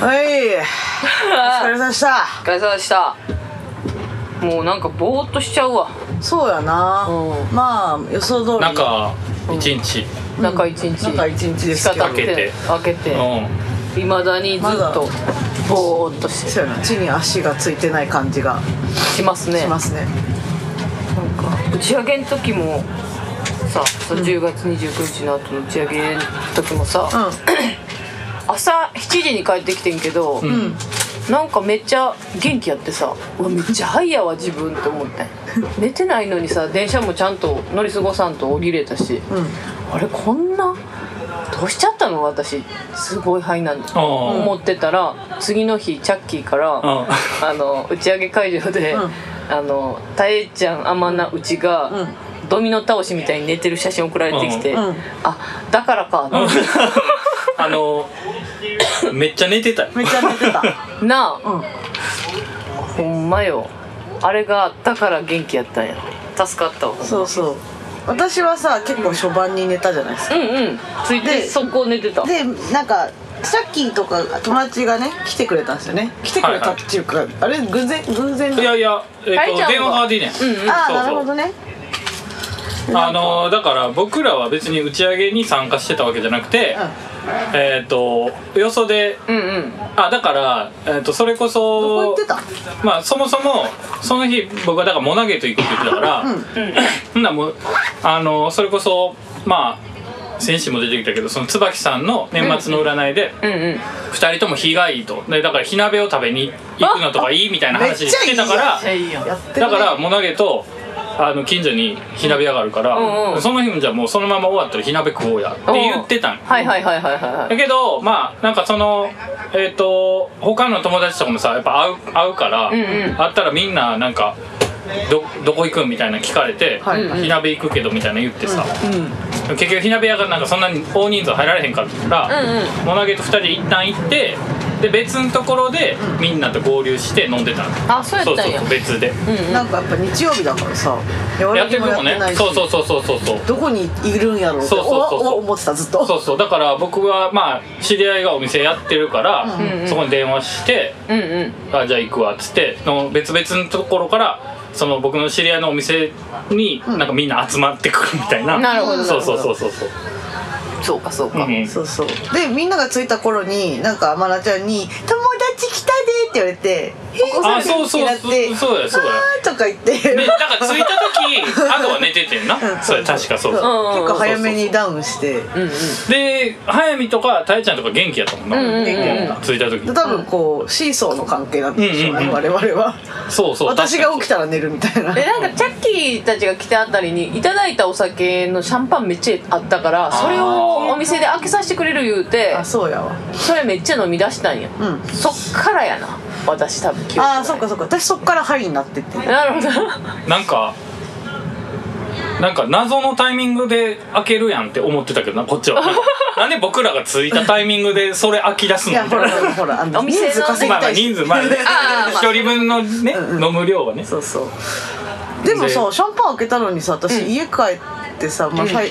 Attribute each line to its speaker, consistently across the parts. Speaker 1: はいお疲れ様でした
Speaker 2: お疲れ様でしたもうなんかぼーっとしちゃうわ
Speaker 1: そうやな、
Speaker 2: う
Speaker 1: まあ予想通り
Speaker 3: なんか一日
Speaker 2: 中一日
Speaker 1: 中一日ですけ
Speaker 2: 仕
Speaker 1: ど
Speaker 2: 方な
Speaker 3: 開
Speaker 2: く
Speaker 3: けて
Speaker 2: 開けて
Speaker 3: う
Speaker 2: いまだにずっ
Speaker 1: まだ
Speaker 2: とぼーっとして
Speaker 1: そうやな地に足がついてない感じが
Speaker 2: しますね
Speaker 1: しますね
Speaker 2: なんか打ち上げの時もさその10月29日の後の打ち上げの時もさ、朝7時に帰ってきてんけど、
Speaker 3: ん
Speaker 2: なんかめっちゃ元気やってさうわめっちゃ早いやわ自分って 思って寝てないのにさ電車もちゃんと乗り過ごさんと降りれたし、
Speaker 1: うん
Speaker 2: あれこんなどうしちゃったの私すごい範囲なんで
Speaker 3: ああ
Speaker 2: 思ってたら次の日チャッキーから、
Speaker 3: んうん
Speaker 2: あの打ち上げ会場で、
Speaker 1: うん
Speaker 2: あのたえちゃんあまなうちが、
Speaker 1: うん
Speaker 2: ドミノ倒しみたいに寝てる写真送られてきて、
Speaker 1: うんうん
Speaker 2: あだからか、
Speaker 3: あのめっちゃ寝てたよ
Speaker 1: めっちゃ寝て た
Speaker 2: なあ、
Speaker 1: うん
Speaker 2: ほんまよあれがあったから元気やったんや助かったわ
Speaker 1: そうそう私はさ結構初盤に寝たじゃないですか
Speaker 2: うんうんついて
Speaker 1: で
Speaker 2: そこ寝てた
Speaker 1: でなんかさっきとか友達がね来てくれたんですよね来てくれたっていうか、あれ偶然偶然
Speaker 3: いやいや、えっ
Speaker 2: あれちゃ
Speaker 3: と
Speaker 2: うの
Speaker 3: 電話がでね、
Speaker 2: うんうん
Speaker 3: そう
Speaker 1: ああ
Speaker 3: そう
Speaker 1: なるほどね
Speaker 3: あのだから僕らは別に打ち上げに参加してたわけじゃなくて、えっ、とよそで
Speaker 2: うんうん
Speaker 3: あだから、えっとそれこ
Speaker 1: どこ行
Speaker 3: そ
Speaker 1: ってた
Speaker 3: まあそもそもその日僕はだからモナゲと行くって言ってたから、
Speaker 1: うん
Speaker 3: ほんならもうあのそれこそまあ先週も出てきたけどその椿さんの年末の占いで、
Speaker 2: うんうん
Speaker 3: 二人とも日がいいとでだから火鍋を食べに行くのとかいいみたいな話してたから
Speaker 2: めっちゃいいやん
Speaker 1: やってるね
Speaker 3: だからもなげとあの近所に火鍋屋があるから、
Speaker 2: うんうん
Speaker 3: その日もじゃあもうそのまま終わったら火鍋食おうやって言ってたん
Speaker 2: はいはいはいはいはいは
Speaker 3: だ
Speaker 2: い
Speaker 3: けどまあなんかそのえっ、と他の友達とかもさやっぱ会う会うから、
Speaker 2: うんうん
Speaker 3: 会ったらみんななんかどどこ行くみたいな聞かれて、
Speaker 1: はい
Speaker 3: 火鍋行くけどみたいな言ってさ、
Speaker 1: うん
Speaker 3: 結局火鍋屋がなんかそんなに大人数入られへんかったから、
Speaker 2: う
Speaker 3: モナゲと2人で一旦行ってで別のところでみんなと合流して飲んでたの、
Speaker 2: あそうや
Speaker 3: そ
Speaker 2: っ
Speaker 3: う
Speaker 2: た
Speaker 3: そ
Speaker 2: ん
Speaker 3: う
Speaker 2: や
Speaker 3: そう別で、
Speaker 2: うんうん
Speaker 1: なんかやっぱ日曜日だからさ夜
Speaker 3: やってくも
Speaker 1: や
Speaker 3: ね
Speaker 1: ってないし
Speaker 3: そうそうそうそうそうそう
Speaker 1: どこにいるんやろうって
Speaker 3: そうそうそうそ
Speaker 1: おお
Speaker 3: う
Speaker 1: 思ってたずっと
Speaker 3: そうそうだから僕はまあ知り合いがお店やってるから、
Speaker 2: んうん
Speaker 3: そこに電話して
Speaker 2: うんうん
Speaker 3: 「あじゃあ行くわ」っつっての別々のところからその僕の知り合いのお店になんかみんな集まってくるみたいな、
Speaker 2: なるほど
Speaker 3: そうそうそうそうそう
Speaker 2: そうかそうか、
Speaker 3: うんうん
Speaker 1: そうそうでみんなが着いた頃になんかまなちゃんに「友達来たで」って言われて「へ
Speaker 3: あそうそう
Speaker 1: なっ
Speaker 3: そ
Speaker 1: て
Speaker 3: うそうだよそうだよ
Speaker 1: あー」とか言って
Speaker 3: でなんか着いた 時あとは寝ててんな、
Speaker 1: うん
Speaker 3: それ確かそう
Speaker 1: 結
Speaker 3: そう、
Speaker 2: うん
Speaker 1: 構早めにダウンして
Speaker 2: うんうん
Speaker 3: で早見とかたえちゃんとか元気やったもんな、
Speaker 2: うんうん
Speaker 1: う
Speaker 2: うん
Speaker 1: ん
Speaker 3: 着いた時
Speaker 1: で多分こうシーソーの関係なんでしょうね、
Speaker 3: うんうん
Speaker 1: 我々は
Speaker 3: そうそう
Speaker 1: 私が起き
Speaker 3: た
Speaker 1: たら寝るみたいな
Speaker 2: えなんかチャッキーたちが来たあたりにいただいたお酒のシャンパンめっちゃあったからそれをお店で開けさせてくれる言うて
Speaker 1: あそうやわ
Speaker 2: それめっちゃ飲み出したんや、
Speaker 1: うん
Speaker 2: そっからやな私多分記憶
Speaker 1: あーそっかそっか私そっからハイになってって
Speaker 2: なるほど
Speaker 3: なんかなんか謎のタイミングで開けるやんって思ってたけどなこっ ちはなんで僕らが着いたタイミングでそれ開き出す
Speaker 1: い
Speaker 3: の
Speaker 1: やほら ほらほらあの
Speaker 2: お店
Speaker 1: 人
Speaker 2: の
Speaker 1: 数稼ぎ
Speaker 3: まあま
Speaker 1: た
Speaker 3: あ
Speaker 1: いし
Speaker 3: 人数まあね
Speaker 2: あーまあ
Speaker 3: 一人分のね飲む量はね
Speaker 1: そうそうでもさ
Speaker 3: で
Speaker 1: シャンパン開けたのにさ私家帰ってさ、まあさい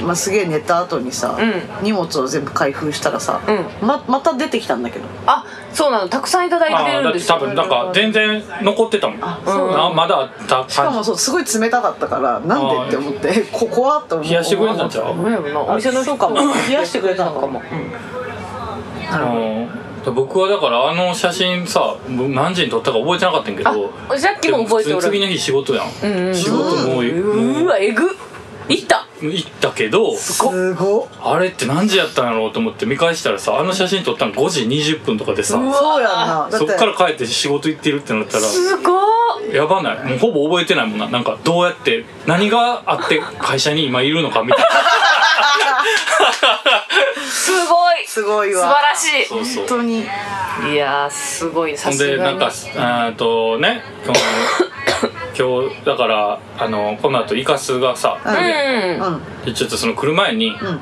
Speaker 1: おまあ、すげえ寝た後にさ、
Speaker 2: う
Speaker 1: 荷物を全部開封したらさ、
Speaker 2: うん
Speaker 1: ままた出てきたんだけど
Speaker 2: あそうなのたくさんいただいて
Speaker 3: あー
Speaker 2: る
Speaker 3: だ
Speaker 2: ん
Speaker 3: っ
Speaker 2: で
Speaker 3: て
Speaker 2: す
Speaker 3: 多
Speaker 2: よ
Speaker 3: 分なんか全然残ってたもん
Speaker 1: あそう
Speaker 3: あまだあった感じ
Speaker 1: しかもそうすごい冷たかったからなんでって思ってえここはと思って
Speaker 3: 冷やしてくれたんちゃう
Speaker 2: ごめんやろなお店の人
Speaker 1: そうかも
Speaker 2: 冷やしてくれたのかも
Speaker 1: なるほど
Speaker 3: うん僕はだからあの写真さ何時に撮ったか覚えてなかったんやけど
Speaker 2: あさっきも覚えておらん
Speaker 3: で普通に次の日仕事やん、
Speaker 2: んうん
Speaker 3: 仕事もう
Speaker 2: うー
Speaker 3: も
Speaker 2: わえぐいった
Speaker 3: う行ったけど
Speaker 1: すごっ
Speaker 3: あれって何時やったんやろうと思って見返したらさあの写真撮ったの5時20分とかでさ
Speaker 1: そうやんなだ
Speaker 3: そ
Speaker 1: っ
Speaker 3: ってから帰って仕事行ってるってなったら
Speaker 2: すごー
Speaker 3: やばないもうほぼ覚えてないもんななんかどうやって何があって会社に今いるのかみたい な
Speaker 2: すごい
Speaker 1: すごい
Speaker 2: 素
Speaker 1: わ
Speaker 2: 晴らし
Speaker 3: そうそう
Speaker 1: 本当に
Speaker 2: いいやーすごい
Speaker 3: ほ
Speaker 2: さ
Speaker 3: ん
Speaker 2: すが
Speaker 3: で
Speaker 2: に
Speaker 3: なんかえっとね今日今日だからあのこの後イカスがさ、
Speaker 1: うん
Speaker 2: うん
Speaker 1: うん
Speaker 3: でちょっとその来る前に、ちょ
Speaker 1: ん
Speaker 3: っ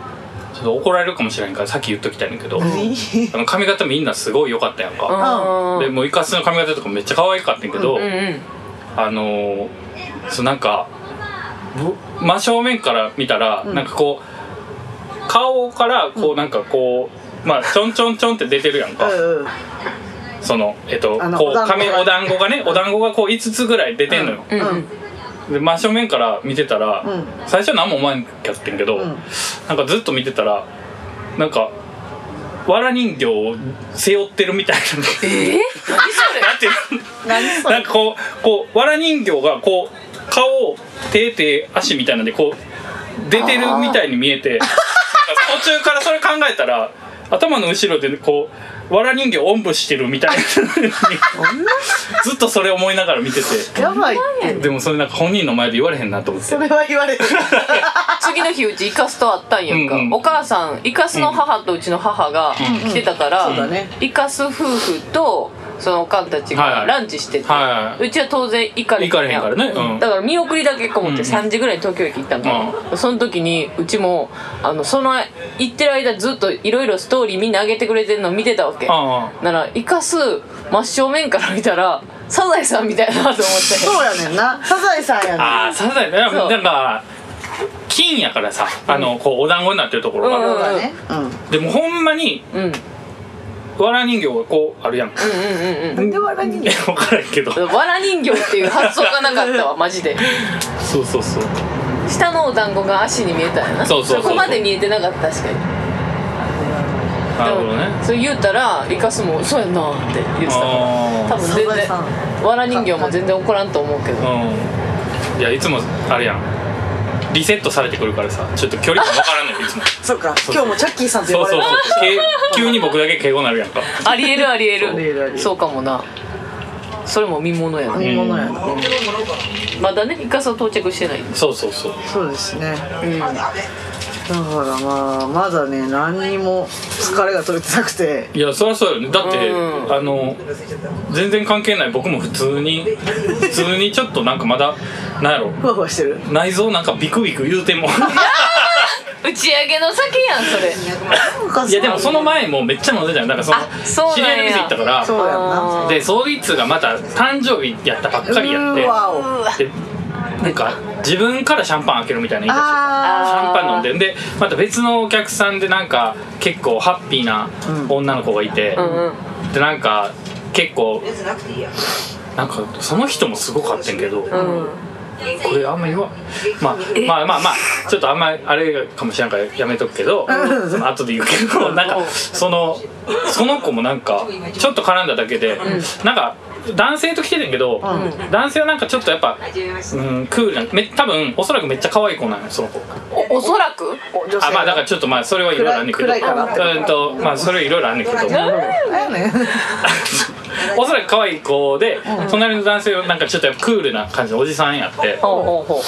Speaker 3: と怒られるかもしれんからさっき言っときたいんだけど、
Speaker 1: 何
Speaker 3: あの髪型みんなすごい良かったやん
Speaker 2: う
Speaker 3: か、
Speaker 2: ん
Speaker 3: でもうイカスの髪型とかめっちゃ可愛かったんやけど、
Speaker 2: うんうん
Speaker 3: あのー、そうなんかぶ真正面から見たら、なんかこう顔からこうなんかこうまあちょんちょんちょんって出てるやんか、
Speaker 1: うんうん
Speaker 3: そのえっと
Speaker 1: あの
Speaker 3: こ
Speaker 1: お
Speaker 3: う
Speaker 1: 団子が
Speaker 3: 紙お団子がねお団子がこう5つぐらい出てんのよ、
Speaker 2: うんう
Speaker 1: うんん
Speaker 3: で真正面から見てたら、
Speaker 1: うん
Speaker 3: 最初何も思わんかってんけど、
Speaker 1: ん
Speaker 3: なんかずっと見てたらなんかわら人形を背負ってるみたいな
Speaker 2: え何それ
Speaker 3: なんていう
Speaker 1: 何
Speaker 3: の
Speaker 1: そ
Speaker 3: なん
Speaker 1: れ
Speaker 3: かこうこうわら人形がこう顔を手手足みたいなんでこう出てるみたいに見えてなんか途中からそれ考えたら頭の後ろでこうわら人形をおんぶしてるみたいなずっとそれ思いながら見てて
Speaker 1: やばいって
Speaker 3: でもそれなんか本人の前で言われへんなと思って
Speaker 1: それは言われ てる
Speaker 2: 次の日うちイカスとあったんやんか、
Speaker 3: うんうん
Speaker 2: お母さんイカスの母とうちの母が来てたから、
Speaker 1: そうだね
Speaker 2: イカス夫婦とそのおかんたち
Speaker 3: はいは
Speaker 2: が
Speaker 3: い
Speaker 2: ランチしてて、
Speaker 3: はいはいう
Speaker 2: ちは当然イカ
Speaker 3: 行かれへんからね、うん、
Speaker 2: だから見送りだけこもって
Speaker 3: うん
Speaker 2: 3時ぐらいに東京駅行ったんだけど、その時にうちもあのその行ってる間ずっといろいろストーリーみんな上げてくれてるの見てたわけ
Speaker 3: あ
Speaker 2: ならイカス真正面から見たらサザエさんみたいだなと思って
Speaker 1: そうやねんなサザエさんやねん
Speaker 3: ああーサザエな
Speaker 2: そうん
Speaker 3: か金やからさあのこうお団子になってるところ
Speaker 2: うん
Speaker 3: が、
Speaker 1: そうだねうん
Speaker 3: でもほんまに
Speaker 2: うんうん
Speaker 3: わら人形がこうある や
Speaker 2: う
Speaker 3: ん
Speaker 2: んうんうん
Speaker 1: なんで笑いに
Speaker 3: 分からんけど
Speaker 2: わら人形っていう発想がなか ったわマジで
Speaker 3: そうそうそう
Speaker 2: 下のお団子が足に見えたんやな
Speaker 3: そうそうそう
Speaker 2: こまで見えてなかった確かに
Speaker 3: なるほどね
Speaker 2: それ言うたらイカスも「そうやんな」って言ってたから多
Speaker 3: あ
Speaker 2: 分全
Speaker 1: サザエ
Speaker 2: 然
Speaker 1: さ
Speaker 2: わら人形も全然怒らんと思うけど
Speaker 3: あうんいやいつもあれやんリセットされてくるからさちょっと距離感分からんのよい つも
Speaker 1: そうか今日もチャッキーさんと
Speaker 3: そ
Speaker 1: 呼
Speaker 3: う
Speaker 1: ばれ
Speaker 3: そう
Speaker 1: る
Speaker 3: そうけ急に僕だけ敬語になるやんか
Speaker 2: ありえるありえる
Speaker 1: ありえるありえる
Speaker 2: そうかもなそれも見ものやな、
Speaker 1: 何者やな
Speaker 2: まだねイカスは到着してない
Speaker 3: そうそうそう
Speaker 1: そうですねだ
Speaker 2: うん
Speaker 1: からまあまだね何にも疲れが取れてなくて
Speaker 3: いやそりゃそうよねだって、
Speaker 2: うん
Speaker 3: あの全然関係ない僕も普通に普通にちょっとなんかまだなんやろ
Speaker 1: ふわふわしてる
Speaker 3: 内臓なんかビクビク言う ても
Speaker 2: 打ち上げの先やんそれ
Speaker 3: いやでもその前もめっちゃ飲んでたよなんかその
Speaker 2: あそう
Speaker 3: 知
Speaker 2: なんや
Speaker 3: り合いの店行ったから
Speaker 1: そうやんな
Speaker 2: あー
Speaker 3: でそいつがまた誕生日やったばっかりやっ
Speaker 1: うーわお
Speaker 3: てでなんか自分からシャンパン開けるみたいな言い出してシ
Speaker 1: あ
Speaker 2: あ
Speaker 3: ャンパン飲んでんでまた別のお客さんでなんか結構ハッピーな女の子がいて、
Speaker 2: うんうん
Speaker 3: でなんか結構なんかその人もすごかったんけど、
Speaker 2: うん
Speaker 3: これあんま言わまあまあまあまあちょっとあんまあれかもしれんからやめとくけど
Speaker 1: うん
Speaker 3: その後で言うけどなん
Speaker 2: うん
Speaker 3: かそのその子もなんかちょっと絡んだだけでなんか男性と来てるんけど
Speaker 1: う
Speaker 3: 男性はなんかちょっとやっぱうんクールなめ多分おそらくめっちゃ可愛い子なんよその子
Speaker 2: おおそらく
Speaker 1: あ女性
Speaker 3: あまあだからちょっとまあそれはいろいろあんねんけど
Speaker 1: 暗い暗いから
Speaker 3: うんとまあそれいろいろあんねんけど
Speaker 1: らね
Speaker 3: おそらく可愛い子で隣の男性はなんかちょっとやっぱクールな感じのおじさんやって
Speaker 2: ほうほうほ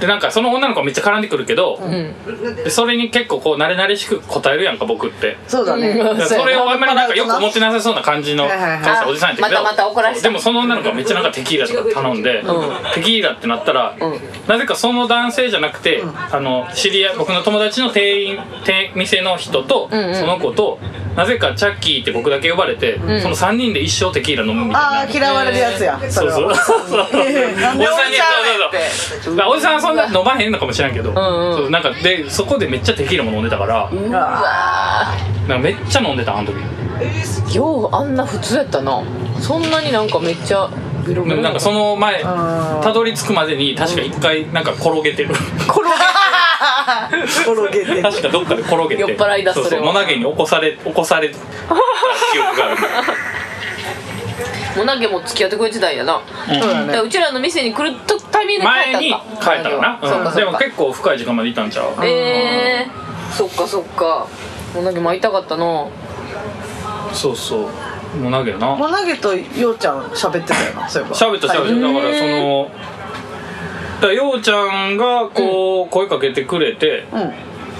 Speaker 3: でなんかその女の子はめっちゃ絡んでくるけど
Speaker 2: ううん
Speaker 3: でそれに結構こう慣れ慣れしく答えるやんか僕って
Speaker 1: そうだね
Speaker 2: うん
Speaker 3: だからそれをあんまりなんかよく思ってなさそうな感じの
Speaker 1: はいはいはい
Speaker 3: 感じのおじさんやったけど
Speaker 2: あまたまた怒らせた
Speaker 3: でもその女の子はめっちゃなんかテキーラとか頼んで、
Speaker 2: ん
Speaker 3: テキーラってなったら、
Speaker 2: うん
Speaker 3: なぜかその男性じゃなくて、あの知り合い僕の友達の店員店店の人と、
Speaker 2: んうん
Speaker 3: その子となぜかチャッキーって僕だけ呼ばれて、
Speaker 2: ん
Speaker 3: その3人で一生テキーラ飲むみたいな
Speaker 1: あ。あ嫌われるやつやそ
Speaker 3: そう
Speaker 1: れは
Speaker 3: そうそうそう。おじさんに、
Speaker 1: なんでおじさん
Speaker 3: そうそうそう。まあおじさんはそんな飲まへんのかもしれんけ
Speaker 2: ん
Speaker 3: ど、
Speaker 2: うん
Speaker 3: そうなんかでそこでめっちゃテキーラも飲んでたから、
Speaker 2: うわ
Speaker 3: なんかめっちゃ飲んでたあの時。
Speaker 2: ーようあんな普通やったなそんなになんかめっちゃベロベロ
Speaker 3: でもなんかその前
Speaker 1: あー
Speaker 3: たどり着くまでに確か一回なんか転げてる。
Speaker 1: 転げ て
Speaker 3: 確かどっかで転げて。
Speaker 2: 酔っ払いだ
Speaker 3: そう
Speaker 2: そ
Speaker 3: そ
Speaker 2: れ
Speaker 3: う。
Speaker 2: は
Speaker 3: 野投げに起こされ起こされた記憶がある。
Speaker 2: もなげも付き合ってくれてたんやな、
Speaker 1: そうだ
Speaker 2: だから
Speaker 1: ね
Speaker 2: うちらの店に来るとタイミングで帰
Speaker 3: 前に
Speaker 2: った
Speaker 3: 帰
Speaker 2: んか
Speaker 3: ったか
Speaker 2: そう
Speaker 3: な。
Speaker 2: か
Speaker 3: うん
Speaker 2: そ
Speaker 3: で
Speaker 2: うか
Speaker 3: も結構深い時間までいたんちゃう。
Speaker 2: えー、そっかそっかもなげも会いたかったな
Speaker 3: そうそう。野投げな。
Speaker 1: もなげとようちゃん喋ってたよなそういえば
Speaker 3: 喋った喋った、だからそのだからようちゃんがこう声かけてくれて、
Speaker 1: うん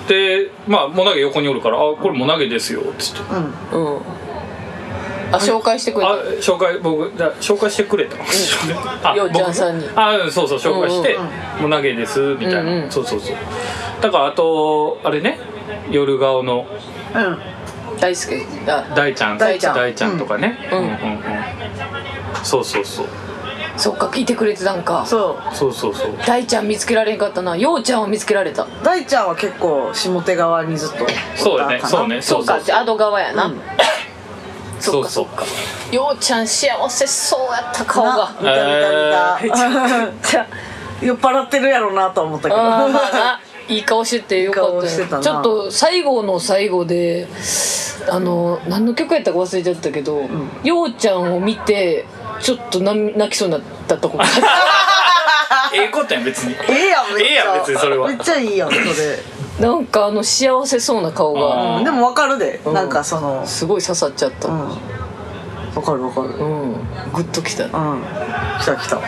Speaker 3: でまあもなげ横におるから「あこれもなげですよ」っつって
Speaker 1: うん
Speaker 2: うんあ紹介して
Speaker 3: 「
Speaker 2: くれ
Speaker 3: あ
Speaker 2: た
Speaker 3: 紹介僕じゃあ紹介してくれた」 あ
Speaker 2: ようちゃんさんに
Speaker 3: 僕あうんそうそう紹介して
Speaker 1: うんうん
Speaker 3: 「もなげです」みたいな、
Speaker 2: うんうん
Speaker 3: そうそうそうだからあとあれね夜顔の
Speaker 1: うん
Speaker 2: 大輔あ
Speaker 3: 大ちゃん
Speaker 1: 大ちゃん
Speaker 3: とかね、
Speaker 2: うん
Speaker 3: うんうんうんそうそうそう
Speaker 2: そっか聞いてくれてたんか
Speaker 1: そ
Speaker 3: そうそうそう
Speaker 2: 大ちゃん見つけられんかったなようちゃんを見つけられた
Speaker 1: う大ちゃんは結構下手側にずっとおったかな
Speaker 3: そうだねそうね
Speaker 2: そ
Speaker 3: そううそ
Speaker 2: か
Speaker 3: う
Speaker 2: ってアド側やな、
Speaker 1: うん
Speaker 2: そ
Speaker 3: そうう
Speaker 2: か
Speaker 3: そ
Speaker 2: そううかようちゃん幸せそうやった顔
Speaker 1: な
Speaker 2: が
Speaker 1: 見た見た見た
Speaker 2: じゃ
Speaker 1: 酔っ払ってるやろなとは思ったけど
Speaker 2: あ ーまあないい顔しててよか
Speaker 1: いい
Speaker 2: っ
Speaker 1: 顔
Speaker 2: た
Speaker 1: して
Speaker 2: よ
Speaker 1: たな
Speaker 2: ちょっと最後の最後であの何の曲やったか忘れちゃったけど、ようちゃんを見てちょっとな泣きそうになったと こがあった
Speaker 3: ええことやん別に
Speaker 1: ええやんめっちゃ
Speaker 3: ええやん別にそれは
Speaker 1: めっちゃいいやんそれ、
Speaker 2: なんかあの幸せそうな顔が
Speaker 3: あ
Speaker 1: うん、でもわかるで、なんかその
Speaker 2: すごい刺さっちゃ
Speaker 1: う
Speaker 2: った
Speaker 1: んわかるわかるう
Speaker 2: うん、グッときた
Speaker 1: ん来た来た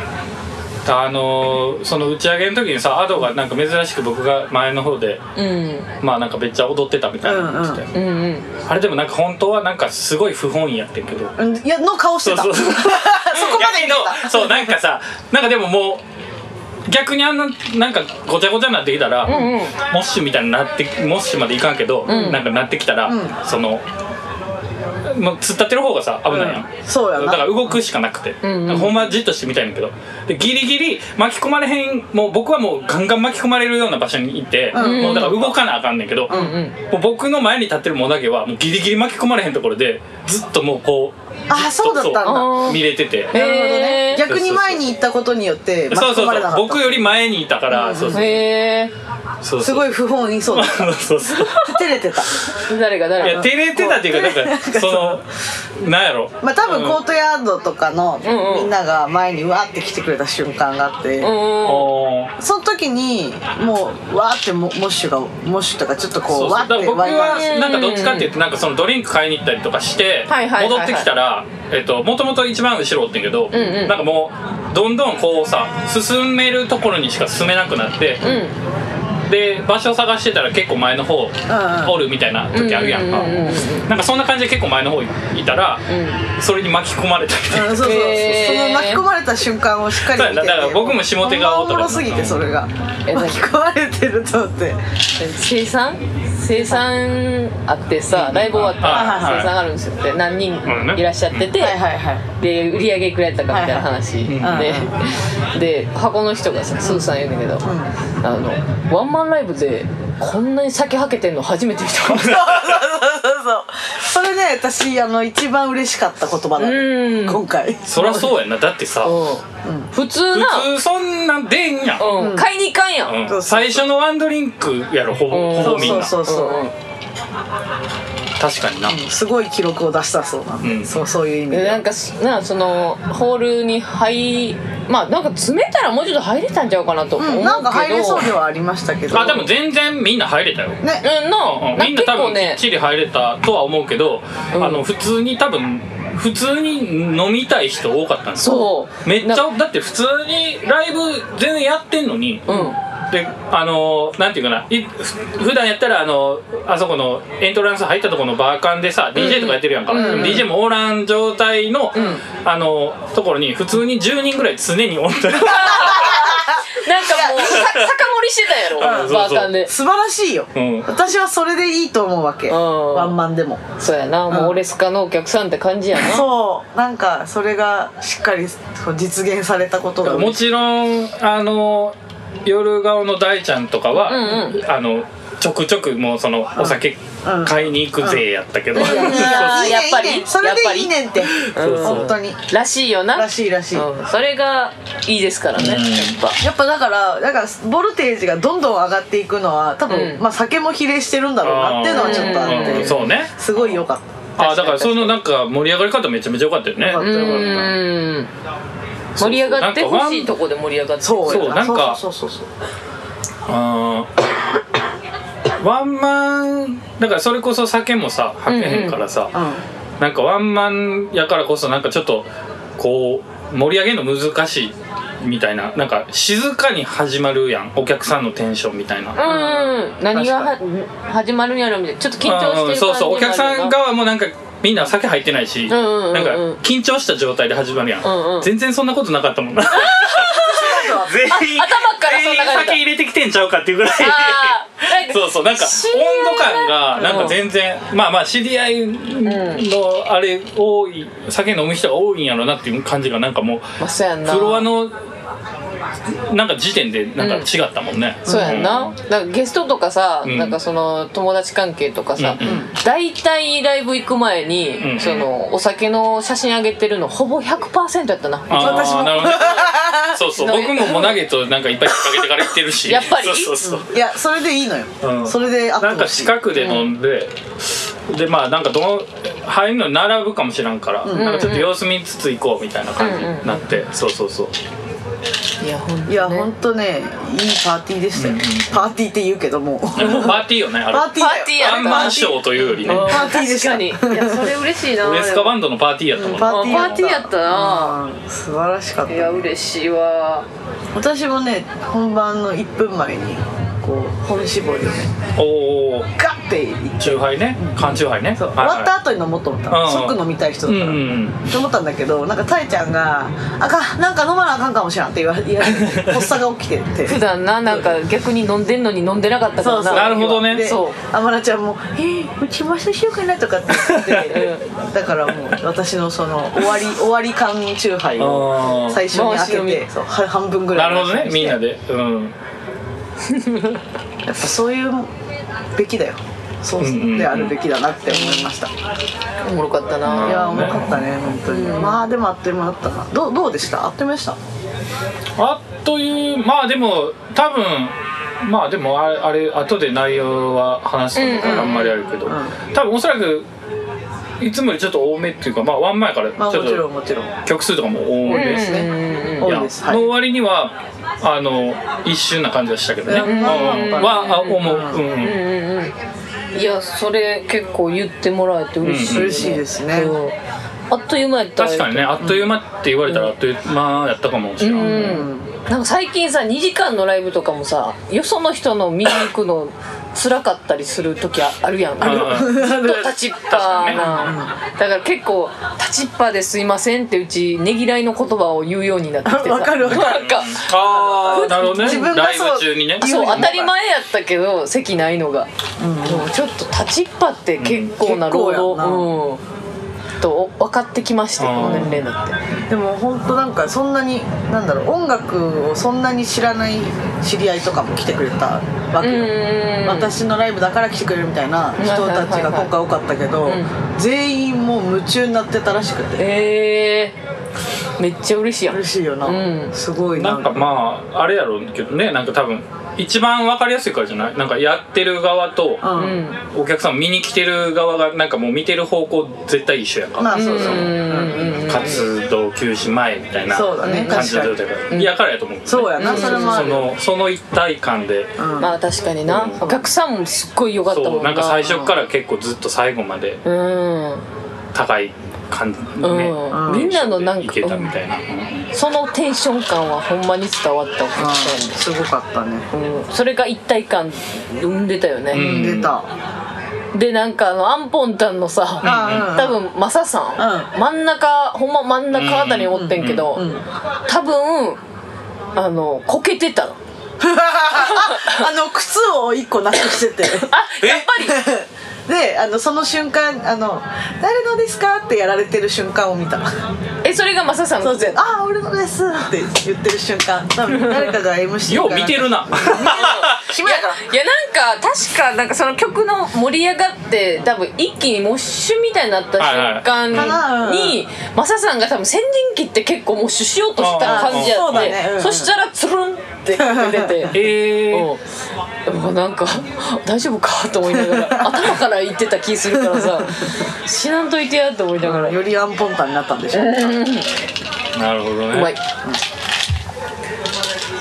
Speaker 3: あのーその打ち上げの時にさアドがなんか珍しく僕が前の方で
Speaker 2: うん
Speaker 3: まあなんかめっちゃ踊ってたみたいなの言ってたよ
Speaker 2: うんうん
Speaker 3: あれでもなんか本当はなんかすごい不本意やってんけど
Speaker 1: うんいやの顔してた
Speaker 3: そうそう
Speaker 1: そこまで見
Speaker 3: やけ
Speaker 1: た
Speaker 3: どそうなんかさなんかでももう逆にあんななんかごちゃごちゃになってきたら、
Speaker 2: んうん
Speaker 3: モッシュみたいになってモッシュまでいかんけど、なんかなってきたら、
Speaker 1: うん
Speaker 3: そのもう突っ立ってる方がさ危ないやん、
Speaker 1: うんそうやな
Speaker 3: だから動くしかなくて、
Speaker 2: んうん
Speaker 3: なんかほんまじっとしてみたいんだけどでギリギリ巻き込まれへんもう僕はもうガンガン巻き込まれるような場所にいて、
Speaker 1: うん
Speaker 3: もうだから動かなあかんねんけど、
Speaker 2: うんうん
Speaker 3: もう僕の前に立ってるモナゲはもうギリギリ巻き込まれへんところでずっともうこう
Speaker 1: あそうだったんだ
Speaker 2: そう
Speaker 3: 見れてて
Speaker 2: え
Speaker 1: なるほどね
Speaker 2: へー
Speaker 1: 逆に前に行ったことによって巻き
Speaker 3: そうそ
Speaker 1: 込
Speaker 3: う
Speaker 1: まれな
Speaker 3: そ
Speaker 1: か
Speaker 3: う
Speaker 1: った
Speaker 3: 僕より前にいたから、そうそう
Speaker 2: へえ
Speaker 3: そうそう
Speaker 1: すごい不本意そう だ
Speaker 3: そうそう
Speaker 1: 照れてた
Speaker 2: 誰が
Speaker 3: い
Speaker 2: 誰
Speaker 3: や
Speaker 2: が
Speaker 3: 照れてたっていうかなんかそのなんやろ
Speaker 1: まあ多分コートヤードとかの
Speaker 2: んうん
Speaker 1: みんなが前にうわーって来てくれた瞬間があって、
Speaker 2: うんうん
Speaker 3: おー
Speaker 1: その時にもうわーってモモッシュがモッシュとかちょっとこう
Speaker 3: そうそう
Speaker 1: わー
Speaker 3: だ
Speaker 1: っ
Speaker 3: から
Speaker 1: て
Speaker 3: 僕
Speaker 1: ワイワイして
Speaker 3: はなんかどっちかっていうとなんかそのドリンク買いに行ったりとかして
Speaker 2: はいはいはいはい
Speaker 3: 戻ってきたらえっともともと一番後ろおってんけど
Speaker 2: んうん
Speaker 3: なんかもうどんどんこうさ進めるところにしか進めなくなって
Speaker 2: うん
Speaker 3: で場所を探してたら結構前の方おるみたいな時あるやんか
Speaker 2: うんうんうんうん
Speaker 3: なんかそんな感じで結構前の方いたらそれに巻き込まれたみたいな
Speaker 1: うんそうそう、
Speaker 2: へー
Speaker 1: その巻き込まれた瞬間をしっかり見てて
Speaker 3: そうやなだから僕も下手
Speaker 1: が
Speaker 3: 顔
Speaker 1: お
Speaker 3: とか
Speaker 1: もろすぎてそれが
Speaker 2: え
Speaker 1: 巻き込まれてると思って
Speaker 2: 生産生産あってさライブ終わったら
Speaker 3: はいはい
Speaker 2: 生産あるんですよって何人
Speaker 3: うんね
Speaker 2: いらっしゃってて、
Speaker 1: はいはい はい
Speaker 2: で売り上げくれたかみたいな話、
Speaker 1: はい
Speaker 2: で、で箱の人がさスーさん言うんだけど、あのワンマンライブでこんなに酒はけてんの初めて見た
Speaker 1: そうそうそうそれね私あの一番嬉しかった言葉だ
Speaker 2: う
Speaker 1: ね
Speaker 2: ん
Speaker 1: 今回
Speaker 3: そりゃそうやんなだってさ
Speaker 2: うん普通な
Speaker 3: 普通そんなん出んやん
Speaker 2: うん買いに行かんやん、
Speaker 3: うん
Speaker 1: そうそう
Speaker 3: 最初のワンドリンクやろほぼ
Speaker 2: うん
Speaker 3: ほ
Speaker 1: そ
Speaker 3: ぼ
Speaker 1: う
Speaker 3: みん
Speaker 1: そう
Speaker 3: な
Speaker 1: そうそう、
Speaker 2: うんうん
Speaker 3: 確かにな
Speaker 1: すごい記録を出したそうな、
Speaker 3: ん
Speaker 1: そうそういう意味
Speaker 2: で
Speaker 1: で
Speaker 2: なんかすなそのホールに入まあなんか詰めたらもうちょっと入れたんちゃうかなと思うけど、
Speaker 1: うん、なんか入れそうではありましたけど
Speaker 3: あでも全然みんな入れたよ
Speaker 1: ね
Speaker 2: うん
Speaker 3: うん
Speaker 2: の
Speaker 3: うん
Speaker 2: な
Speaker 3: みんな多
Speaker 2: 結構
Speaker 3: 分き
Speaker 2: ね
Speaker 3: っちり入れたとは思うけど
Speaker 2: うん
Speaker 3: あの普通に多分普通に飲みたい人多かったんですよ
Speaker 2: そう
Speaker 3: めっち
Speaker 2: な
Speaker 3: ゃだって普通にライブ全然やってんのに
Speaker 2: うん
Speaker 3: であのーなんていうかないふ普段やったらあのあそこのエントランス入ったところのバーカンでさ DJ とかやってるやんか、
Speaker 2: うんうん
Speaker 3: DJ もおらん状態の、
Speaker 2: ん
Speaker 3: あのところに普通に10人ぐらい常におった
Speaker 2: なんかもうさ酒盛りしてたやろ
Speaker 3: うんそう
Speaker 2: バ
Speaker 3: そ
Speaker 2: ー
Speaker 3: う
Speaker 2: カンで
Speaker 1: 素晴らしいよ、
Speaker 3: うん
Speaker 1: 私はそれでいいと思うわけ、
Speaker 2: うん
Speaker 1: ワンマンでも
Speaker 2: そうやな、もう俺スカのお客さんって感じやな
Speaker 1: そうなんかそれがしっかりこう実現されたことが
Speaker 3: もちろんあの夜顔の大ちゃんとかは、
Speaker 2: うん
Speaker 3: あのちょくちょくもうそのお酒
Speaker 1: うん
Speaker 3: 買いに行くぜやったけ ど、
Speaker 2: んいやー
Speaker 1: いい
Speaker 2: やっぱ
Speaker 1: ねいいね
Speaker 2: り
Speaker 1: それでいいねんって
Speaker 3: そうそう
Speaker 1: 本当に
Speaker 2: らしいよな
Speaker 1: らしいらしい、
Speaker 2: うん、それがいいですからね、
Speaker 3: うん
Speaker 2: やっぱ
Speaker 1: やっぱだからだからボルテージがどんどん上がっていくのは多分、
Speaker 2: うん
Speaker 1: まあ酒も比例してるんだろうなっていうのはちょっとあって、
Speaker 3: うんうんそうね
Speaker 1: すごい良かった
Speaker 3: あだからそのなんか盛り上がり方めちゃめちゃ良かったよね、
Speaker 1: 良かった
Speaker 2: う
Speaker 1: よかった
Speaker 2: ん盛り上がってほしいとこで盛り上がって
Speaker 1: そう
Speaker 3: そう
Speaker 1: や
Speaker 3: なんか
Speaker 1: そうそうそうそう
Speaker 3: あーワンマンだからそれこそ酒もさはけへんからさ、
Speaker 1: う
Speaker 3: なんかワンマンやからこそなんかちょっとこう盛り上げるの難しいみたいななんか静かに始まるやんお客さんのテンションみたいな。
Speaker 2: うん何がは始まるんやろみたいなちょっと緊張してる感じ
Speaker 3: うんそうそうお客さん側もなんかみんな酒入ってないし、
Speaker 2: んうんうんうん
Speaker 3: なんか緊張した状態で始まるやん、
Speaker 2: うんうん
Speaker 3: 全然そんなことなかったもんな全員
Speaker 2: 頭から
Speaker 3: 全員
Speaker 2: そんな感じだ
Speaker 3: 酒入れてきてんちゃうかっていうぐらい
Speaker 2: あーなんか
Speaker 3: そうそうなんか
Speaker 2: 知り合い
Speaker 3: 温度感がなんか全然、まあまあ知り合いのあれ多い酒飲む人が多いんやろなっていう感じがなんかもう
Speaker 2: まあそうやんな
Speaker 3: フロアのなんか時点でなんか違ったもんね、
Speaker 2: そうやんな、だからゲストとかさ、
Speaker 3: うん
Speaker 2: なんかその友達関係とかさ、
Speaker 3: うんう
Speaker 2: 大体ライブ行く前に、
Speaker 3: うん
Speaker 2: そのお酒の写真あげてるのほぼ100%やったな
Speaker 3: あー
Speaker 1: 私も
Speaker 3: なるほど そうそう
Speaker 2: なん
Speaker 3: 僕
Speaker 2: か
Speaker 3: ももうナゲットなんかいっぱい引っ掛けてから行ってるし
Speaker 2: やっぱり
Speaker 3: そうそうそう、
Speaker 1: いやそれでいいのよ、
Speaker 3: うん
Speaker 1: それであって
Speaker 3: なんか
Speaker 1: ほしい
Speaker 3: 四角で飲んで、でまあなんかどの入るの並ぶかもしらんから、なんかちょっと様子見つつ行こうみたいな感じになって、そうそうそう
Speaker 2: いやほんとね
Speaker 1: いやほんとねいいパーティーでしたよ、パーティーって言うけども
Speaker 3: でもパーティーよねあれ
Speaker 1: パーティーだよ
Speaker 2: パーティーや
Speaker 3: ワンマンショーというよりね
Speaker 2: うん
Speaker 1: パーティーでした
Speaker 2: 確かにいやそれ嬉しいな
Speaker 3: ウエスカバンドのパーティーやったもんね
Speaker 1: パーティー
Speaker 2: パーティーやったな
Speaker 1: うん素晴らしかっ
Speaker 2: い
Speaker 1: た
Speaker 2: や嬉しいわ
Speaker 1: 私もね本番の1分前にこう本絞りをね
Speaker 3: おお
Speaker 1: ガッて
Speaker 3: 中杯ね缶中杯ね
Speaker 1: そう
Speaker 3: はい
Speaker 1: 終
Speaker 3: はい
Speaker 1: わった後に飲もうと思ったの、
Speaker 3: うん
Speaker 1: 即飲みたい人だから、
Speaker 3: うんうんうん
Speaker 1: って思ったんだけどなんかたえちゃんが「あかんなんか飲まなあかんかもしらん」って言われて発作が起きてて
Speaker 2: 普段ななんか逆に飲んでんのに飲んでなかったから
Speaker 1: そ
Speaker 2: な
Speaker 1: うそう
Speaker 3: なるほどね
Speaker 1: で
Speaker 2: そう
Speaker 1: あまらちゃんも「えー、うちもそうしようかな」とかって言ってだからもう私のその終わり終わり缶チューハイを
Speaker 3: あー
Speaker 1: 最初に開
Speaker 2: 回し
Speaker 1: け
Speaker 2: 飲
Speaker 1: てそうは半分ぐら
Speaker 3: ないるほどねみんな
Speaker 1: で
Speaker 3: でうん
Speaker 1: やっぱそういうべきだよそうであるべきだなって思いました、
Speaker 2: おもろかったない
Speaker 1: や
Speaker 2: や
Speaker 1: ー重かったね本当に、まあでもあっという間だったなどうどうでしたあっという間でした
Speaker 3: あっというまあでも多分まあでもあれあれ後で内容は話すのからあんまりあるけど、
Speaker 1: んうん
Speaker 3: 多分おそらくいつもよりちょっと多めっていうかまあワン前から
Speaker 1: まあ
Speaker 3: ちょ
Speaker 1: も
Speaker 3: っ
Speaker 1: ちろ
Speaker 3: と
Speaker 1: んもちろん
Speaker 3: 曲数とかも多めですね、
Speaker 1: ね
Speaker 3: い
Speaker 1: 多
Speaker 3: や
Speaker 1: いですはい
Speaker 3: の割にはあの一瞬な感じはしたけどね、
Speaker 1: うん
Speaker 3: はあ思う、うんう
Speaker 2: う
Speaker 3: ん
Speaker 2: んうんうんいやそれ結構言ってもらえて嬉しい、ね
Speaker 1: うん嬉しいですね
Speaker 2: そうあっという間やった
Speaker 3: 確かにねあっという間って言われたらあっという間やったかもしれない、
Speaker 2: うん、なんか最近さ2時間のライブとかもさよその人の見に行くの辛かったりする時ああるやん
Speaker 3: あ
Speaker 2: ず
Speaker 3: る
Speaker 2: っと立ちっぱな、だから結構「立ちっぱですいません」ってうちねぎらいの言葉を言うようになってきて さ
Speaker 1: わかるわかる
Speaker 2: なんか
Speaker 3: ああなるほどね
Speaker 1: 自分が
Speaker 3: ライ
Speaker 1: そう
Speaker 3: ブ中にね
Speaker 1: 言うよ
Speaker 2: そう
Speaker 1: にな
Speaker 2: 当
Speaker 1: った
Speaker 2: たり前やったけど席ないのが、でもちょっと立ちっぱって結構な労働、
Speaker 1: うん
Speaker 2: うんと分かってきましてこの年齢になって
Speaker 1: でも本当なんかそんなになんだろう音楽をそんなに知らない知り合いとかも来てくれたわけよ、
Speaker 2: うん
Speaker 1: 私のライブだから来てくれるみたいな人たちが今回多かったけど、
Speaker 2: いはい
Speaker 1: 全員もう夢中になってたらしくて
Speaker 2: えー、めっちゃ嬉しいやん
Speaker 1: 嬉しいよな、
Speaker 2: うん
Speaker 1: すごいな
Speaker 3: なんかまああれやろうけどねなんか多分一番わかりやすいからじゃないなんかやってる側と
Speaker 1: うん、
Speaker 2: うん
Speaker 3: お客さん見に来てる側がなんかもう見てる方向絶対一緒やんか、
Speaker 1: まあそうそう、
Speaker 2: うん
Speaker 3: 活動休止前みたいな
Speaker 1: そうだね
Speaker 3: 感じの状
Speaker 1: 確か
Speaker 3: 態から、やからやと思う、ね、
Speaker 1: そうやな、それもあ
Speaker 3: そ
Speaker 1: るよ
Speaker 3: のその一体感で、
Speaker 1: うん
Speaker 2: まあ確かにな、
Speaker 3: うん
Speaker 2: お客さんもすっごい良かったもん
Speaker 3: そう
Speaker 2: な
Speaker 3: なんか最初から結構ずっと最後まで
Speaker 2: うん
Speaker 3: 高い感じ、ね
Speaker 2: うん
Speaker 1: み
Speaker 2: んなのなんか
Speaker 3: いけたみたいな、
Speaker 2: そのテンション感はほんまに伝わったお客
Speaker 1: うん
Speaker 2: さんに
Speaker 1: すごかったね、
Speaker 2: うんそれが一体感生んでたよね、
Speaker 1: 出た
Speaker 2: でなんかあのアンポンちゃんのさ、
Speaker 1: うん
Speaker 2: 多分マサさん、
Speaker 1: う
Speaker 2: 真ん中ほんま真ん中あたりにおってんけど、
Speaker 1: うんうん
Speaker 2: 多分あのこけてたの
Speaker 1: あの靴を一個なくしてて
Speaker 2: あやっぱり
Speaker 1: であのその瞬間あの「誰のですか?」ってやられてる瞬間を見た
Speaker 2: えそれがマサさんの
Speaker 1: そうですああ俺のです」って言ってる瞬間多分誰かが MC
Speaker 3: よう見てるな
Speaker 1: 暇やから
Speaker 2: いやなんか確かなんかその曲の盛り上がって多分一気にモッシュみたいになった瞬間に、
Speaker 1: はいはい
Speaker 2: マサさんが多分先人機って結構モッシュしようとした感じや
Speaker 1: あーそう
Speaker 2: っ
Speaker 1: だ
Speaker 2: て
Speaker 1: ねうんうん
Speaker 2: そしたらつるんって出 て。
Speaker 3: ええ
Speaker 2: うんもうなんか大丈夫かと思いな がら頭から言ってた気するからさ死なんといてやと思いながらう
Speaker 1: よりアンポンタンになったんでしょ
Speaker 3: なるほどね
Speaker 2: まい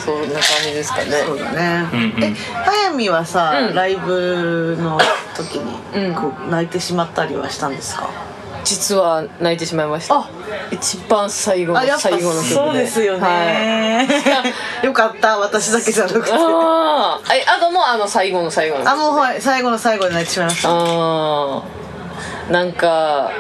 Speaker 2: そんな感じですかね
Speaker 1: そうだね、
Speaker 3: うんうん
Speaker 1: え早見はさ、
Speaker 2: うん
Speaker 1: ライブの時に、
Speaker 2: うん
Speaker 1: こう泣いてしまったりはしたんですか
Speaker 2: 実は泣いてしまいました
Speaker 1: あ
Speaker 2: 一番最後の
Speaker 1: あやっぱ
Speaker 2: 最後の曲で
Speaker 1: そうですよね、
Speaker 2: は い、
Speaker 1: よかった私だけじゃなくてあ
Speaker 2: あーえあともうあの最後の最後の
Speaker 1: もうはい最後の最後で泣いてしまいました
Speaker 2: あなんか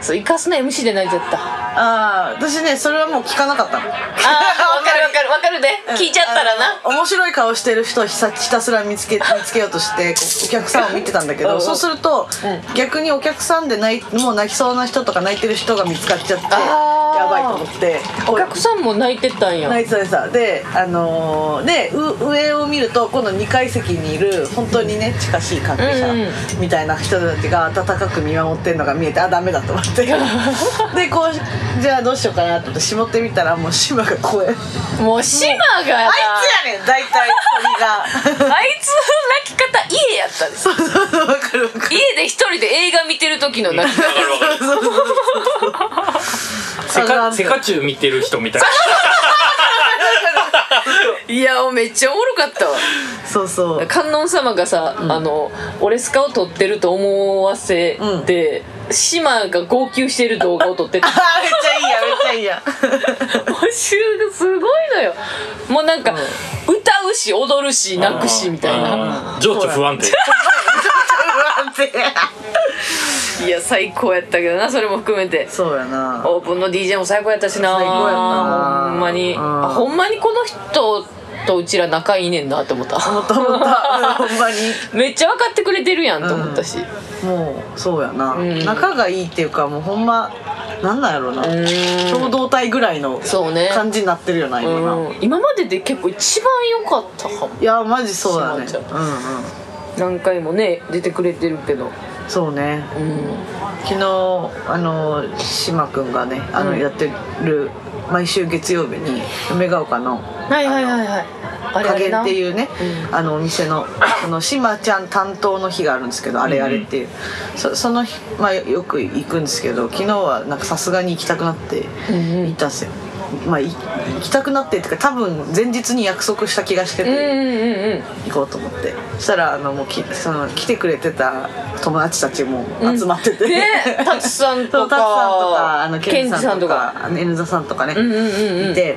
Speaker 2: そうイカスの MC で泣いちゃった
Speaker 1: ああ私ねそれはもう聞かなかったの
Speaker 2: あーわかるわかるわかるで、聞いちゃったらな
Speaker 1: あの面白い顔してる人をひさひたすら見つけ見 つけようとしてこうお客さんを見てたんだけ
Speaker 2: うんう
Speaker 1: ど
Speaker 2: ん
Speaker 1: そうすると、逆にお客さんで泣いもう泣きそうな人とか泣いてる人が見つかっちゃって
Speaker 2: あー
Speaker 1: やばいと思って
Speaker 2: お客さんも泣いてたんや
Speaker 1: 泣いてたでさであのーでう上を見ると今度2階席にいる本当にね近しい関係
Speaker 2: うんうん
Speaker 1: 者みたいな人たちが温かく見守ってるのが見えてあダメだと思って でこうじゃあどうしようかなと思って絞ってみたらもう島が声あい
Speaker 2: もう島がな
Speaker 1: つやねん大体鳥が
Speaker 2: あいつの泣き方家やったです
Speaker 1: そうそうそう わかるわかる
Speaker 2: 家で一人で映画見てる時の泣き方
Speaker 3: わかるわかるセ
Speaker 1: あ
Speaker 3: カ
Speaker 1: の
Speaker 3: セカチュウ見てる人みたい
Speaker 2: いやめっちゃおもろかったわ
Speaker 1: そうそう
Speaker 2: 観音様がさ、あの俺スカを撮ってると思わせて、島が号泣してる動画を撮って た
Speaker 1: あーめっちゃいいやめっちゃいい や
Speaker 2: 募集がすごいのよもうなんか、歌うし踊るし
Speaker 3: な
Speaker 2: 泣くしみたいな
Speaker 3: な情緒不安定
Speaker 1: 不安定
Speaker 2: いや最高やったけどなそれも含めて
Speaker 1: そうやな
Speaker 2: オープンの DJ も最高やったしな
Speaker 1: 最高やったな
Speaker 2: ほんまに、
Speaker 1: うん
Speaker 2: あほんまにこの人とうちら仲いいねんなって思った
Speaker 1: 思った思ったうんほんまに
Speaker 2: めっちゃ分かってくれてるやんと思ったし、
Speaker 1: もうそうやな、
Speaker 2: ん
Speaker 1: 仲がいいっていうかもうほんまなんなんやろうな
Speaker 2: ーん
Speaker 1: 共同体ぐらいの
Speaker 2: そうね
Speaker 1: 感じになってるよな今な、
Speaker 2: うん今までで結構一番良かったかも
Speaker 1: いやマジそうだね
Speaker 2: そうなん
Speaker 1: うんうん
Speaker 2: 何回もね出てくれてるけど
Speaker 1: そうね
Speaker 2: うん
Speaker 1: 昨日あの島くんがねあの、
Speaker 2: うん
Speaker 1: やってる毎週月曜日に梅ヶ丘の
Speaker 2: はいはいはいはいあれあ
Speaker 1: 加
Speaker 2: れ
Speaker 1: 減
Speaker 2: な
Speaker 1: っていうね
Speaker 2: う
Speaker 1: あのお店のその島ちゃん担当の日があるんですけどあれあれっていう、そその日、まあ、よく行くんですけど昨日はなんかさすがに行きたくなって
Speaker 2: うんうん
Speaker 1: 行ったんですよ、まあ、い行きたくなってっていうか多分前日に約束した気がして
Speaker 2: うん
Speaker 1: て
Speaker 2: うんうん うん
Speaker 1: 行こうと思ってそしたらあのもうきその来てくれてた友達たちも集まってて、
Speaker 2: ねタツさん
Speaker 1: そ
Speaker 2: と
Speaker 1: うタツさんとかあ
Speaker 2: か
Speaker 1: のケンジさんと
Speaker 2: ケンジ
Speaker 1: かあの N ザさんとかね、
Speaker 2: うんうんうんうん
Speaker 1: いて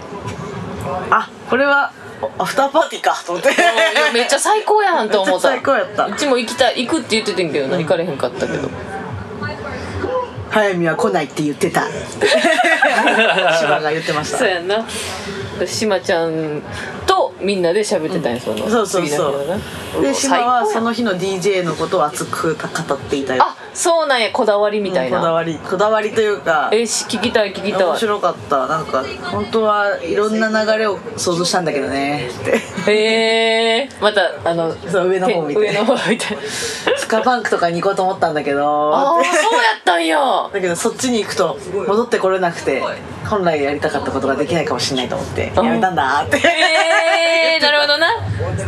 Speaker 1: あこれはおアフターパーティーかと思 って
Speaker 2: いやめっちゃ最高やんと思った
Speaker 1: めっちゃ最高やった
Speaker 2: うちも行きたい行くって言っててんけどな
Speaker 1: うん
Speaker 2: 行かれへんかったけど
Speaker 1: 早見は来ないって言って た島が言ってました
Speaker 2: そうやんなしまちゃんとみんなで喋ってたんやその
Speaker 1: そうそう
Speaker 2: 次の
Speaker 1: そ
Speaker 2: 日のな
Speaker 1: うで
Speaker 2: お
Speaker 1: 島は
Speaker 2: 最高
Speaker 1: そ
Speaker 2: やん
Speaker 1: の日の DJ のことを熱く語っていたよ
Speaker 2: あそうなんやこだわりみたい
Speaker 1: こだ
Speaker 2: な
Speaker 1: わりこだわりというか
Speaker 2: えし聞きたい聞きた
Speaker 1: 面
Speaker 2: い
Speaker 1: 白かったなんか本当はいろんな流れを想像したんだけどねって
Speaker 2: へえー、またあの
Speaker 1: そう上の方見て
Speaker 2: 上の方見て
Speaker 1: スカパンクとかに行こうと思ったんだけ
Speaker 2: あ
Speaker 1: ど
Speaker 2: あ
Speaker 1: って
Speaker 2: そうやった んや
Speaker 1: だけどそっちに行くと戻ってこれなくて本来やりたかったことができないかもしれないと思ってやめたんだって
Speaker 2: えー、なるほどな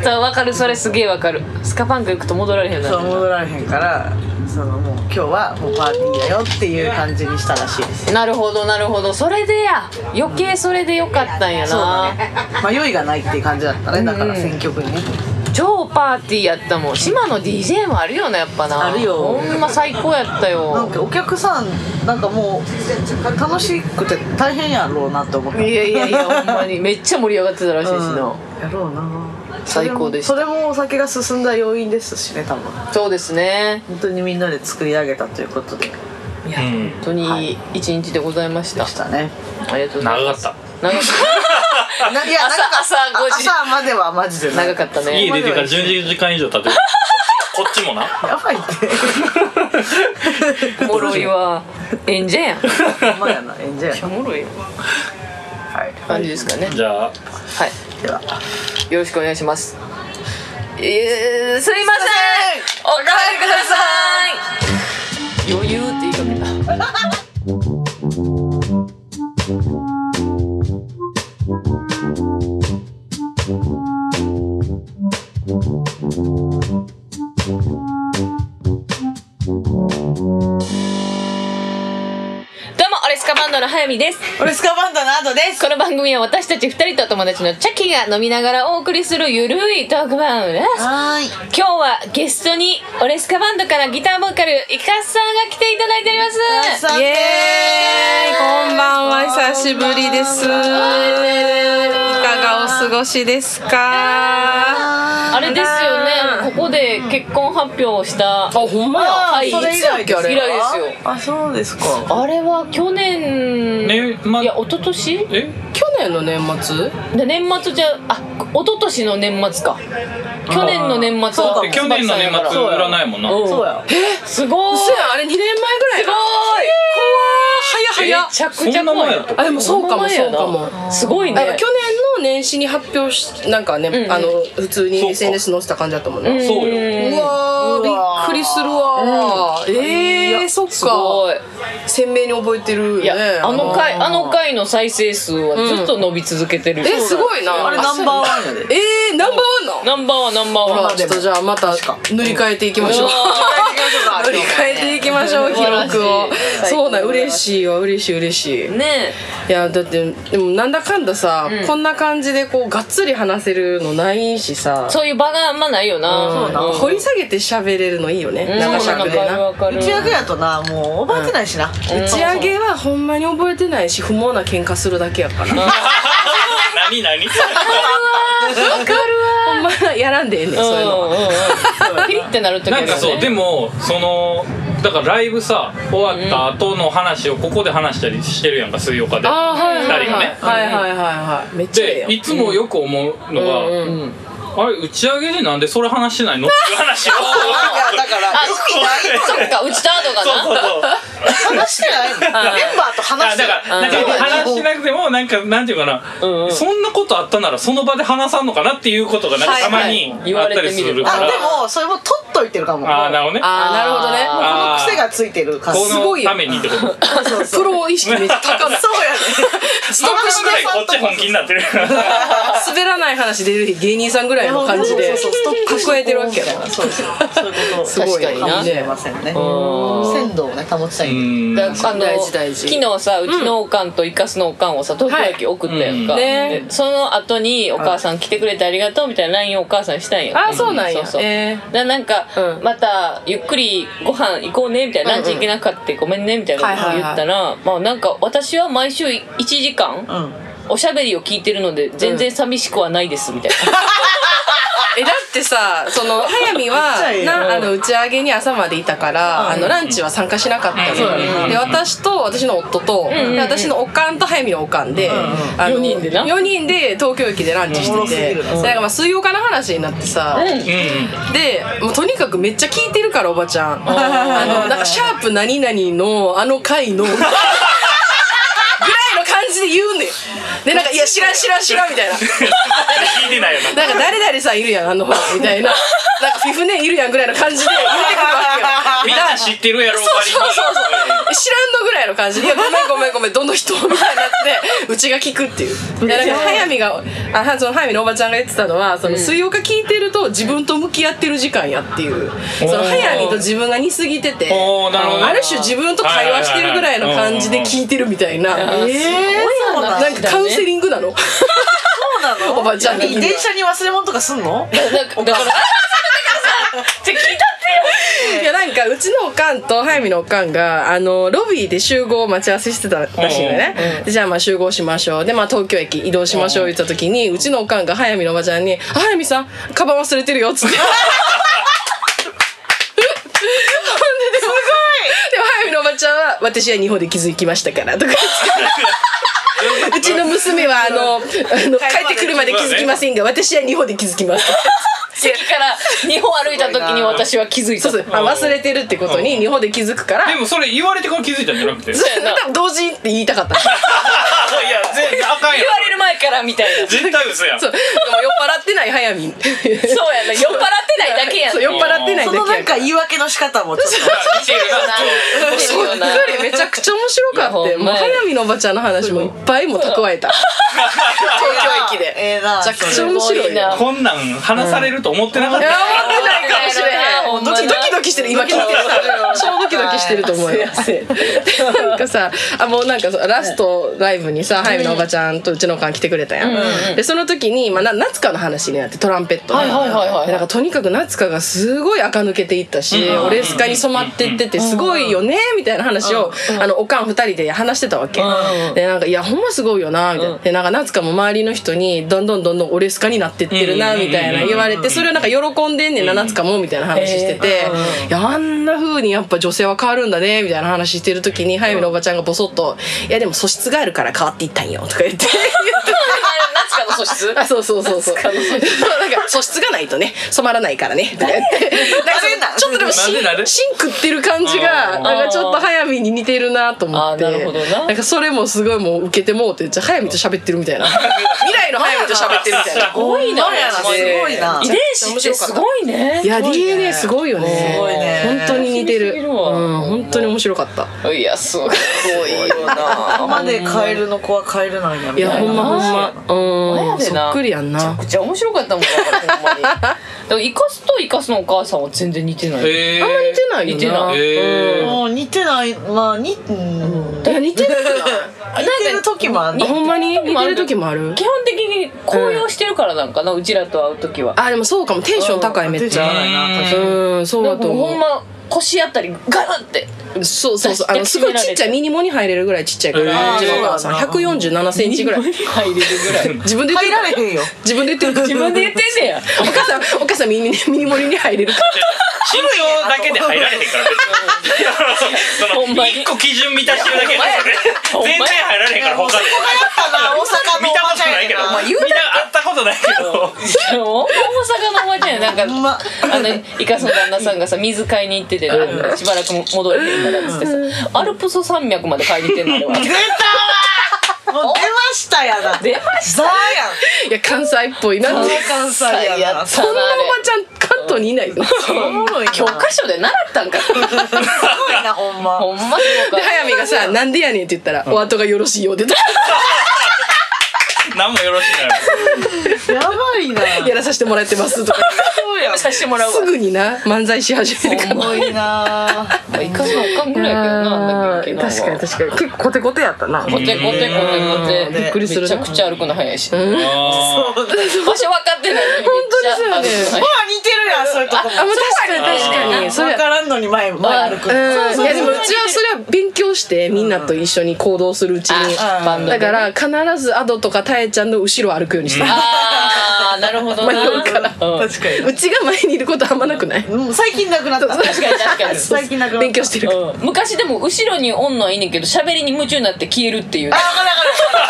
Speaker 2: そうわかるそれすげえわかるスカパンク行くと戻られへんように
Speaker 1: そう
Speaker 2: なる
Speaker 1: 戻られへんからそのもう今日はもうパーティーだよっていう感じにしたらしいです
Speaker 2: なるほどなるほどそれでや余計それでよかったんや
Speaker 1: そうだ
Speaker 2: な、
Speaker 1: ね迷いがないっていう感じだったねだから選曲にね
Speaker 2: 超パーティーやったもん島の DJ もあるよねやっぱな
Speaker 1: あるよ
Speaker 2: ほんま最高やった
Speaker 1: なん
Speaker 2: よ
Speaker 1: かお客さんなんかもう楽しくて大変やろうなって思っ
Speaker 2: い
Speaker 1: て
Speaker 2: やいやいやほんまにめっちゃ盛り上がってたらしいしな、
Speaker 1: うんやろうな
Speaker 2: 最高でした
Speaker 1: それもそれもお酒が進んだ要因ですしね多分
Speaker 2: そうですね
Speaker 1: 本当にみんなで作り上げたということでで
Speaker 2: いや、
Speaker 3: うん
Speaker 2: 本当にいい一日でございました、
Speaker 1: したね
Speaker 2: ありがとうござい
Speaker 3: 長
Speaker 2: ま
Speaker 3: かっ
Speaker 2: す
Speaker 3: た
Speaker 2: 長かった
Speaker 1: ないや
Speaker 2: 朝朝5時
Speaker 1: 朝まではマジで
Speaker 2: 長かったね
Speaker 3: 家出てから12時間以上経ってるこっちもな
Speaker 1: たやばいって
Speaker 2: おもろいわ演者やん
Speaker 1: ほんまやな演者やな
Speaker 2: おもろいよ
Speaker 1: はい
Speaker 2: 感じですかね
Speaker 3: じゃあ
Speaker 2: はい
Speaker 1: では
Speaker 2: よろしくお願いします。えー、すいません。お帰りください。余裕って言いかけた。どうも、オレスカバンドの早見です。
Speaker 1: オレスカバンドのアドです
Speaker 2: この番組は私たち二人と友達のチャキが飲みながらお送りするゆるいトーク番組です
Speaker 1: はーい
Speaker 2: 今日はゲストにオレスカバンドからギターボーカルイカスさんが来ていただいております
Speaker 1: イエ
Speaker 4: イエーイこんばんは久しぶりですいかがお過ごしですか
Speaker 2: あれですよねここで結婚発表した
Speaker 4: あほんま
Speaker 1: あー
Speaker 2: はい
Speaker 1: それ以来ですか
Speaker 2: 以来ですよ
Speaker 1: あそうですか
Speaker 2: あれは去年、
Speaker 3: ねま
Speaker 2: いや一昨年
Speaker 3: え
Speaker 4: 去年の年末
Speaker 2: で年末じゃあ一昨年の年末か去年の年末
Speaker 1: そうか
Speaker 2: は
Speaker 1: も
Speaker 3: 去
Speaker 2: 椿
Speaker 3: 年の年末
Speaker 2: さんやか
Speaker 3: 売らないもんな
Speaker 2: うん
Speaker 1: そうや
Speaker 2: らすごい
Speaker 4: 嘘やんあれ2年前ぐらい
Speaker 2: すごい
Speaker 4: ごい怖
Speaker 2: め
Speaker 4: い
Speaker 2: ちゃくちゃ
Speaker 3: そんなも
Speaker 2: 怖
Speaker 3: ん
Speaker 2: い
Speaker 3: やった
Speaker 4: あでもそうかも
Speaker 2: そ
Speaker 4: そ
Speaker 2: ん
Speaker 4: う
Speaker 2: な
Speaker 4: か
Speaker 2: もんやな
Speaker 4: も
Speaker 2: すごい
Speaker 4: あの
Speaker 2: ね
Speaker 4: 去年の年始に発表しなんかね、
Speaker 2: んうん
Speaker 4: あの普通
Speaker 3: そう
Speaker 4: に
Speaker 3: か
Speaker 4: SNS 載せた感じだったもんね、
Speaker 3: そうよ
Speaker 4: う
Speaker 2: よ
Speaker 4: わ
Speaker 1: う
Speaker 4: ー
Speaker 1: わー
Speaker 4: びっくりするわー、えー、そっ
Speaker 2: すご
Speaker 4: か
Speaker 2: い
Speaker 4: 鮮明に覚えてるよね
Speaker 2: いやあの回
Speaker 4: ー
Speaker 2: あの回の再生数はずっと伸び続けてるよ
Speaker 4: えすごいな
Speaker 1: あれナンバーワンやで
Speaker 4: えー、ナンバーワンなの
Speaker 2: ナンバーワンナンバー
Speaker 4: ほ
Speaker 2: ワ
Speaker 4: ら
Speaker 2: ン
Speaker 4: ちょっとじゃあまた塗り替えていきましょう
Speaker 2: うん
Speaker 4: 塗 り替えていきましょう記録を
Speaker 2: 素晴らしい
Speaker 4: そうだ嬉しいわ嬉しい嬉しい
Speaker 2: ね
Speaker 4: いやだってでもなんだかんださ、
Speaker 2: うん
Speaker 4: こんな感じでこうがっつり話せるのないしさ
Speaker 2: そういう場があんまないよな
Speaker 4: うん
Speaker 2: ん
Speaker 4: 掘り下げて喋れるのいいよね、
Speaker 2: うん
Speaker 4: 長尺で
Speaker 2: わかる
Speaker 4: な
Speaker 2: わかる
Speaker 1: 打ち上げやとなもう覚えてないしな、
Speaker 4: 打ち上げはほんまに覚えてないし不毛な喧嘩するだけやから
Speaker 3: 何何
Speaker 4: ほんまやらんでええねんそういうのは
Speaker 2: んんうんピリってなる時あ
Speaker 3: な
Speaker 2: る
Speaker 3: ん
Speaker 2: よね
Speaker 3: かそうでもそのだからライブさ終わった後の話をここで話したりしてるやんか水曜日で
Speaker 4: あーはいはいはい
Speaker 3: 二人
Speaker 4: はいはいはいはいめっちゃええ
Speaker 3: で
Speaker 4: よ
Speaker 3: いつもよく思うのが、
Speaker 4: うん
Speaker 2: うん
Speaker 3: あれ打ち上げでなんでそれ話してないのっていう話
Speaker 1: い
Speaker 3: を
Speaker 1: やだから
Speaker 2: あ
Speaker 1: よくない
Speaker 2: そっか打ちた後が
Speaker 3: そうそう
Speaker 2: な
Speaker 3: そう
Speaker 1: 話してないもんメンバーと話
Speaker 3: あ
Speaker 1: して
Speaker 3: だ
Speaker 1: ない
Speaker 3: からなんか話しなくてもなんかなんていうかな、
Speaker 2: んうん
Speaker 3: そんなことあったならその場で話さんのかなっていうことがなんかたまに
Speaker 2: はいはい
Speaker 3: あったりするから、
Speaker 1: あでもそれも取っといてるかも
Speaker 3: あーなるほどね
Speaker 4: あーなるほどね
Speaker 1: この癖がついてるから
Speaker 3: こ
Speaker 4: すごい
Speaker 3: の
Speaker 4: よ
Speaker 3: ためにってこと
Speaker 1: そうそう
Speaker 4: プロ意識めっちゃ
Speaker 1: そ
Speaker 4: 高
Speaker 1: う
Speaker 4: い
Speaker 1: やね
Speaker 4: ストップし
Speaker 3: ぐらいこっち本気になってる
Speaker 4: 滑らない話出る芸人さんぐらいの感じで
Speaker 1: そうそうそうストップ
Speaker 4: 蓄えてるわけやから
Speaker 1: そうそうそういうこと
Speaker 4: すご
Speaker 2: 確
Speaker 4: い
Speaker 2: かにな
Speaker 1: かもしれ
Speaker 4: ね
Speaker 1: ませんね鮮
Speaker 2: ん
Speaker 1: 度をね保ちたいんで
Speaker 2: だからあの
Speaker 4: 大事大事
Speaker 2: 昨日さうちのおかんとイカスのおかんをさ東京駅送ったやんか、
Speaker 4: はいうんね
Speaker 2: でその後に「お母さん来てくれてありがとう」みたいな LINE をお母さんにしたんや
Speaker 4: あーそうなんや
Speaker 2: そうそう
Speaker 4: え
Speaker 2: でなんか、
Speaker 4: うん
Speaker 2: またゆっくりご飯行こうねみたいな、
Speaker 4: うんうん
Speaker 2: ランチ行けなかったごめんねみたいなことを言ったら、まあなんか私は毎週1時間
Speaker 1: うん
Speaker 2: おしゃべりを聞いてるので全然寂しくはないですみたい
Speaker 4: えだってさその速水
Speaker 1: っちゃい
Speaker 4: はい
Speaker 1: よ
Speaker 4: なあの打ち上げに朝までいたからあのランチは参加しなかった
Speaker 3: うんそうだね
Speaker 4: ので私と私の夫と
Speaker 2: んうん
Speaker 4: で私のおかんと速水のおかんで
Speaker 1: ん
Speaker 4: あの
Speaker 2: 四人でな
Speaker 4: 四人で東京駅でランチ
Speaker 1: おもろ
Speaker 4: し
Speaker 1: すぎ
Speaker 4: てて
Speaker 1: るな
Speaker 4: だからまあ水曜かの話になってさ
Speaker 2: な、
Speaker 3: うんうん
Speaker 4: でもうとにかくめっちゃ聞いてるからおばちゃんあのなんか「シャープ何々のあの回の」ぐらいの感じで言うねんでなんか「いや知らん知らん知らん」みたいな
Speaker 3: 聞いてないよな
Speaker 4: なんか誰々さんいるやんあの方みたいななんかフィフネいるやんぐらいの感じで言ってくるわけ
Speaker 3: み
Speaker 4: よ
Speaker 3: んな知ってるやろ
Speaker 4: そうそうそうそう知らんのぐらいの感じで「いやごめんごめんごめんどの人?」みたいになってうちが聞くっていういやなんか速水があはその速水のおばちゃんが言ってたのはその水曜日聞いてると自分と向き合ってる時間やっていうその
Speaker 3: おー
Speaker 4: 速水と自分が似すぎてて
Speaker 3: おーなるほど
Speaker 4: ある種自分と会話してるぐらいの感じで聞いてるみたいな
Speaker 1: えーそうな
Speaker 4: なんかカウンセリングなの
Speaker 1: そうなの
Speaker 4: おばちゃん的には
Speaker 1: 電車に忘れ物とかすんの
Speaker 2: なだ からだから
Speaker 4: って聞いた っていやなんかうちのおかんと早見のおかんがあのロビーで集合待ち合わせしてたらしいのよね、でじゃあまあ集合しましょうでまあ東京駅移動しましょう言った時にうちのおかんが早見のおばちゃんに「あ早見さんカバン忘れてるよ」っ つってほんででもでも早見のおばちゃんは「私は日本で気づきましたから」 とか言ってうちの娘はあのあの帰ってくるまで気づきませんが私は日本で気づきます
Speaker 2: 席から2歩歩いた時に私は気づい
Speaker 4: そ
Speaker 2: た
Speaker 4: うそうあ忘れてるってことに日本で気づくから
Speaker 3: でもそれ言われてから気づいたんじゃなくていや
Speaker 2: うやな
Speaker 4: 多分同時って言いたかった
Speaker 3: 全然あかんや
Speaker 2: 言われる前からみたいな
Speaker 3: 絶対嘘やん
Speaker 4: そうでも酔っ払ってない早見そう酔 っ
Speaker 2: そうやな酔っ払ってないだけやん
Speaker 4: そう酔っ払ってない
Speaker 1: そ
Speaker 4: だけや
Speaker 1: のなん
Speaker 4: か
Speaker 1: か言い訳の仕方もちょっと
Speaker 3: 似てる
Speaker 2: な似てる
Speaker 4: そ
Speaker 2: よ
Speaker 4: っ
Speaker 2: な
Speaker 4: くりめちゃくちゃ面白かった
Speaker 2: いや
Speaker 4: よ
Speaker 2: ほん
Speaker 4: も
Speaker 2: ま
Speaker 4: う
Speaker 2: や
Speaker 4: 早見のおばちゃんの話もいっぱいも蓄えた東京駅で
Speaker 1: ええな
Speaker 4: めちゃくちゃ面白い
Speaker 2: すごいな
Speaker 4: よ
Speaker 3: なこんなん話されると思ってなかっ
Speaker 4: いや
Speaker 3: た
Speaker 4: 思ってないかもしれへん
Speaker 2: ほんま
Speaker 4: ド
Speaker 2: な
Speaker 4: キドキドキしてる今聞いてる 超ドキドキしてると思うよなんかさあもうなんかそうラストライブにさ早見のおばちゃんとうちのおかん来てくれたやんでその時にまあな夏かの話になってトランペットの
Speaker 2: はいはいはいはい
Speaker 4: でなんかとにかくく夏香がすごい垢抜けていったし、
Speaker 3: うん
Speaker 4: 俺スカに染まってっててすごいよねみたいな話を、あのおかん二人で話してたわけ、
Speaker 1: うん
Speaker 4: でなんかいやほんますごいよなみたいな、でなんか夏香も周りの人にどんどんどんどん俺スカになってってるなみたいな言われてそれをなんか喜んでんねんな夏香もみたいな話してて、いやあんな風にやっぱ女性は変わるんだねみたいな話してる時に早見のおばちゃんがボソッと「いやでも素質があるから変わっていったんよ」とか言って。
Speaker 2: 夏香の素質
Speaker 4: あ、そうそうそうそう。そうなんか素質がないとね、染まらないからね。とか言ってなんかちょっとでも芯
Speaker 3: なんでなんで
Speaker 4: 芯食ってる感じ
Speaker 3: あ
Speaker 4: が、
Speaker 3: ー
Speaker 4: なんかちょっと早見に似てるなと思って。
Speaker 2: あーなるほどなん
Speaker 4: かそれもすごいもう受けてもうて、じゃあ早見と喋ってるみたいな。未来の早見と喋ってるみ たいな。
Speaker 2: すごいな
Speaker 1: なんやなすごいな
Speaker 2: 遺伝子ってすごいね
Speaker 4: いや、DNA すごいよね。
Speaker 1: すごいね
Speaker 4: 本当に似て
Speaker 2: 不思議すぎる
Speaker 4: る。うん、
Speaker 2: わ
Speaker 4: 本当に面白かった。
Speaker 2: いやすごいよな
Speaker 1: 生でカエルの子はカエルなんや
Speaker 4: い
Speaker 1: み
Speaker 4: や、
Speaker 1: たい
Speaker 4: ほんま
Speaker 1: な
Speaker 4: ほん
Speaker 2: マ
Speaker 4: ま。う
Speaker 2: や
Speaker 4: ん、
Speaker 2: で
Speaker 4: そ
Speaker 2: な
Speaker 4: っくりやん
Speaker 2: めちゃ
Speaker 4: な。
Speaker 2: くちゃ面白かったもんだからほんまにだからイカスとイカスのお母さんは全然似てない
Speaker 3: えー、
Speaker 4: あんま似てな
Speaker 2: 似てな
Speaker 4: いよな。
Speaker 2: い
Speaker 3: えー
Speaker 1: もう似てないまあ似うん似
Speaker 4: いや、似てるよ
Speaker 1: てる時もあん
Speaker 4: な。
Speaker 1: の
Speaker 4: ほんまに似てる時もある。
Speaker 2: 基本的に高揚してるからなんかな、うちらと会う時は
Speaker 4: あでもそうかもテンション高いめっち
Speaker 1: テンション高
Speaker 4: ゃ
Speaker 1: いな確かに
Speaker 4: うんそう
Speaker 2: な
Speaker 4: だ
Speaker 2: んか
Speaker 4: と
Speaker 2: もうほん
Speaker 4: 思
Speaker 2: ま腰あたりガラって
Speaker 4: うそうそうそうあの
Speaker 2: 出し
Speaker 4: す
Speaker 2: て決め
Speaker 4: ごい
Speaker 2: られて
Speaker 4: ちっちゃいミニモに入れるぐらいちっちゃいから
Speaker 1: えー
Speaker 4: うちのお母さん
Speaker 1: そうなんだ
Speaker 4: 147センチぐらい
Speaker 2: 入れるぐらい
Speaker 4: 自分で言っ
Speaker 1: 入
Speaker 4: てる
Speaker 1: られへんよ
Speaker 4: 自分で言ってる
Speaker 2: 自分で言ってんねや
Speaker 4: お母さんお母さんミニミニモに入れるから
Speaker 3: 身長だけで入られへんから別にその
Speaker 2: ほんまに
Speaker 3: 一個基準満たしてるだけで
Speaker 2: ほんまや
Speaker 3: 全然入られへんから他で
Speaker 1: ったな大阪
Speaker 3: 見たことないけど
Speaker 1: お前
Speaker 3: 見た会ったことないけど
Speaker 2: 大阪のおばちゃんやなんか、
Speaker 1: ほんま
Speaker 2: あのイカスの旦那さんがさ水買いに行ってて、あのしばらく戻れへんからっつってさ、アルプス山脈まで買いに行ってんのあれは
Speaker 1: 出たわもう出ましたやな
Speaker 2: 出まし
Speaker 1: ザーやん
Speaker 4: いや関西っぽいなそんなお
Speaker 1: ザー関西やな
Speaker 2: た
Speaker 1: す
Speaker 2: な
Speaker 4: ばちゃん関東にいないぞ
Speaker 1: ごいな
Speaker 2: 教科書で習ったんか
Speaker 1: すごいなほんま
Speaker 2: ほんまそうか
Speaker 4: で早見 がさ「なんでやねん」って言ったら「お後がよろしいよ」って言った
Speaker 3: 何もよろしくない
Speaker 1: やばいな
Speaker 4: やらさせてもらってます」 とか
Speaker 1: そうやん
Speaker 2: させてもらうわ
Speaker 4: すぐにな漫才し始める
Speaker 1: す
Speaker 4: から
Speaker 1: ごいな
Speaker 2: まあイカスのおかんぐらいやけどなあんだけど
Speaker 4: 確
Speaker 2: な
Speaker 4: かに確かに結構コテコテやったな
Speaker 2: コテコテコテコテ
Speaker 1: びっく
Speaker 4: りする
Speaker 2: め
Speaker 4: な
Speaker 2: ちゃくちゃ歩くの早いし、
Speaker 3: あ
Speaker 1: そうだ
Speaker 2: 場所分かってないのに
Speaker 4: 本当ですよね
Speaker 2: めっちゃ歩くの早い
Speaker 1: ほら似てるやんそういうとこも
Speaker 4: あ、もう確かに確かに。それ
Speaker 1: 分からんのに前前歩く
Speaker 4: うんいやでもう
Speaker 1: そう
Speaker 4: ちはそれは勉強してみんなと一緒に行動するうちに。
Speaker 2: あバンドで
Speaker 4: だから必ずアドとかタエちゃんの後ろを歩くようにした。
Speaker 2: あーなるほどな
Speaker 4: 迷うから
Speaker 2: うん
Speaker 1: 確か
Speaker 4: うちが前にいることあんまなくない
Speaker 1: にうん最近なくなった
Speaker 2: 確かに確か に
Speaker 1: 最近なくなった
Speaker 4: 勉強してるから。
Speaker 2: うん昔でも後ろにおんのはいいねんけど喋りに夢中になって消えるっていう
Speaker 1: あ分かる分かる分かるそれも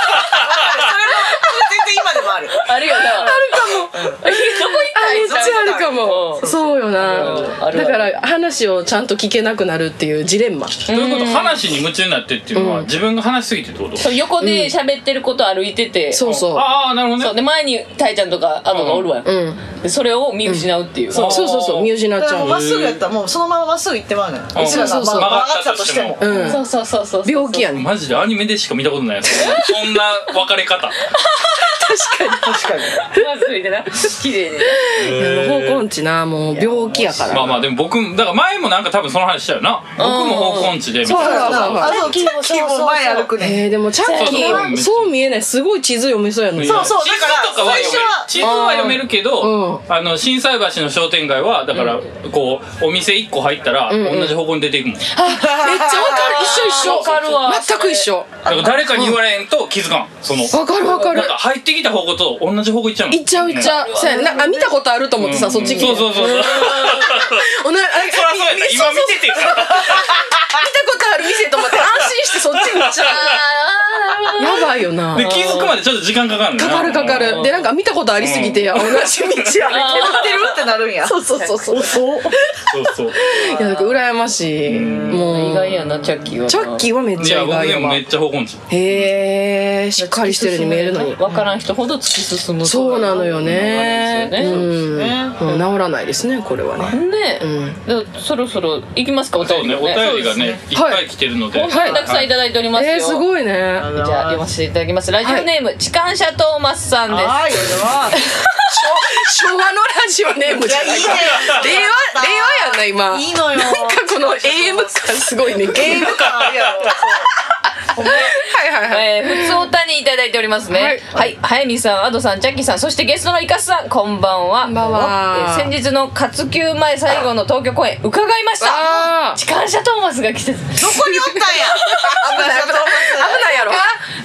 Speaker 1: それ全然今でもある
Speaker 2: あるよなあるかも、えどこ行った
Speaker 4: あ、めっ
Speaker 2: ん
Speaker 4: ちゃあるかも。そうよ
Speaker 2: うんあ
Speaker 4: な。
Speaker 2: る
Speaker 4: だから話をちゃんと聞けなくなるっていうジレンマ。
Speaker 3: ーということ話に夢中になってっていうのは
Speaker 4: うん
Speaker 3: 自分が話しすぎてってこと
Speaker 2: そう横で喋ってること歩いてて、
Speaker 4: そうそう。
Speaker 3: ああなるほ
Speaker 2: そう
Speaker 3: どね
Speaker 2: で前にたいちゃんとかあとがおるわよ、
Speaker 4: うん。
Speaker 2: でそれを見失うっていう、
Speaker 4: そうそうそうそう、見失っ
Speaker 1: だ
Speaker 4: ち
Speaker 1: から
Speaker 4: ゃ
Speaker 1: も
Speaker 4: う
Speaker 1: うまっすぐやったらもうそのまままっすぐ行ってまうのよ
Speaker 3: うん
Speaker 1: ちら
Speaker 4: そ
Speaker 1: が
Speaker 4: うそうそう
Speaker 1: 曲がったとしても
Speaker 4: う
Speaker 3: 曲
Speaker 4: ん。
Speaker 2: そうそうそうそう
Speaker 4: 病気やねん。
Speaker 3: マジでアニメでしか見たことないやつそんな別れ方
Speaker 1: 確かに
Speaker 2: まずいてな綺麗に
Speaker 4: 方根知な、もう病気やから。
Speaker 3: まあまあでも僕だから前もなんか多分その話したよな僕も方根地でみたい
Speaker 4: そう
Speaker 3: な
Speaker 4: そうそうそう。
Speaker 1: あそうチャッキーも前歩くね
Speaker 4: えー、でもチャッキ
Speaker 3: そう
Speaker 4: ーそう見えないすごい地図読めそうやのに
Speaker 1: そうそう
Speaker 3: 地図とかは読める地図は読めるけど、あの心斎橋の商店街はだからこうお店1個入ったら
Speaker 4: うん
Speaker 3: 同じ方向に出ていくもん、だ
Speaker 4: めっちゃ わかる一緒一緒
Speaker 2: わかるわ
Speaker 4: 全く一緒
Speaker 3: から誰かに言われへんと気づかんその
Speaker 4: わかるわかる
Speaker 3: なんか入ってきた方向と同じ方向行っちゃうもん
Speaker 4: いっちゃういっちゃうそうやねなあ見たことあると思ってさそっち来て
Speaker 3: そうそうそうそうそりゃ
Speaker 4: おなあ
Speaker 3: そうやな
Speaker 4: み
Speaker 3: 今見ててから
Speaker 4: 見たことある店と思って安心してそっちに行っ ちゃうやばいよな
Speaker 3: で気づくまでちょっと時間かかるんだ
Speaker 4: か
Speaker 3: よ
Speaker 4: かるかかるでなんか見たことありすぎて同じ道歩いて
Speaker 1: 行
Speaker 4: る
Speaker 1: ってるってなるんや
Speaker 4: そうそうそうそうそ
Speaker 3: そ
Speaker 4: う
Speaker 3: うそう
Speaker 4: いやなんか羨ましいも
Speaker 2: 意外
Speaker 4: う
Speaker 2: やなチャッキーはな
Speaker 4: チャッキーはめっ
Speaker 3: い
Speaker 4: ちゃ
Speaker 3: や
Speaker 4: 意
Speaker 3: 僕
Speaker 4: 外
Speaker 3: で
Speaker 4: や
Speaker 3: も
Speaker 4: わ
Speaker 3: めっちゃ方向地
Speaker 4: へえしっかりしてるように見えるのに
Speaker 2: 分からん人ほど突き進む
Speaker 4: そうなのよね。
Speaker 2: そうなんですよね
Speaker 4: うん、もう治らないですね、これはね。
Speaker 2: ね
Speaker 4: う
Speaker 2: でそろそろ行きますかお
Speaker 3: そう
Speaker 2: 便り
Speaker 3: ね
Speaker 2: を
Speaker 3: お便りがねいっぱい来てるので、
Speaker 2: 本当にたくさんいただいておりますよ、
Speaker 4: えー、すごいね。
Speaker 1: あ
Speaker 2: じゃあ読ませていただきますラジオネーム、痴漢者トーマスさんです
Speaker 1: はいありがとうございます
Speaker 4: 昭和のラジオネームじゃない
Speaker 1: い
Speaker 4: 令和、令和やんな、今。
Speaker 1: いいのよ
Speaker 4: なんかこの AM 感すごいね。
Speaker 1: ゲーム感あるやろそう
Speaker 4: はいはいはい
Speaker 2: えー、普通おたにいただいておりますね。
Speaker 4: は
Speaker 2: はいい、はい、早見さん、アドさん、ジャッキーさん、そしてゲストのイカスさん、こんばんは。
Speaker 4: こんばんは
Speaker 2: えー先日の活休前最後の東京公演、伺いました。
Speaker 4: あー
Speaker 2: 痴漢者トーマスが来てた。
Speaker 1: どこにおったんや危ない危ない
Speaker 4: 危ないやろ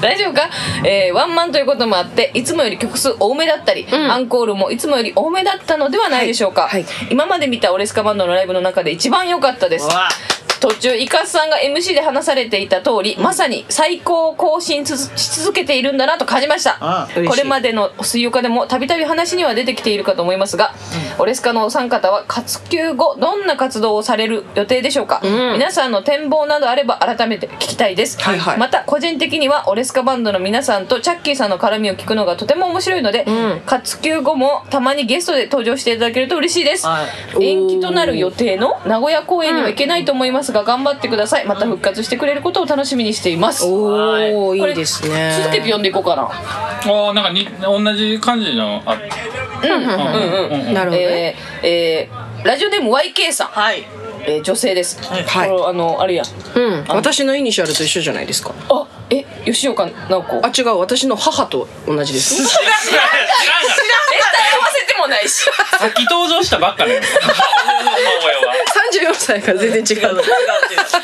Speaker 2: 大丈夫か、えーワンマンということもあっていつもより曲数多めだったり、アンコールもいつもより多めだったのではないでしょうか、
Speaker 4: はいはい
Speaker 2: 今まで見たオレスカバンドのライブの中で一番良かったです
Speaker 1: うわ
Speaker 2: 途中イカスさんが MC で話されていた通り、まさに最高を更新つづし続けているんだなと感じました
Speaker 1: ああ嬉しい
Speaker 2: これまでの水曜日でもたびたび話には出てきているかと思いますが、オレスカのお三方は活休後どんな活動をされる予定でしょうか、皆さんの展望などあれば改めて聞きたいです、
Speaker 4: はいはい
Speaker 2: また個人的にはオレスカバンドの皆さんとチャッキーさんの絡みを聞くのがとても面白いので、活休後もたまにゲストで登場していただけると嬉しいです、
Speaker 1: はい
Speaker 2: 延期となる予定の名古屋公演には行けないと思いますが頑張ってくださいまた復活してくれることを楽しみにしています
Speaker 4: おおい
Speaker 2: これ
Speaker 4: いですね
Speaker 2: 続けて読んでいこうかな
Speaker 3: ああなんかに同じ感じのあうんうんうん
Speaker 4: なるほどね
Speaker 2: えーえーラジオネーム YK さん、
Speaker 1: はい
Speaker 2: えー女性です
Speaker 4: はい
Speaker 2: このあのあれやん
Speaker 4: うん私のイニシャルと一緒じゃないですか
Speaker 2: あえ吉岡直子
Speaker 4: あ違う私の母と同じ です
Speaker 3: 知らん知らん知らん
Speaker 2: 絶対合わせてもないし
Speaker 3: さっき登場したばっかだよ母親は
Speaker 4: 34歳から全然違う
Speaker 1: 違 う違う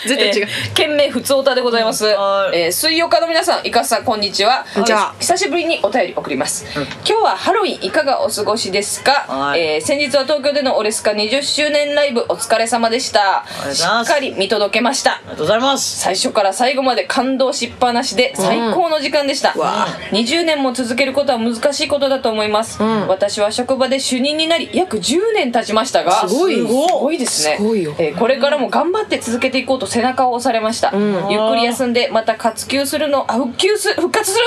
Speaker 4: 絶対
Speaker 2: え
Speaker 4: 違う、
Speaker 2: ー懸命普通オタでございます、
Speaker 1: はい
Speaker 2: えー水曜日の皆さんいかさんこんにちは
Speaker 4: こんにちは
Speaker 2: えー久しぶりにお便り送ります、今日はハロウィンいかがお過ごしですか、
Speaker 1: はい
Speaker 2: えー先日は東京でのオレスカ20周年ライブお疲れ様でした
Speaker 1: りがとうございます
Speaker 2: しっかり見届けました
Speaker 1: ありがとうございます
Speaker 2: 最初から最後まで感動しっぱなしで最高の時間でした、
Speaker 4: わあ
Speaker 2: 20年も続けることは難しいことだと思います、私は職場で主任になり約10年経ちましたが
Speaker 4: すごい
Speaker 2: すごいですね
Speaker 4: すごいよ
Speaker 2: えーこれからも頑張って続けていこうと背中を押されました、ゆっくり休んでまた活休するのあ復旧す復活する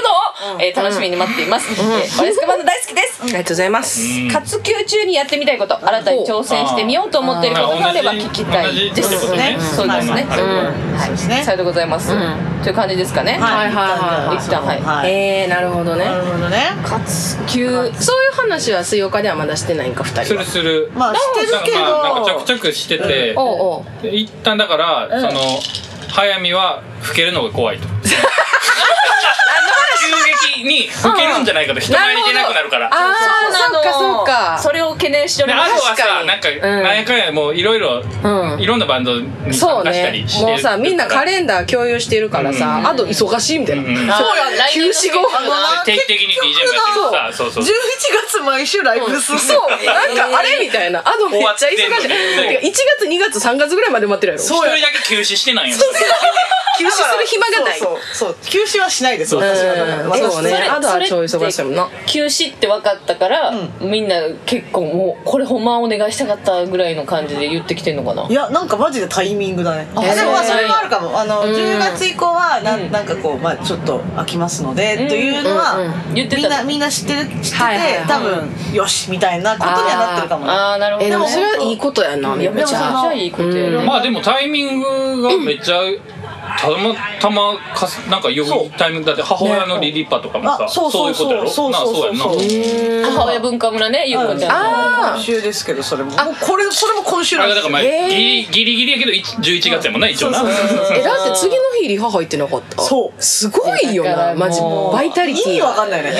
Speaker 2: のを、えー楽しみに待っています、えーオレスカバンド大好きです
Speaker 4: ありがとうございます、
Speaker 2: 活休中にやってみたいこと新たに挑戦してみようと思っていることがあれば聞きたいです
Speaker 3: 同じ同じ
Speaker 1: ね
Speaker 2: そうですね、
Speaker 3: はい
Speaker 1: そうですね
Speaker 2: さようでございます、という感じですかね、
Speaker 1: はい
Speaker 4: はいはいはい
Speaker 2: 一旦はい
Speaker 1: はい
Speaker 4: えー、なるほどね
Speaker 1: なるほどね
Speaker 2: 活
Speaker 4: 急
Speaker 2: 休
Speaker 4: そういう話は水曜日ではまだしてないんか
Speaker 3: す
Speaker 4: 二人は
Speaker 3: るする
Speaker 1: まあしてるけど
Speaker 3: なんかちょくちょくしてて
Speaker 4: おうおう
Speaker 3: で一旦だからその早見は老けるのが怖いと急激に老けるんじゃないかと人前に出なくなるから
Speaker 4: あーそ
Speaker 2: そうう
Speaker 4: か
Speaker 2: なの
Speaker 4: そうか
Speaker 2: それを懸念してお
Speaker 3: で
Speaker 2: り
Speaker 3: あ
Speaker 2: ます
Speaker 3: とはさ
Speaker 4: 確
Speaker 3: なん
Speaker 4: か
Speaker 3: か
Speaker 4: にうん
Speaker 3: 何回もういろいろ
Speaker 4: うん
Speaker 3: いろんなバンドに
Speaker 4: そ
Speaker 3: 参
Speaker 4: う
Speaker 3: 加した
Speaker 4: ね
Speaker 3: りしてる
Speaker 4: もうさみんなカ
Speaker 3: で
Speaker 4: レンダー共有してるからさ、あと忙しいみたいな、
Speaker 3: うんうん
Speaker 4: そうや
Speaker 2: 来年の
Speaker 4: 休止後
Speaker 2: スケジュールだ
Speaker 1: な
Speaker 3: 定期的に DJ もやってるさそうそ
Speaker 1: 11
Speaker 3: うそう
Speaker 1: 月毎週ライブする
Speaker 4: そうなんかあれみたいなあとめっちゃ忙しい
Speaker 3: 終わってんのに
Speaker 4: てか1月2月3月ぐらいまで待ってるやろ
Speaker 3: 一人だけ休止してないよ
Speaker 4: 休止する暇がない
Speaker 1: そうそうそう休止はしないです
Speaker 3: そう
Speaker 1: 私は
Speaker 4: うんそうね
Speaker 2: それ
Speaker 4: あとは超忙しいもんな
Speaker 2: 休止って分かったから、みんな結構もうこれほんまお願いしたかったぐらいの感じで言ってきてんのかない
Speaker 1: やなんかマジでタイミングだねあ
Speaker 4: へー
Speaker 1: でもまあそれもあるかもあの10月以降はななんかこうまあちょっと空きますのでというの
Speaker 4: うんうん
Speaker 1: は
Speaker 2: 言ってた
Speaker 1: みんなみんな知ってる知ってて
Speaker 4: はいはいはい
Speaker 1: 多分よしみたいなことにはなってるかもね
Speaker 2: ああなるほど、
Speaker 4: え
Speaker 2: ね、
Speaker 4: でもそれ
Speaker 2: い
Speaker 4: はいいことやなめ
Speaker 2: や
Speaker 4: っ
Speaker 2: めちゃく
Speaker 4: ち
Speaker 2: ち
Speaker 4: ゃ
Speaker 2: ゃいいことやね、
Speaker 3: まあでもタイミングがめっちゃたまたまかすなんかよ
Speaker 1: そう
Speaker 3: くタイミングだって母親のリリッパとかもさ
Speaker 1: あそうそう
Speaker 3: い
Speaker 1: そう
Speaker 3: ことや
Speaker 1: う
Speaker 3: ろ
Speaker 1: そう
Speaker 3: なあ
Speaker 1: そう
Speaker 3: そう
Speaker 1: そう
Speaker 3: やんな
Speaker 1: そう
Speaker 2: 母親文化村ねゆっこちゃんの
Speaker 4: あ
Speaker 1: 今週ですけどそれももうこれそれも今週
Speaker 3: あ
Speaker 1: なん
Speaker 3: れ
Speaker 1: で
Speaker 3: だ
Speaker 1: す
Speaker 3: から
Speaker 1: よ
Speaker 3: まあ
Speaker 4: えー
Speaker 3: ギリギリギリやけどいち11月やもんな一応な
Speaker 1: そうそうそう
Speaker 4: ーえだって次の日リハ入ってなかった
Speaker 1: そう
Speaker 4: すごいよ
Speaker 2: いやだか
Speaker 4: な
Speaker 2: ら
Speaker 4: マジ
Speaker 2: もう
Speaker 4: バイタリ
Speaker 1: 意
Speaker 4: ティ
Speaker 1: 味わかん
Speaker 4: い
Speaker 1: ないね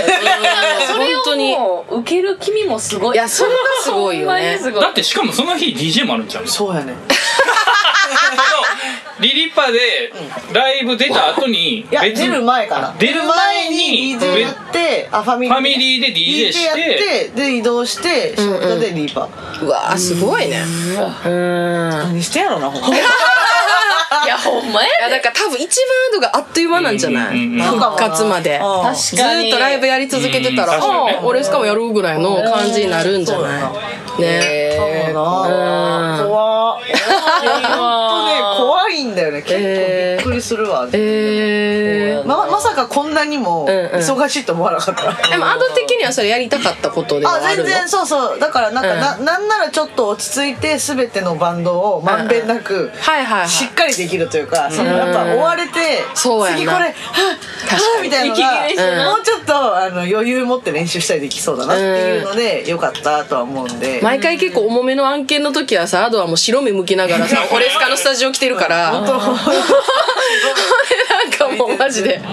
Speaker 2: それ
Speaker 4: 本当に
Speaker 2: をもう受ける君もすごい
Speaker 4: いやそれがすごい
Speaker 2: ほん
Speaker 4: よね
Speaker 2: まにすご い
Speaker 3: だってしかもその日 DJ もあるんちゃうそ
Speaker 1: そうやね
Speaker 3: のリリッパでライブ出た後に
Speaker 1: いや
Speaker 3: 別
Speaker 1: 出る前かな
Speaker 3: 出る前に
Speaker 1: 出る前に DJ やってあファミリーね
Speaker 3: ファミリーで DJ して
Speaker 1: やってで移動して仕事でリーパー
Speaker 4: うわーすごいねうん
Speaker 1: 何してんやろなほんま
Speaker 2: いやほんまや
Speaker 4: いやだから多分一番後があっという間なんじゃ
Speaker 3: う
Speaker 4: な
Speaker 3: んうん
Speaker 4: い
Speaker 3: うん
Speaker 1: うん
Speaker 4: 復活まで
Speaker 1: うん
Speaker 2: 確
Speaker 4: ず
Speaker 2: か
Speaker 4: ー
Speaker 2: に
Speaker 4: っとライブやり続けてたら、
Speaker 3: うん確かにね
Speaker 4: ああ俺しかもやるぐらいの感じになるんじゃないね
Speaker 1: そうだな怖っ本当ね怖いんだよね結構びっくりするわ
Speaker 4: えー
Speaker 1: ままさかこんなにも
Speaker 4: んうん
Speaker 1: 忙しいと思わなかった
Speaker 4: でもアド的にはそれやりたかったことではあ
Speaker 1: あ
Speaker 4: るの
Speaker 1: 全然そうそうだからなんかななんならちょっと落ち着いて全てのバンドをまんべんなく
Speaker 4: はいはいはい
Speaker 1: しっかりできるというかそのやっぱ追われて
Speaker 4: そうやな
Speaker 1: 次これはっはっ
Speaker 4: 確
Speaker 1: みたいなの
Speaker 2: 息切れして
Speaker 4: る
Speaker 1: が、もうちょっとあの余裕持って練習したりできそうだなっていうので、よかったとは思うんで、
Speaker 4: 毎回結構重めの案件の時はさ、アドはもう白目向きながらさ、オレスカのスタジオ来てるから、 なんかもうマジで。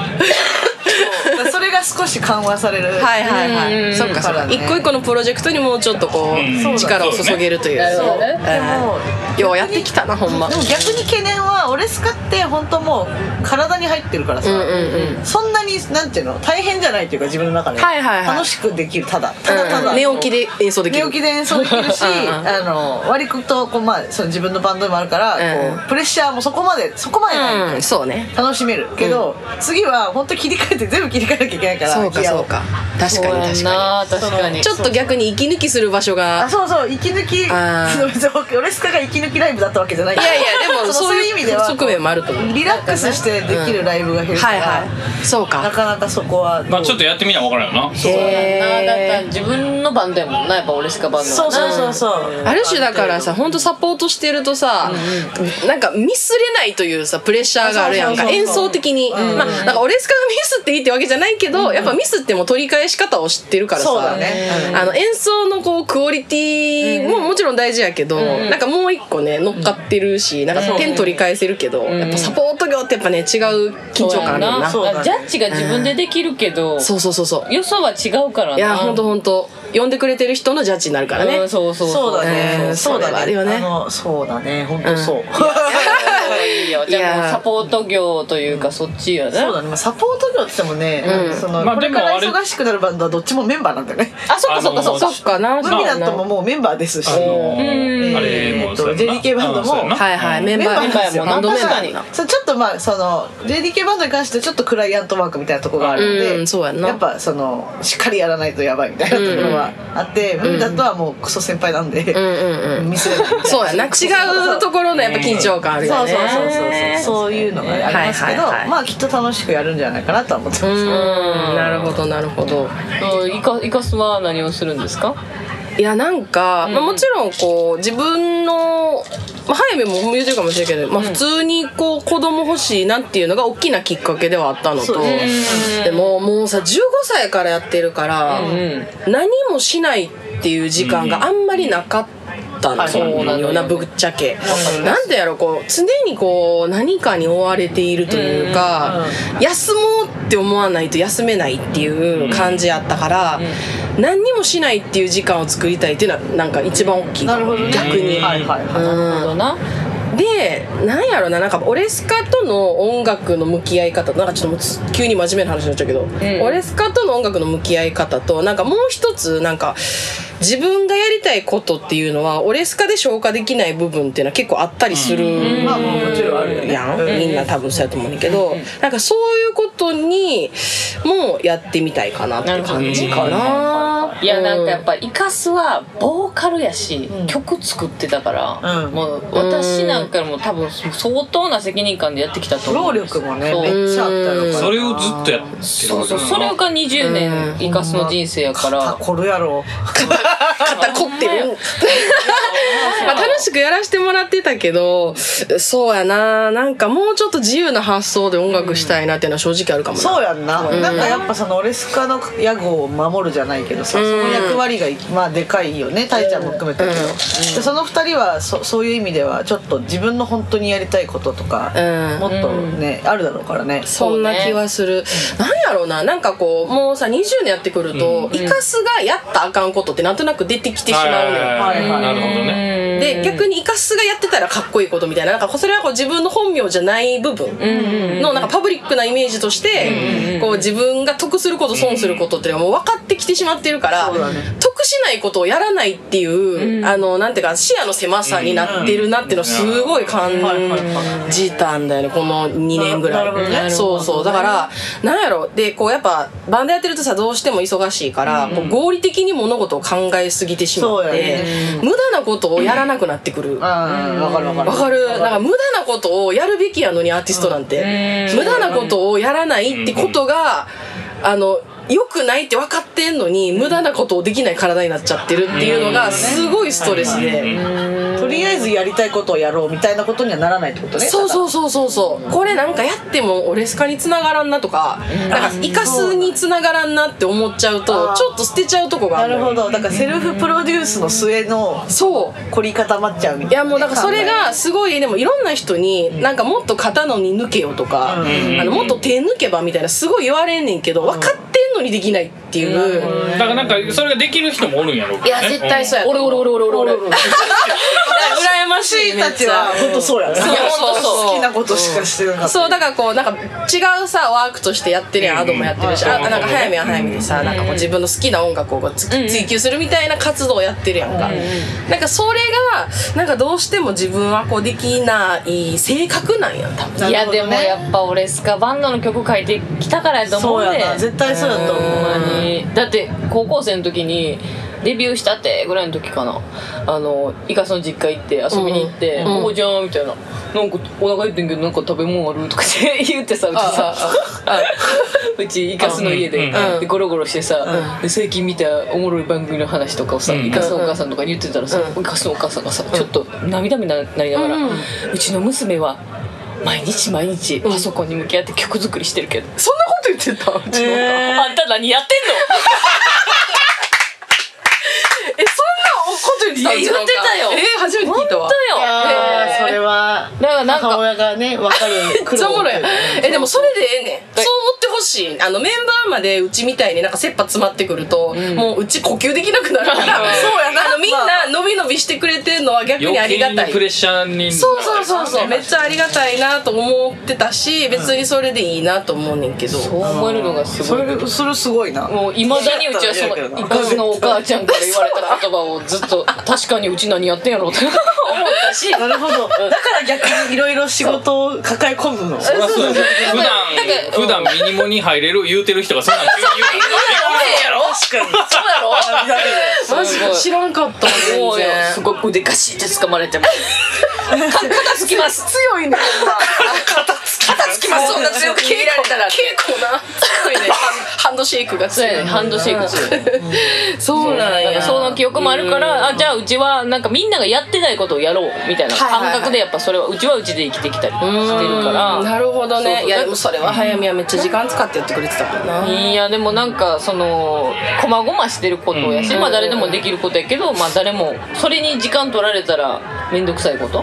Speaker 1: それが少し緩和される。
Speaker 4: はいはいはい。そっかそっ
Speaker 1: から
Speaker 4: か。
Speaker 1: ね
Speaker 4: 一個一個のプロジェクトにもうちょっとこ
Speaker 3: うん
Speaker 4: う、力を注げるという。
Speaker 2: そう
Speaker 4: そう
Speaker 2: ね
Speaker 4: えーようやってきたな、ほんま
Speaker 1: で。も逆に懸念は俺スカって本当もう体に入ってるからさ、
Speaker 4: うんうんうん
Speaker 1: そんなになんていうの大変じゃないっていうか自分の中で、
Speaker 4: はいはいはい
Speaker 1: 楽しくできるただただただ、
Speaker 4: 寝起きで演奏でき
Speaker 1: 寝
Speaker 4: る。
Speaker 1: 起きで演奏できるし
Speaker 4: うんうん
Speaker 1: あの割とこう、まあ、その自分のバンドでもあるから、
Speaker 4: うん
Speaker 1: こうプレッシャーもそこまでそこまでない、
Speaker 4: うん、そうね。
Speaker 1: 楽しめるけど、次は本当切り替えて全部切り替えなきゃいけないから
Speaker 4: そうか
Speaker 1: ギアを
Speaker 4: そうか。確かに確か
Speaker 2: かに確かに
Speaker 4: に。ちょっと逆に息抜きする場所が
Speaker 1: あ。そうそう息抜き
Speaker 4: あー
Speaker 1: 別に 俺スカが息抜きライブだったわけじゃない
Speaker 4: いやいや、でも
Speaker 1: その
Speaker 4: そう
Speaker 1: そう
Speaker 4: い
Speaker 1: いう意味で
Speaker 4: う
Speaker 1: は
Speaker 4: 側面もあると思う。
Speaker 1: リラックスしてできるライブが減るか
Speaker 4: はい
Speaker 1: ら、
Speaker 4: はい。そう
Speaker 1: な
Speaker 4: か。
Speaker 1: かなかそこはどう
Speaker 3: まあちょっとやってみな分からんよな
Speaker 4: へ
Speaker 2: あーだったら
Speaker 4: え。
Speaker 2: 自分の番だもんなやっぱ俺しか番だ
Speaker 1: そうそうそうそう
Speaker 4: ある種だからさ、ほんとサポートしてるとさ、なんかミスれないというさ、プレッシャーがあるや
Speaker 1: あ
Speaker 4: んか。
Speaker 1: そうそう
Speaker 4: 演
Speaker 1: そうそう
Speaker 4: 奏的に。まあ、なんかオレスカがミスっていいってわけじゃないけど、やっぱミスっても取り返し方を知ってるから
Speaker 1: そうだ
Speaker 4: さ。
Speaker 1: ね、
Speaker 4: あの演奏のこうクオリティももちろん大事やけど、なんかもう一個ね乗っかってるし、なんか点取り返せるけど、やっぱサポート業ってやっぱね違う緊張感あるよな
Speaker 1: そうだね
Speaker 2: ジャッジが自分でできるけど、
Speaker 4: そうそうそうそう
Speaker 2: よそは違うからない
Speaker 4: や本当本当呼んでくれてる人のジャッジになるからね、
Speaker 2: うんそうそう
Speaker 1: そうだ
Speaker 4: う
Speaker 1: ね
Speaker 4: ん
Speaker 1: そうだ
Speaker 4: それはあ
Speaker 1: ね
Speaker 4: るよね
Speaker 1: あのそうだね本当そう、
Speaker 2: いいよじゃあ
Speaker 4: い
Speaker 2: もう
Speaker 4: や
Speaker 2: サポート業というかそっちや ね
Speaker 1: そうだねまあサポート業って言ってもね、その
Speaker 3: まあ
Speaker 1: これ
Speaker 3: で
Speaker 1: か
Speaker 3: も
Speaker 1: ら
Speaker 3: あれ
Speaker 1: 忙しくなるバンドはどっちもメンバーなんだよね
Speaker 2: あそっかそっかそっ
Speaker 3: あ
Speaker 2: か
Speaker 3: の
Speaker 4: そっかな
Speaker 1: 海だとももうメンバーですし
Speaker 3: あのーあれもそうやな
Speaker 1: えっと JDK バンドも
Speaker 3: あそうやな
Speaker 4: はいはいメンバー
Speaker 1: なんですよ
Speaker 4: メ
Speaker 1: まあ
Speaker 4: ンバーやもんなバンドメンバー
Speaker 1: 確かにそうちょっとまあその JDK バンドに関してはちょっとクライアントワークみたいなとこがあるんで、
Speaker 4: うんそうやんな
Speaker 1: っぱそのしっかりやらないとやばいみたいなところはあって、海だとはもうクソ先輩なんで、
Speaker 4: うんうんうん
Speaker 1: 見せないみたいな
Speaker 4: そうやな違うところのやっぱ緊張感ある
Speaker 1: そ
Speaker 4: よ
Speaker 1: う
Speaker 4: ね
Speaker 1: そうそうそうそうそういうのがねありますけど、
Speaker 4: はいはいはい
Speaker 1: まあきっと楽しくやるんじゃないかなとは思ってま
Speaker 4: う
Speaker 1: す、
Speaker 4: んなるほどなるほど
Speaker 2: そうイカイカスは何をするんですか
Speaker 4: いやなんか、まあ、もちろんこう自分の、まあ、早めも言うてるかもしれないけど、まあ、普通にこう子供欲しいなっていうのが大きなきっかけではあったのと、でももうさ15歳からやってるから、何もしないっていう時間があんまりなかったの、そうなのよなぶっちゃけ、なんでやろこう常にこう何かに追われているというか、休もうって思わないと休めないっていう感じやったから、何にもしないっていう時間を作りたいっていうのはなんか一番大きい
Speaker 1: なるほどね
Speaker 4: 逆に、
Speaker 1: はいはいはい、
Speaker 2: なるほどな
Speaker 4: でなんやろななんかオレスカとの音楽の向き合い方なんかちょっともうつ急に真面目な話になっちゃうけど、オレスカとの音楽の向き合い方となんかもう一つなんか自分がやりたいことっていうのはオレスカで消化できない部分っていうのは結構あったりする、
Speaker 1: まあもうもちろんあるよね
Speaker 4: やん、みんな多分そうやと思うんだけど、なんかそういうことにもやってみたいかなって感じかな。
Speaker 2: いやなんかや
Speaker 4: う
Speaker 2: っぱイカスはボーカルやし、曲作ってたから、
Speaker 1: うん
Speaker 2: もう私なんかよりも多分相当な責任感でやってきたと思
Speaker 1: 労
Speaker 2: う
Speaker 1: 力もね
Speaker 2: そう
Speaker 1: めっちゃあったよ
Speaker 3: それをずっとやってるわけだな
Speaker 2: そうそうそれが20年イカスの人生やから、
Speaker 1: 肩こるやろ
Speaker 4: 肩凝ってる。まあ、 楽しくやらせてもらってたけど、そうやな、なんかもうちょっと自由な発想で音楽したいなっていうのは正直あるかもな。
Speaker 1: そうやんな、なんかやっぱそのオレスカの屋号を守るじゃないけどさ、その役割がまあでかいよねタイちゃんも含めたけど、でその二人はそそういう意味ではちょっと自分の本当にやりたいこととか、
Speaker 4: うん
Speaker 1: もっとね、あるだろうからね
Speaker 4: そんな気はする。なんやろうな、なんかこう、もうさ、20年やってくると、イカスがやったらあかんことってなんとなく出てきてしまうのよ。
Speaker 3: はいはいはいなるほどね
Speaker 4: で逆にイカスがやってたらかっこいいことみたいななんかそれはこう自分の本名じゃない部分のなんかパブリックなイメージとしてこう自分が得すること損することっていうのがもう分かってきてしまってるから
Speaker 1: そうだね
Speaker 4: 得しないことをやらないっていうあのなんていうか視野の狭さになってるなっていうのをすごい感じたんだよねこの2年ぐら
Speaker 1: な
Speaker 4: い。
Speaker 1: るほどね
Speaker 4: そうそうだからなんやろでこうやっぱバンドやってるとさどうしても忙しいからこう合理的に物事を考えすぎてしまっ
Speaker 1: そうや
Speaker 4: て
Speaker 1: ね
Speaker 4: 無駄なことをやらなくなってくる。わ
Speaker 1: うんわかるわかる
Speaker 4: かるなんか無駄なことをやるべきやのにアーティストなんて無駄なことをやらないってことがあの良くないって分かってんのに無駄なことをできない体になっちゃってるっていうのがすごいストレスで。
Speaker 1: とりあえずやりたいことをやろうみたいなことにはならないってことね
Speaker 4: そう
Speaker 1: う
Speaker 4: そうそうそうそうこれなんかやってもオレスカにつながらんなとかなんかイカスにつながらんなって思っちゃう
Speaker 1: あ
Speaker 4: と
Speaker 1: ー
Speaker 4: ちょっと捨てちゃうとこがあ
Speaker 1: な
Speaker 4: る
Speaker 1: る
Speaker 4: の
Speaker 1: ほ
Speaker 4: よ
Speaker 1: どだからセルフプロデュースの末の
Speaker 4: そう
Speaker 1: 凝り固まっちゃうみ
Speaker 4: い
Speaker 1: たいな
Speaker 4: やもうだからそれがすごいでもいろんな人になんかもっと肩のに抜けよとか、
Speaker 3: ん
Speaker 4: あのもっと手抜けばみたいなすごい言われんねんけど分かってんのにできないっていう、
Speaker 3: だからなんかそれができる人もおるんやろう
Speaker 4: い
Speaker 3: けど
Speaker 4: や
Speaker 3: ね
Speaker 4: 絶対そうや
Speaker 2: 俺俺俺俺俺俺
Speaker 4: 羨ましい
Speaker 1: 私
Speaker 4: め
Speaker 1: た
Speaker 4: っ
Speaker 1: ち
Speaker 4: ちゃ
Speaker 1: は本当そうやな
Speaker 4: そう
Speaker 2: そうそう
Speaker 1: 好きなことしかしてなかった
Speaker 4: そうだからこうなんか違うさワークとしてやってるやん
Speaker 3: うん
Speaker 4: アドもやってるし、
Speaker 3: うん
Speaker 4: あなんか早めは早めでさ、なんかこう自分の好きな音楽をこうつ
Speaker 2: うん
Speaker 4: 追求するみたいな活動をやってるやんか、なんかそれがなんかどうしても自分はこうできない性格なんやん多分
Speaker 1: ないるほ
Speaker 2: や
Speaker 1: どね
Speaker 2: でもやっぱ俺スカバンドの曲書いてきたからやと思
Speaker 1: そうう
Speaker 2: で
Speaker 1: やな絶対そうやと思う
Speaker 2: ほんまにだって高校生の時にデビューしたてぐらいの時かなあのイカスの実家行って遊びに行って「
Speaker 4: うん
Speaker 2: おばちゃん」みたいな「なんかお腹減ってんけどなんか食べ物ある?」とかって 言ってさうちさうちイカスの家で,、
Speaker 4: うん
Speaker 2: でゴロゴロしてさ、で最近見たおもろい番組の話とかをさ、
Speaker 3: うん
Speaker 2: イカスのお母さんとかに言ってたらさ、
Speaker 4: う
Speaker 2: イカスのお母さんがさちょっと涙目になりながら、う
Speaker 4: うん
Speaker 2: ちの娘は毎日毎日パソコンに向き合って曲作りしてるけど、
Speaker 4: そんなこと言ってたうちのお母さん
Speaker 2: あんた何やってんの
Speaker 4: え、そんなこと言ってた
Speaker 2: いや言ってたよ
Speaker 4: えー、初めて聞いたわ。
Speaker 1: いや
Speaker 2: 本
Speaker 1: ーそれは
Speaker 2: だからなんか
Speaker 1: 母親がね分かる
Speaker 4: めっちゃおもろいやん。え、でもそれでええねん。そ
Speaker 2: はいう
Speaker 4: 思ってほしい。あの、メンバーまでうちみたいになんか切羽詰まってくると、もううち呼吸できなくなるから、 そうやな。あの、みんな伸び伸びしてくれてるのは逆
Speaker 3: 余
Speaker 4: にありが
Speaker 3: 計
Speaker 4: た
Speaker 3: に
Speaker 4: い
Speaker 3: プ。レッシャーに
Speaker 4: そうそうそうそう。めっちゃありがたいなと思ってたし、別にそれでいいなと思うねんけ
Speaker 2: 当
Speaker 4: ど。
Speaker 2: よそう思えるのがす
Speaker 1: そ
Speaker 2: ごい
Speaker 1: れそれすごいな
Speaker 2: もういまだにうちはそのイカスのお母ちゃんから言われた言葉をずっと確かにうち何やってんやろうって思ったし
Speaker 1: なるほどだから逆にいろいろ仕事を抱え込むの
Speaker 3: まあそうです普段普段ミニモに入れる言うてる人がそんなん急に言う
Speaker 1: 確かに
Speaker 2: そうやろ
Speaker 4: マジか知らんかったわ
Speaker 2: も
Speaker 4: 全
Speaker 2: うよ
Speaker 4: 然
Speaker 2: すごく腕かしって掴まれても肩つきます
Speaker 4: 強いねほんま
Speaker 2: 肩つきますそんな強く切られたら
Speaker 4: 結構 な強いねハンハンドシェイクが
Speaker 2: そう
Speaker 4: 強い
Speaker 2: やねハンドシェイクする
Speaker 4: そうなんや
Speaker 2: その記憶もあるからあじゃあうちはなんかみんながやってないことをやろうみたいな
Speaker 4: はいはいはい
Speaker 2: 感覚でやっぱそれはうちはうちで生きてきたりしてるから
Speaker 4: うんなるほど
Speaker 2: そう
Speaker 4: ね
Speaker 2: そう
Speaker 4: いやでもそれは早めはめっちゃ時間使ってやってくれてたもんない
Speaker 2: やでもなんかそのこまごましてることやし、
Speaker 4: うん
Speaker 2: まあ誰でもできることやけど、まあ誰もそれに時間取られたら面倒くさいことと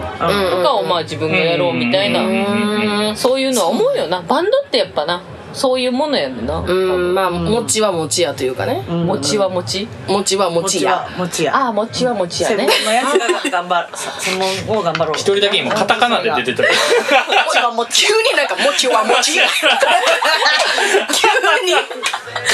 Speaker 2: かをまあ自分がやろうみたいな、そういうのは思うよなバンドってやっぱなそういうものやねんな、
Speaker 4: うんまあ餅は餅やというかね
Speaker 2: 餅は餅
Speaker 4: 餅は餅
Speaker 1: 餅
Speaker 4: や
Speaker 1: や餅や
Speaker 2: ああ餅は餅や
Speaker 1: 専
Speaker 2: ね
Speaker 1: 門のやつだから頑張る専門を頑張ろう一
Speaker 3: 一人だけ今カタカナで出てた けど
Speaker 1: 餅は餅
Speaker 4: 急になんか餅は 餅急に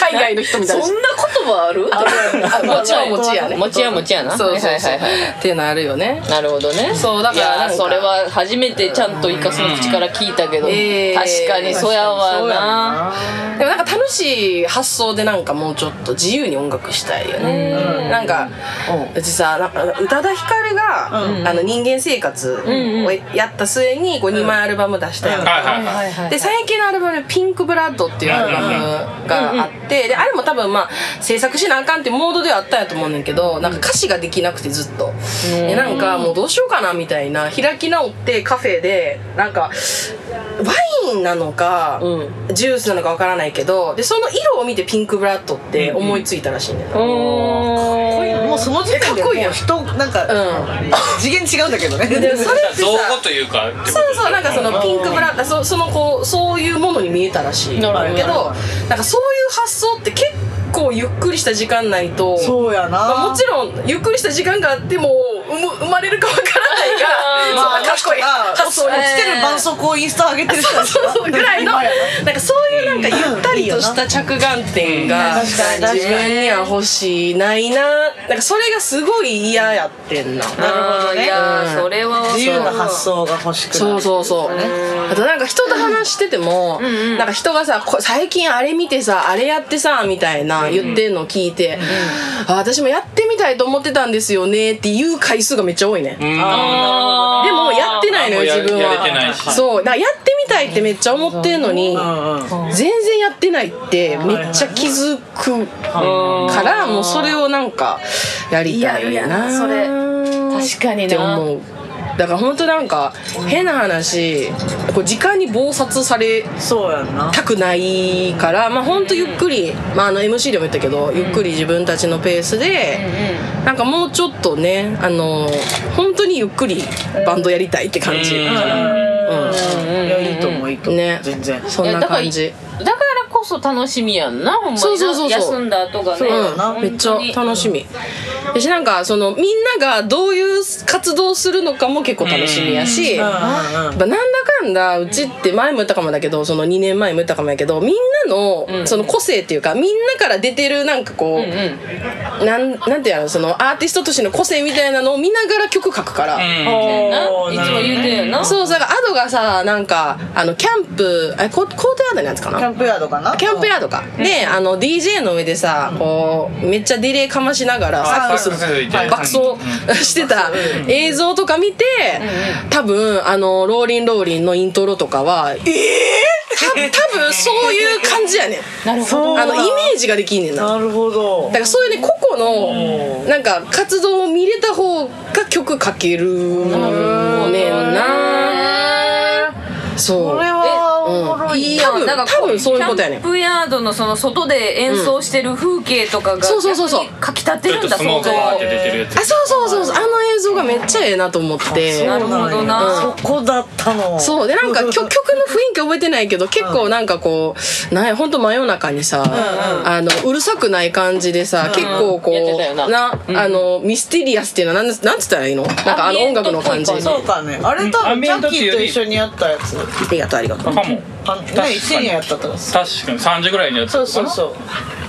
Speaker 4: 海外の人みたいな
Speaker 2: そんな言葉ある
Speaker 4: あ餅は餅やね
Speaker 2: 餅は餅やな
Speaker 4: そうそうそう
Speaker 2: はいはいはいはい
Speaker 4: ってなるよね
Speaker 2: なるほどね
Speaker 4: そうだから
Speaker 2: いや
Speaker 4: なんか
Speaker 2: それは初めてちゃんとイカスの口から聞いたけど、
Speaker 4: うんえー
Speaker 2: 確かにそやわな
Speaker 4: でもなんか楽しい発想でなんかもうちょっと自由に音楽したいよね
Speaker 2: うん
Speaker 4: なんかうちさなんか宇多田ヒカルが、
Speaker 1: う
Speaker 4: あの人間生活をやった末にこう2枚アルバム出したやんか、
Speaker 3: はいはいはい
Speaker 2: いは
Speaker 4: で最近のアルバムで「ピンクブラッド」っていうアルバムがあってであれも多分まあ制作しなあかんってモードではあったんやと思うねんけどなんか歌詞ができなくてずっとでなんかもうどうしようかなみたいな開き直ってカフェでなんかワインなのか
Speaker 2: う
Speaker 4: ジュースなのかわからないけどでその色を見てピンクブラッドって思いついたらしいんだよな
Speaker 1: もうその時点でもう人なんか
Speaker 4: う
Speaker 1: 次元違うんだけどね
Speaker 4: んでそれってさ
Speaker 3: 造語というかってこと
Speaker 4: そうそうなんかそのピンクブラッそそのこうそういうものに見えたらしい
Speaker 2: なるほど
Speaker 4: けどなんかそういう発想って結構ゆっくりした時間ないと
Speaker 1: そうや
Speaker 4: ま
Speaker 1: な
Speaker 4: あ、もちろんゆっくりした時間があってもうむ生まれるかわからないが
Speaker 2: あー
Speaker 4: そんなかっこいい発想に
Speaker 1: 来てる伴奏をインスタ上げてる人たち
Speaker 4: そうそうぐらいの
Speaker 1: 今や
Speaker 4: なんかそういうなんかゆったりとした着眼点が
Speaker 1: うん確かに確かに
Speaker 4: 自分には欲しいないななんかそれがすごい嫌やってんな
Speaker 1: なるほどね
Speaker 2: いやーそれは
Speaker 1: 自由な発想が欲しくなる
Speaker 4: そうそうそう。あとなんか人と話してても、なんか人がさ、こ最近あれ見てさ、あれやってさ、みたいな言ってんのを聞いて、あ私もやってみたいと思ってたんですよねっていう回数がめっちゃ多いね。
Speaker 3: うん
Speaker 1: あーなるほどね
Speaker 4: でもやってないのよ、
Speaker 3: あー
Speaker 4: 自分
Speaker 3: やれてない
Speaker 4: は。
Speaker 3: し
Speaker 4: そう。だからやってみたいってめっちゃ思ってんのに
Speaker 1: うんうん
Speaker 4: 全然やってないってめっちゃ気づくからもうそれをなんかやりたい
Speaker 2: いやい
Speaker 4: な
Speaker 2: やそれ確かにな
Speaker 4: って思うだから本当なんか変な話こう時間に忙殺され
Speaker 1: そうやんな
Speaker 4: たくないからまあ本当ゆっくり、まあ、あの MC でも言ったけどゆっくり自分たちのペースで、なんかもうちょっとねあの本当にゆっくりバンドやりたいって感じ、
Speaker 3: うん
Speaker 1: うんいやいいと思ういいと思う、
Speaker 4: ね
Speaker 1: 全然
Speaker 4: そん
Speaker 2: いや
Speaker 4: な
Speaker 2: だから
Speaker 4: 感じ
Speaker 2: だからこそ楽しみやんなほんまにな
Speaker 4: そうそうそうそう
Speaker 2: 休んだ後がね
Speaker 1: そうだな
Speaker 2: 本当に
Speaker 4: めっちゃ楽しみだしなんかそのみんながどういう活動するのかも結構楽しみやし、
Speaker 1: うん
Speaker 4: や
Speaker 1: うんうん
Speaker 4: っぱなんだかんだうちって前も言ったかもだけどその2年前も言ったかもやけどみんなのその個性っていうかみんなから出てるなんかこう、
Speaker 2: うんうん
Speaker 4: なんなんていうのそのアーティストとしての個性みたいなのを見ながら曲書くから、
Speaker 1: おー
Speaker 2: ないつも言うてんやな
Speaker 4: そうだからアドがさなんかあのキャンプあココートヤードのやつか
Speaker 1: キャ
Speaker 4: な
Speaker 1: ンプヤードかな
Speaker 4: キャンプヤードか、であの DJ の上でさこうめっちゃディレイかましながらサックス爆走してた映像とか見て多分あの「ローリンローリン」のイントロとかはええた多分そういう感じやねん
Speaker 2: なるほど
Speaker 1: そう
Speaker 4: あのイメージができんねんな
Speaker 1: なるほど
Speaker 4: だからそういうね個々のなんか活動を見れた方が曲書けるのねよなそ
Speaker 1: こ
Speaker 4: う
Speaker 1: れはおもろい、
Speaker 2: いいや
Speaker 4: 多分
Speaker 2: んなんか
Speaker 4: 多分そういうことやねん
Speaker 2: キャンプヤードのその外で演奏してる風景とかが
Speaker 4: そうそうそうそう
Speaker 2: 逆にかき立て
Speaker 3: ちょっ
Speaker 2: るん
Speaker 3: と
Speaker 2: だ
Speaker 3: スモ
Speaker 2: 想像
Speaker 3: ークが出てるやつ
Speaker 4: あそうそうそうそうあの映像がめっちゃええなと思って
Speaker 2: なるほど
Speaker 1: そ
Speaker 2: な
Speaker 1: こだったの
Speaker 4: そうでなんか曲曲の雰囲気覚えてないけど結構なんかこうなんやほんと真夜中にさあのうるさくない感じでさ結構こ
Speaker 2: やってたよ
Speaker 4: う
Speaker 2: な
Speaker 4: なあのミステリアスっていうのはなんですなんつったらいいのなんかあの音楽の感じ
Speaker 2: アンビエントっぽい感じ
Speaker 1: そうかねあれ多
Speaker 3: ア
Speaker 1: 分
Speaker 3: ン
Speaker 1: ジ
Speaker 3: ビエ
Speaker 1: ャッ
Speaker 3: ントって
Speaker 1: キ
Speaker 3: い
Speaker 1: ー
Speaker 3: うよ
Speaker 1: と
Speaker 3: り
Speaker 1: 一緒にやったやつ
Speaker 4: ありがとうありがと
Speaker 3: かも
Speaker 1: あね一緒にやったとか
Speaker 3: 確かに3時ぐらいにやってた
Speaker 1: そう
Speaker 3: の
Speaker 1: そう
Speaker 3: か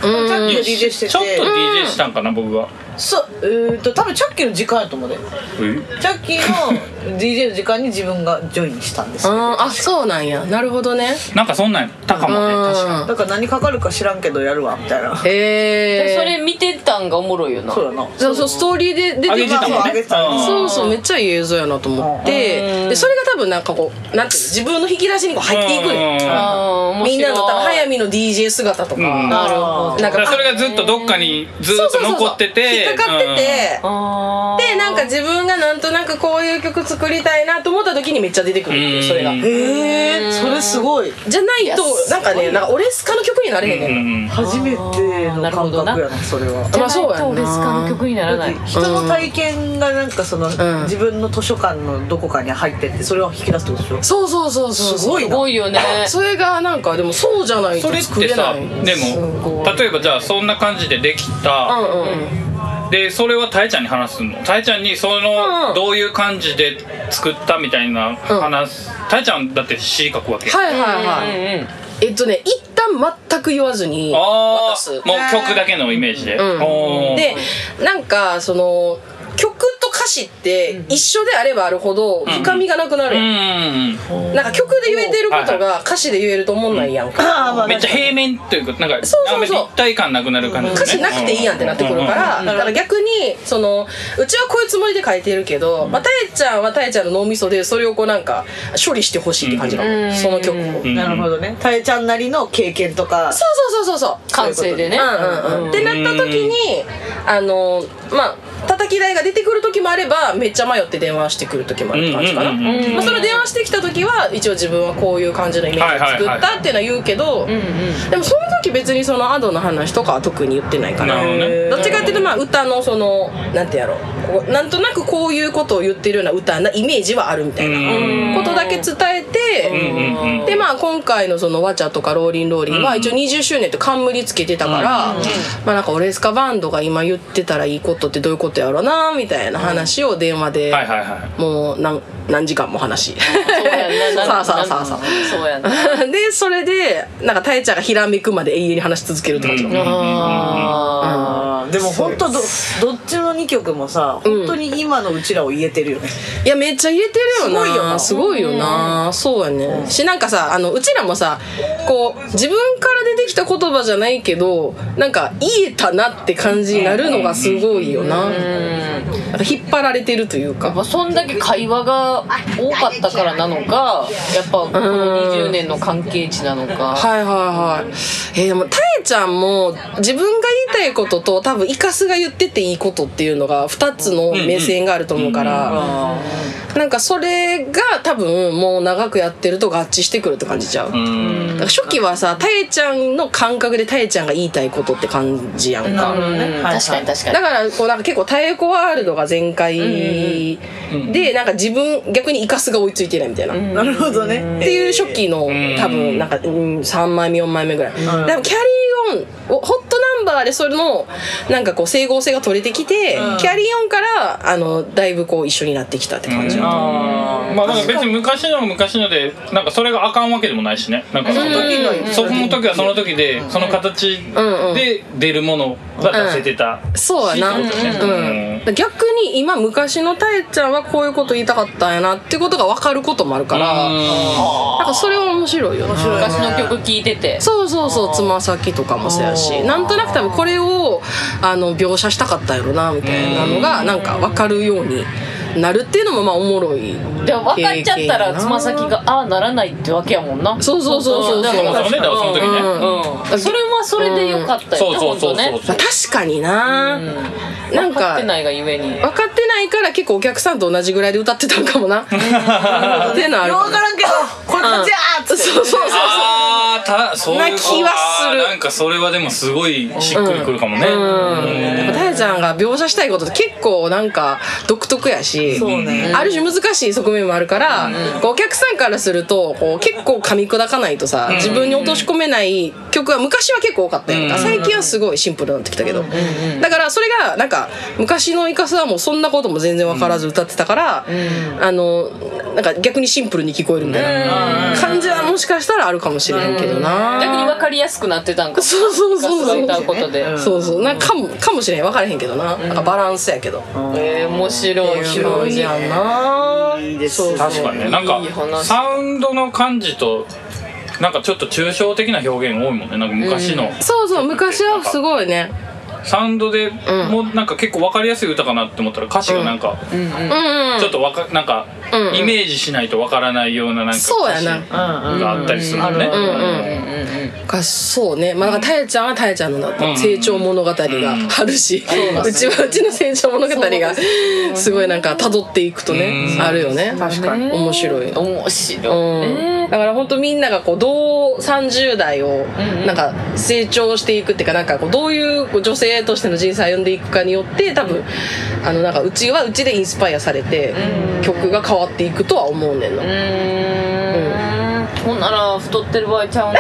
Speaker 1: そうジャッキー
Speaker 3: な
Speaker 1: の DJ してて
Speaker 3: ちょっと DJ したんかな僕は
Speaker 1: そうえーと多分チャッキーの時間やと思うでチャッキーの DJ の時間に自分がジョインしたんですよ
Speaker 4: あそうなんやなるほどね
Speaker 3: なんかそんなんやったかもね確か
Speaker 4: うん
Speaker 1: だから何かかるか知らんけどやるわみたいな
Speaker 4: へえ
Speaker 2: それ見てたんがおもろいよな
Speaker 1: そうやな
Speaker 4: そうそうストーリーで出
Speaker 3: 上
Speaker 4: て
Speaker 3: げ
Speaker 4: き
Speaker 3: てたも
Speaker 4: た
Speaker 3: んね
Speaker 1: 上げてた
Speaker 3: うん
Speaker 4: そうそうめっちゃいい映像やなと思ってでそれが多分なんかこうなんていうの自分の引き出しにこう入っていくね
Speaker 3: うん
Speaker 2: あー面白い
Speaker 4: みんなの多分早見の DJ 姿とか
Speaker 3: うん
Speaker 4: な
Speaker 1: なるほ
Speaker 4: ん
Speaker 3: だから
Speaker 4: か
Speaker 3: それがずっとどっかにずっ
Speaker 4: そうそ
Speaker 3: と
Speaker 4: うそう
Speaker 3: 残ってて
Speaker 4: 引っかかってて
Speaker 2: あー
Speaker 4: でなんか自分がなんとなくこういう曲作りたいなと思った時にめっちゃ出てくるっていう
Speaker 3: うん
Speaker 4: それが
Speaker 1: えーそれすごい
Speaker 4: じゃないとなんかねなんか俺スカの曲になれへん
Speaker 3: う
Speaker 4: ね
Speaker 3: んう
Speaker 4: ん
Speaker 3: ん
Speaker 1: 初めての感覚やなそれは
Speaker 2: じゃな
Speaker 4: まあ
Speaker 2: い
Speaker 4: そうやんな
Speaker 2: とレスカの曲にならない
Speaker 1: 人の体験がなんかその、
Speaker 4: ん
Speaker 1: 自分の図書館のどこかに入ってってそれを引き出すってことでしょ
Speaker 4: そうそうそうそう
Speaker 1: すごい
Speaker 2: す
Speaker 1: な
Speaker 2: ごいよね
Speaker 4: それがなんかでもそうじゃない
Speaker 3: そ
Speaker 4: と
Speaker 3: れっ
Speaker 4: 作
Speaker 3: て
Speaker 4: れ
Speaker 3: さ
Speaker 4: な
Speaker 3: で
Speaker 4: い
Speaker 3: も例えばじゃあそんな感じでできた、
Speaker 4: うんうん
Speaker 3: でそれはたえちゃんに話すのたえちゃんにその、
Speaker 4: うん
Speaker 3: どういう感じで作ったみたいな話すたえちゃんだって詩書くわけ、
Speaker 4: はいはいはい、
Speaker 2: うん
Speaker 4: えっとね一旦全く言わずに
Speaker 3: あ
Speaker 4: 渡
Speaker 3: あ
Speaker 4: す
Speaker 3: もう曲だけのイメージで、
Speaker 4: ん
Speaker 3: おー
Speaker 4: でなんかその曲と歌詞って一緒であればあるほど深みがなくな
Speaker 3: う
Speaker 4: るやん、
Speaker 3: ん
Speaker 4: なんか曲で言えてること
Speaker 3: は
Speaker 4: が歌詞で言えると思んないやんか、
Speaker 1: ああまあ
Speaker 3: めっちゃ平面というかなんか
Speaker 4: そうそうそう
Speaker 3: あんまり立体感なくなる感じ、ね、
Speaker 4: 歌詞なくていいやんってなってくるから、だから逆にそのうちはこういうつもりで書いてるけど、まあ、たえちゃんはたえちゃんの脳みそでそれをこうなんか処理してほしいって感じなの、
Speaker 2: うん
Speaker 4: その曲を、
Speaker 3: う
Speaker 4: そうん
Speaker 1: なるほどねたえちゃんなりの経験とか
Speaker 4: そうそうそうそう
Speaker 2: 感性でね
Speaker 4: うんうんうん、ってなった時にあのまあ叩き台が出てくる時もあればめっちゃ迷って電話してくる時もあるって感じかな、
Speaker 3: うんうんうん
Speaker 4: まあ、その電話してきた時は一応自分はこういう感じのイメージを作ったっていうのは言うけど、でもその時別にそのアドの話とかは特に言ってないか
Speaker 3: な
Speaker 4: な
Speaker 3: るほどね
Speaker 4: どっちかっていうとまあ歌のそのなんてやろうこうなんとなくこういうことを言ってるような歌なイメージはあるみたいなことだけ伝えて、
Speaker 3: うんうんうん
Speaker 4: でまあ今回のその「わちゃ」とか「ローリンローリン」は一応20周年って冠つけてたから、まあなんかオレスカバンドが今言ってたらいいことってどういうことやろなみたいな話を電話で、
Speaker 3: はいはいはい
Speaker 4: もう何何時間も話
Speaker 2: そうやんな
Speaker 4: さあさあさあさあ
Speaker 2: そうやんな
Speaker 4: でそれでなんかたえちゃんがひらめくまで永遠に話し続けるって感じ、
Speaker 3: うんうんうんうん
Speaker 2: あ
Speaker 1: なでも本当どどっちの2曲もさ本当に今のうちらを言えてるよね、
Speaker 4: いやめっちゃ言えてるよな
Speaker 1: すごいよな
Speaker 4: すごいよなそうやねしなんかさあのうちらもさこう自分から出てきた言葉じゃないけどなんか言えたなって感じになるのがすごいよななんか引っ張られてるという
Speaker 2: やっぱ
Speaker 4: か
Speaker 2: そんだけ会話が多かったからなのかやっぱこの20年の関係値なのか
Speaker 4: はいはいはいえーでもたえちゃんも自分が言いたいことと多分イカスが言ってていいことっていうのが2つの目線があると思うから、なんかそれが多分もう長くやってると合致してくるって感じちゃう、
Speaker 3: うん
Speaker 4: だから初期はさたえちゃんの感覚でたえちゃんが言いたいことって感じやんか、
Speaker 1: どね、
Speaker 2: うん確かに確かに
Speaker 4: だからこうなんか結構たえこワールドが全開で、なんか自分逆にイカスが追いついてないみたいな、っ
Speaker 1: なるほどね、
Speaker 4: ていう初期の多分なんか、うん、3枚目4枚目ぐらい、でもキャリーオンをホットナンバーでそれのなんかこう整合性が取れてきて、キャリーオンからあのだいぶこう一緒になってきたって感じ、
Speaker 3: あーまあなんか別に昔のも昔のでなんかそれがあかんわけでもないしねなんかその時
Speaker 1: うん
Speaker 3: そこの時はその時でその形で出るものが出せてた
Speaker 4: そうやな、
Speaker 3: しってことだよね
Speaker 4: うん、逆に今昔のたえちゃんはこういうこと言いたかったんやなってことが分かることもあるから、なんかそれは面白いよな
Speaker 2: 昔の曲聴いてて
Speaker 4: そうそうそうつま先とかもそうやしなんとなく多分これをあの描写したかったやろなみたいなのがなんか分かるようになるっていうのもまあおもろい
Speaker 2: でも分かっちゃったらつま先がああならないってわけやもんな
Speaker 4: そうそうそうそう
Speaker 2: だか
Speaker 3: そも
Speaker 2: ら
Speaker 3: そもねだからその時ね、
Speaker 2: うんそれはそれでよかったよ
Speaker 3: そう
Speaker 2: ね
Speaker 3: そうそ
Speaker 2: 本当
Speaker 3: うそう
Speaker 2: ね
Speaker 3: そう
Speaker 4: 確かにな、なん
Speaker 2: 分かっ
Speaker 4: か
Speaker 2: てないがゆえに
Speaker 4: 分かってないから結構お客さんと同じぐらいで歌ってたんか もなっていう のはある
Speaker 1: よう
Speaker 4: か
Speaker 1: わ
Speaker 4: も
Speaker 1: からんけどこれ勝ちやーっつ
Speaker 4: そう
Speaker 1: って
Speaker 4: そうそうそう
Speaker 3: あーたそういう
Speaker 4: な気はする
Speaker 3: あーなんかそれはでもすごいしっくりくるかもね、
Speaker 4: やっぱたえちゃんが描写したいことって結構なんか独特やし、
Speaker 1: そうね
Speaker 4: ある種難しい側面もあるから、こうお客さんからするとこう結構噛み砕かないとさ、自分に落とし込めない曲は昔は結構多かったやんか、最近はすごいシンプルになってきたけど、だからそれがなんか昔のイカスはもうそんなことも全然分からず歌ってたから、あのなんか逆にシンプルに聞こえるみたいな感じはもしかしたらあるかもしれんけどな、
Speaker 2: 逆に分かりやすくなってたんか
Speaker 4: そうそう
Speaker 2: ガ
Speaker 4: そう
Speaker 2: スが
Speaker 4: そう
Speaker 2: 歌うことで
Speaker 4: そうそうなんかかもかもしれん分からへんけどな,、なんかバランスやけど、
Speaker 2: えー面白い面白い
Speaker 4: じゃんな、
Speaker 1: いいですね
Speaker 4: そう
Speaker 3: 確かにねなんか
Speaker 2: いい話
Speaker 3: サウンドの感じとなんかちょっと抽象的な表現多いもんねなんか昔の、
Speaker 4: そうそう昔はすごいね
Speaker 3: サウンドでもうなんか結構分かりやすい歌かなって思ったら歌詞がなんか、
Speaker 4: うんうん
Speaker 3: ちょっとわかなんか、
Speaker 4: うん
Speaker 3: イメージしないとわからないようななんか歌詞
Speaker 4: そうやな
Speaker 1: うんうん
Speaker 3: があったりするもん
Speaker 1: う
Speaker 3: ね、
Speaker 1: んうん
Speaker 4: かそうねまあだからたえちゃんはたえちゃんのだと、
Speaker 3: ん
Speaker 4: 成長物語があるし、うちはうちの成長物語がすごいなんか辿っていくとね、
Speaker 3: うん
Speaker 4: あるよね確かに面白い
Speaker 2: 面白い
Speaker 4: うん、だから本当みんながこうどう30代をなんか成長していくっていうかなんかこうどういうこう女性としての人生を歩んでいくかによって多分あのなんかうちはうちでインスパイアされて曲が変わっていくとは思うねんな。
Speaker 2: うーんほんなら太ってる場合ち ゃうな
Speaker 4: い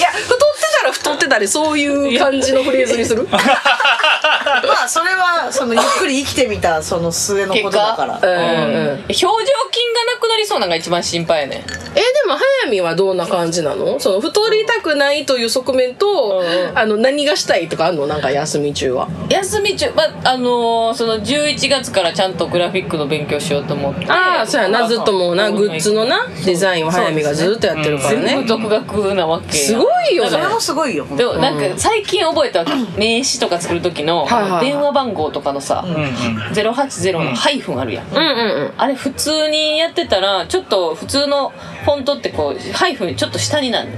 Speaker 4: や太ってたら太ってたりそういう感じのフレーズにす る
Speaker 1: まあそれはそのゆっくり生きてみたその末のことだから
Speaker 4: うん、うん
Speaker 2: 表情筋がなくなりそうなのが一番心配やね
Speaker 4: えでも速水はどんな感じなのその太りたくないという側面と、あの何がしたいとかあんのなんか休み中は。
Speaker 2: 休み中、まああのーその11月からちゃんとグラフィックの勉強しようと思って
Speaker 4: ああそうやなずっともうな
Speaker 2: うん
Speaker 4: グッズのなデザインを早見がずっとやってるから
Speaker 2: 全部
Speaker 4: ね
Speaker 2: 独学なわけや
Speaker 4: すごいよ
Speaker 1: それ
Speaker 4: ね
Speaker 1: もすごいよ
Speaker 2: でもなんか最近覚え たわけ名刺とか作る時の
Speaker 4: はいはいはい
Speaker 2: 電話番号とかのさ080のハイフンあるやん
Speaker 4: うんうん
Speaker 2: あれ普通にやってたらちょっと普通のフォントってこうハイフンちょっと下になる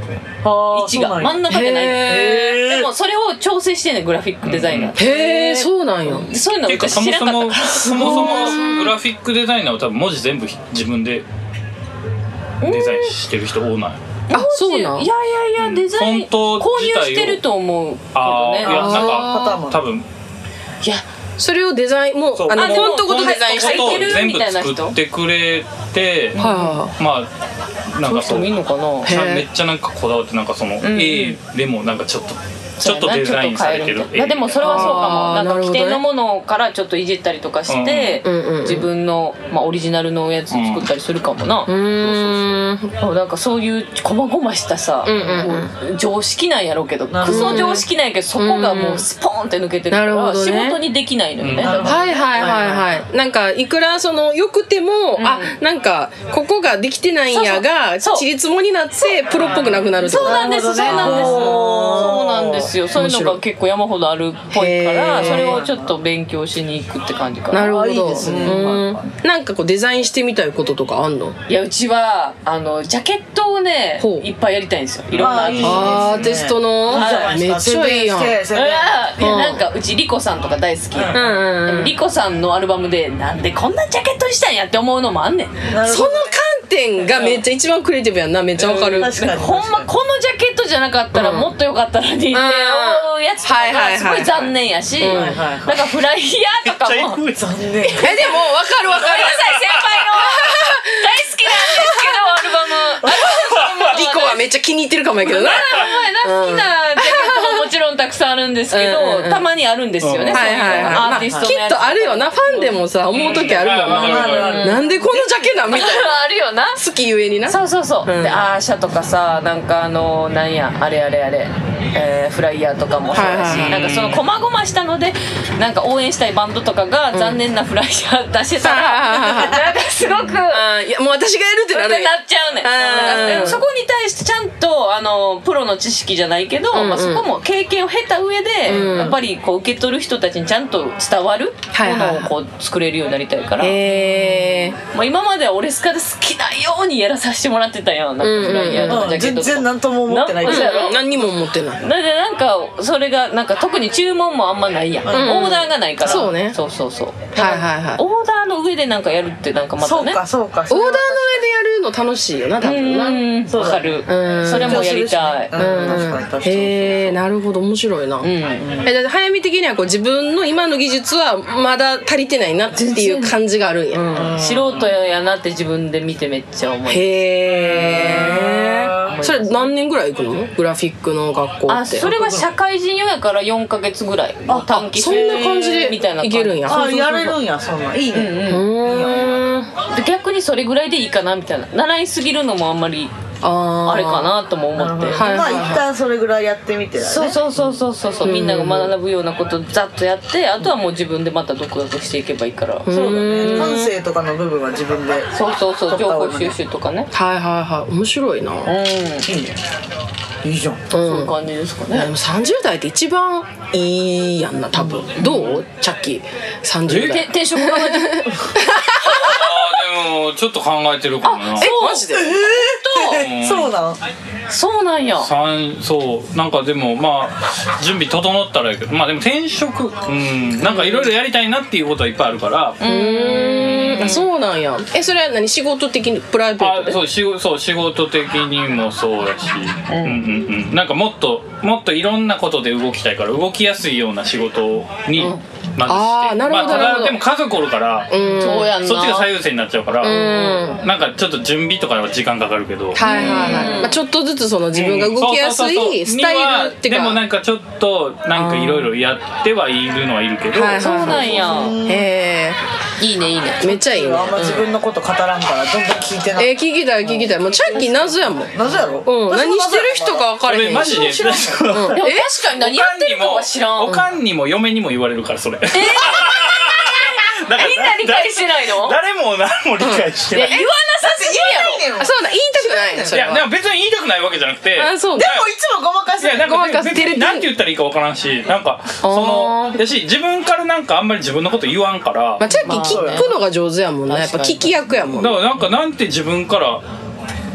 Speaker 2: 位置が真ん中じゃない
Speaker 4: へー
Speaker 2: でもそれを調整してんねんグラフィックデザイナーって
Speaker 4: へえそうなんや
Speaker 2: でそういうの
Speaker 3: ていうかそ
Speaker 2: 昔知
Speaker 3: も
Speaker 2: らなかっ
Speaker 3: そも
Speaker 2: たから
Speaker 3: そもそもグラフィックデザイナーは多分文字全部自分でデザインしてる人多ない
Speaker 4: あそうなん
Speaker 2: いやいやいやデザイン
Speaker 3: フォント
Speaker 2: 購
Speaker 3: 自体を
Speaker 2: 入してると思うけ
Speaker 3: あ
Speaker 2: ど
Speaker 3: あい
Speaker 2: ね
Speaker 3: やな
Speaker 1: パ
Speaker 3: んか
Speaker 1: ターンも
Speaker 3: 多分
Speaker 2: いや
Speaker 4: それをデザインもう
Speaker 3: そう
Speaker 4: あの
Speaker 2: あ
Speaker 4: フ
Speaker 2: で
Speaker 4: ォ
Speaker 2: も
Speaker 4: ントごとデザインし
Speaker 2: 書い
Speaker 4: て
Speaker 3: フ
Speaker 4: は
Speaker 3: ォ
Speaker 2: て
Speaker 3: ント
Speaker 2: る
Speaker 3: を全
Speaker 2: み
Speaker 3: 部
Speaker 2: たいな人
Speaker 3: 作ってくれて
Speaker 4: いは
Speaker 3: まあな
Speaker 2: そういう
Speaker 3: んか
Speaker 2: 人
Speaker 3: そう
Speaker 2: もいいのかな
Speaker 4: へー
Speaker 3: めっちゃなんかこだわってなんかその A でもなんかちょっとちょっとデザインされてる
Speaker 2: ちょっと変えみたいないやでもそれはそうかも
Speaker 4: あ
Speaker 2: な
Speaker 4: ー
Speaker 2: ん
Speaker 4: な
Speaker 2: か
Speaker 4: るほど
Speaker 2: 規
Speaker 4: ね
Speaker 2: 定のものからちょっといじったりとかして、
Speaker 4: うんうんうん
Speaker 2: 自分の、まあ、オリジナルのやつ作ったりするかもな、
Speaker 4: うーん
Speaker 2: そうなんかそういうこまごましたさ、
Speaker 4: うんうん
Speaker 2: もう常識なんやろうけど
Speaker 1: なる
Speaker 2: ク
Speaker 1: ほど
Speaker 2: ソ常識なんやけどそこがもうスポーンって抜けてるか
Speaker 4: なるほ
Speaker 2: ら
Speaker 4: ど
Speaker 2: 仕
Speaker 4: ね
Speaker 2: 事にできないのよね、
Speaker 3: うんなるほ
Speaker 4: はいはいはいはい、なんかいくらその良くても、あなんかここができてないんやが
Speaker 2: そうそうそう
Speaker 4: ちりつもになってプロっぽくなくなるって
Speaker 2: そ
Speaker 4: こ
Speaker 2: う
Speaker 4: と
Speaker 2: なんです、そうなんです。そうなんですよ。そういうの
Speaker 4: 面白
Speaker 2: が結構山ほどあるっぽいか
Speaker 4: へ
Speaker 2: ら、
Speaker 4: ー
Speaker 2: それをちょっと勉強しに行くって感じかな。
Speaker 4: なるほど
Speaker 1: あいいですね
Speaker 4: うんなんかこうデザインしてみたいこととかあんの
Speaker 2: いや、うちは、あの、ジャケットをね
Speaker 4: ほう、
Speaker 2: いっぱいやりたいんですよ。いろんなアーティスト
Speaker 1: あ
Speaker 2: に。
Speaker 1: ーい
Speaker 4: アーティストの、
Speaker 1: いじゃない
Speaker 4: め
Speaker 1: で
Speaker 4: っ
Speaker 1: す
Speaker 4: ち
Speaker 1: か
Speaker 4: ゃいいやん
Speaker 1: 宣伝して
Speaker 2: う
Speaker 1: 宣
Speaker 2: わ
Speaker 1: 伝
Speaker 2: ーいやなんかうちリコさんとか大好き、
Speaker 4: うんうんうん
Speaker 2: リコさんのアルバムでなんでこんなジャケットにしたんやって思うのもあんねん
Speaker 1: なる
Speaker 4: そ
Speaker 1: ほ
Speaker 4: の
Speaker 1: ど
Speaker 4: 観点がめっちゃ一番クリエイティブやんなめっちゃわかる、
Speaker 1: 確かに
Speaker 2: ほんまこのジャケットじゃなかったらもっと良かったのにって思うやつとかがすごい残念やし、
Speaker 4: うんはい
Speaker 1: はいはいはい
Speaker 2: なんかフライヤーとかも
Speaker 3: めっちゃ
Speaker 1: 残念
Speaker 4: えで
Speaker 2: ごめん
Speaker 4: もわかるわ
Speaker 2: なさい先輩の大好きなんですけどアルバムアルバム
Speaker 4: リコはめっちゃ気に入ってるかもやけどな
Speaker 2: 好きなジャケットももちろんたくさんあるんですけ
Speaker 4: うんうんう
Speaker 2: ど
Speaker 4: ん
Speaker 2: たまにあるんですよね
Speaker 3: うん
Speaker 2: そう
Speaker 4: はいいうはい
Speaker 2: ア
Speaker 4: はい、ま
Speaker 2: ー
Speaker 4: あ、
Speaker 2: テ
Speaker 4: き
Speaker 2: ィ
Speaker 4: っ
Speaker 2: ストのやつ
Speaker 4: とあるよなファンでもさ思う時あるもん
Speaker 3: あ
Speaker 4: な、
Speaker 3: わかるわかる
Speaker 4: なんでこのジャケなんみたいな
Speaker 2: あるよな
Speaker 4: 好きゆえにな
Speaker 2: そうそうそう、
Speaker 4: うん
Speaker 2: でアーシャとかさなんかあのなんやあれあれあれ、えーフライヤーとかもそうだし、
Speaker 4: はいはい
Speaker 2: なんかそのこまごましたのでなんか応援したいバンドとかが残念なフライヤー出してた
Speaker 4: はいはい
Speaker 2: ら、
Speaker 4: はい
Speaker 2: なんかすごく
Speaker 4: あーいやもう私がやるってな
Speaker 2: な
Speaker 4: るんや
Speaker 2: っちゃうね
Speaker 4: うん
Speaker 2: でもそこに対してちゃんとあのプロの知識じゃないけど、
Speaker 4: んうん
Speaker 2: まあ、そこも経験を経た上で、
Speaker 4: うん
Speaker 2: やっぱりこう受け取る人たちにちゃんと伝わる
Speaker 4: はい
Speaker 2: も
Speaker 4: はい
Speaker 2: のをこう作れるようになりたいから、
Speaker 4: へえ
Speaker 2: まあ、今までは俺スカで好きなようにやらさせてもらってたよなんかフライヤーと
Speaker 1: う
Speaker 2: か
Speaker 1: ん
Speaker 2: ジャ
Speaker 1: 全
Speaker 2: ケットとか
Speaker 1: 然何とも思ってないです
Speaker 2: な
Speaker 4: ー、何にも思ってない
Speaker 2: だってなんかそれがなんか特に注文もあんまないやん、
Speaker 4: ん
Speaker 2: オーダーがないから
Speaker 4: そうね
Speaker 2: そうそうそう
Speaker 4: はいはいはい
Speaker 2: オーダーの上でなんかやるってなんかまた
Speaker 1: そう
Speaker 2: ね
Speaker 1: かそうか
Speaker 4: オーダーの上でやるの楽しいよな多分な
Speaker 2: うん
Speaker 1: そう
Speaker 2: わ
Speaker 1: だ
Speaker 2: かる
Speaker 4: うん
Speaker 2: それもやりたい
Speaker 1: うん確かに確かに
Speaker 4: へえなるほど面白いな、
Speaker 2: うん
Speaker 4: えだって早見的にはこう自分の今の技術はまだ足りてないなっていう感じがあるんや、
Speaker 2: 素人やなって自分で見てめっちゃ思い
Speaker 4: へえそれ何年ぐらい行くのグラフィックの学校って
Speaker 2: あそれは社会人予約から4ヶ月ぐらい短期
Speaker 4: そんな感じで
Speaker 2: みたいな感
Speaker 4: い
Speaker 2: じ
Speaker 4: けるんや
Speaker 1: あやれるんやそんなんいいね
Speaker 4: うーん
Speaker 2: で逆にそれぐらいでいいかなみたいな習いすぎるのもあんまり
Speaker 4: あー
Speaker 2: あれかなとも思って
Speaker 4: はい
Speaker 1: まあ一旦それぐらいやってみてだね
Speaker 2: そうそうそうそうそうそうみんなが学ぶようなことざっとやってあとはもう自分でまた独学していけばいいからそう
Speaker 1: そうだね感性とかの部分は自分で
Speaker 2: そうそう
Speaker 1: 取っ
Speaker 2: 情
Speaker 1: た方
Speaker 2: 報
Speaker 1: が
Speaker 2: 収
Speaker 1: ね
Speaker 2: 集とかね
Speaker 4: はいはいはい面白いな、
Speaker 2: うん
Speaker 1: いいねいいじゃん
Speaker 2: そういう感じですか
Speaker 4: いやで
Speaker 2: ね
Speaker 4: も30代って一番いいやんな多分、どうチャッキー30
Speaker 2: て
Speaker 4: 代
Speaker 2: 転職考えてる
Speaker 3: あーでもちょっと考えてるかもな
Speaker 4: マジで
Speaker 1: えそうなの
Speaker 2: そうなんや
Speaker 3: 三そうなんかでもまあ準備整ったらやけどまあでも転職うんなんかいろいろやりたいなっていうことはいっぱいあるから、
Speaker 4: うんあそうなんやえそれは何仕事的にプライベート
Speaker 3: あ
Speaker 4: で
Speaker 3: そう仕事そう仕事的にもそうやし、うん、うんうんなんかもっともっといろんなことで動きたいから動きやすいような仕事にまずし
Speaker 4: あー
Speaker 3: て
Speaker 4: なるほど
Speaker 3: まあ、た
Speaker 4: なるほ
Speaker 3: だ
Speaker 4: ど
Speaker 3: でも家族おるから、
Speaker 4: うん
Speaker 2: そうやんな
Speaker 3: そっちが最優先になっちゃうから、
Speaker 4: う
Speaker 3: なんかちょっと準備とかは時間かかるけど、
Speaker 4: はいはいはい、まあ、ちょっとずつその自分が動きやすいスタイルっていう
Speaker 3: にはでも
Speaker 4: か
Speaker 3: なんかちょっとなんかいろいろやってはいるのはいるけど、
Speaker 4: はいはい
Speaker 2: そうなんや
Speaker 4: え
Speaker 2: いいねいいね
Speaker 4: えめっちゃいいね、
Speaker 1: あんま自分のこと語らんからどんどん聞いてな
Speaker 4: え
Speaker 1: い
Speaker 4: ー、聞きたい聞きたいもうチャッキー謎やもん、う
Speaker 1: なぜやろ
Speaker 4: ん、何してる人か分か
Speaker 3: そ
Speaker 4: れへ
Speaker 3: れ
Speaker 4: ん
Speaker 3: マジで
Speaker 4: し
Speaker 3: お
Speaker 2: でも確
Speaker 4: え
Speaker 2: かに何や
Speaker 3: か
Speaker 2: っ
Speaker 3: ん
Speaker 2: て
Speaker 3: に
Speaker 2: るか
Speaker 3: も
Speaker 2: は知らん
Speaker 3: おかんにも嫁にも言われるからそれ、だから
Speaker 2: みんな理解してないの
Speaker 3: 誰も何も理解して
Speaker 2: い
Speaker 3: な
Speaker 2: や
Speaker 3: い、
Speaker 2: 言わなさすぎやろ
Speaker 4: あそうだ言いたくないのそ
Speaker 3: い
Speaker 4: れ
Speaker 3: やで
Speaker 4: は
Speaker 3: も別に言いたくないわけじゃなくて
Speaker 4: あそう
Speaker 1: でもいつもごまか
Speaker 3: い
Speaker 1: せ
Speaker 3: やなん
Speaker 4: ごまか
Speaker 3: か
Speaker 4: せ
Speaker 3: 別
Speaker 4: てる
Speaker 3: に何て言ったらいいか分からんしなんかそ
Speaker 4: あ
Speaker 3: の
Speaker 4: ー
Speaker 3: やし自分からなんかあんまり自分のこと言わんから
Speaker 4: まあ、
Speaker 3: だか
Speaker 4: チャッキー聞くのが上手やもんな、やっぱ聞き役やもんな
Speaker 3: らなんかなんて自分から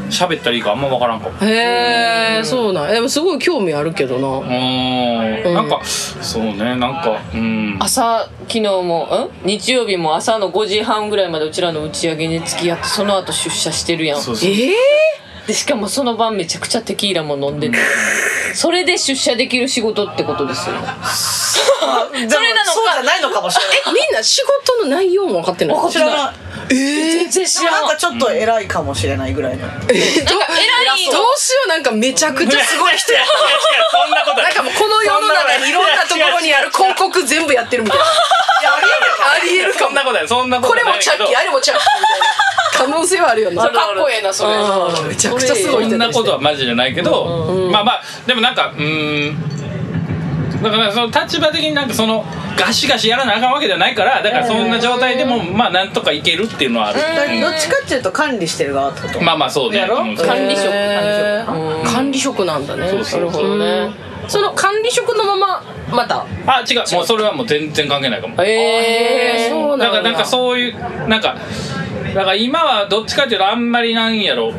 Speaker 3: 喋ったらいいかあんま分からんかも
Speaker 4: へえそうなんでもすごい興味あるけど
Speaker 3: う
Speaker 4: な
Speaker 3: ーんなんかそうねなんかうん
Speaker 2: 朝昨日もん日曜日も朝の5時半ぐらいまでうちらの打ち上げに付き合ってその後出社してるやん
Speaker 3: そうそう
Speaker 4: ええ
Speaker 2: でしかもその晩めちゃくちゃテキーラも飲んでてそれで出社できる仕事ってことですよね
Speaker 1: それなのかそうじゃないのかもしれない
Speaker 4: みんな仕事の内容も分かってない
Speaker 1: 知らない
Speaker 4: え
Speaker 5: 全然知ら
Speaker 1: なん
Speaker 5: な
Speaker 1: んか
Speaker 5: んか
Speaker 1: ちょっと偉いかもしれないぐらいの
Speaker 5: 偉い
Speaker 4: どうしようなんかめちゃくちゃすごい人や
Speaker 3: 違う違うそんなこと
Speaker 4: なんかもうこの世の中にいろんなところにある広告全部やってるみたいな。ありえるか
Speaker 3: そん
Speaker 4: も。
Speaker 3: なことないそんなこと
Speaker 4: こ
Speaker 3: ない
Speaker 4: れもチャッキー、あれもチャッキーみたいな。可能性はあるよな。
Speaker 5: かっこええなそれ
Speaker 4: うんめちゃくちゃすご
Speaker 3: そ
Speaker 4: い人
Speaker 3: ん
Speaker 4: だ
Speaker 3: な
Speaker 4: ね
Speaker 3: ことはマジじゃないけど、まあまあでもなんかうーんだからその立場的になんかそのガシガシやらなあかんわけじゃないからだからそんな状態でもまあなんとかいけるっていうのはある、
Speaker 1: だからどっちかっていうと管理してる側ってこと
Speaker 3: まあまあそうね
Speaker 1: やろ
Speaker 3: うん
Speaker 5: 管理職
Speaker 4: へー管理職なんだね。
Speaker 3: そうそう
Speaker 4: なるほどね。
Speaker 2: その管理職のまままた
Speaker 3: あ違うもうそれはもう全然関係ないかも
Speaker 4: ええ。そう
Speaker 3: だ
Speaker 4: な
Speaker 3: から
Speaker 4: ん
Speaker 3: なんか
Speaker 4: だ。
Speaker 3: そういうなんかだから今はどっちかっていうとあんまりなんやろ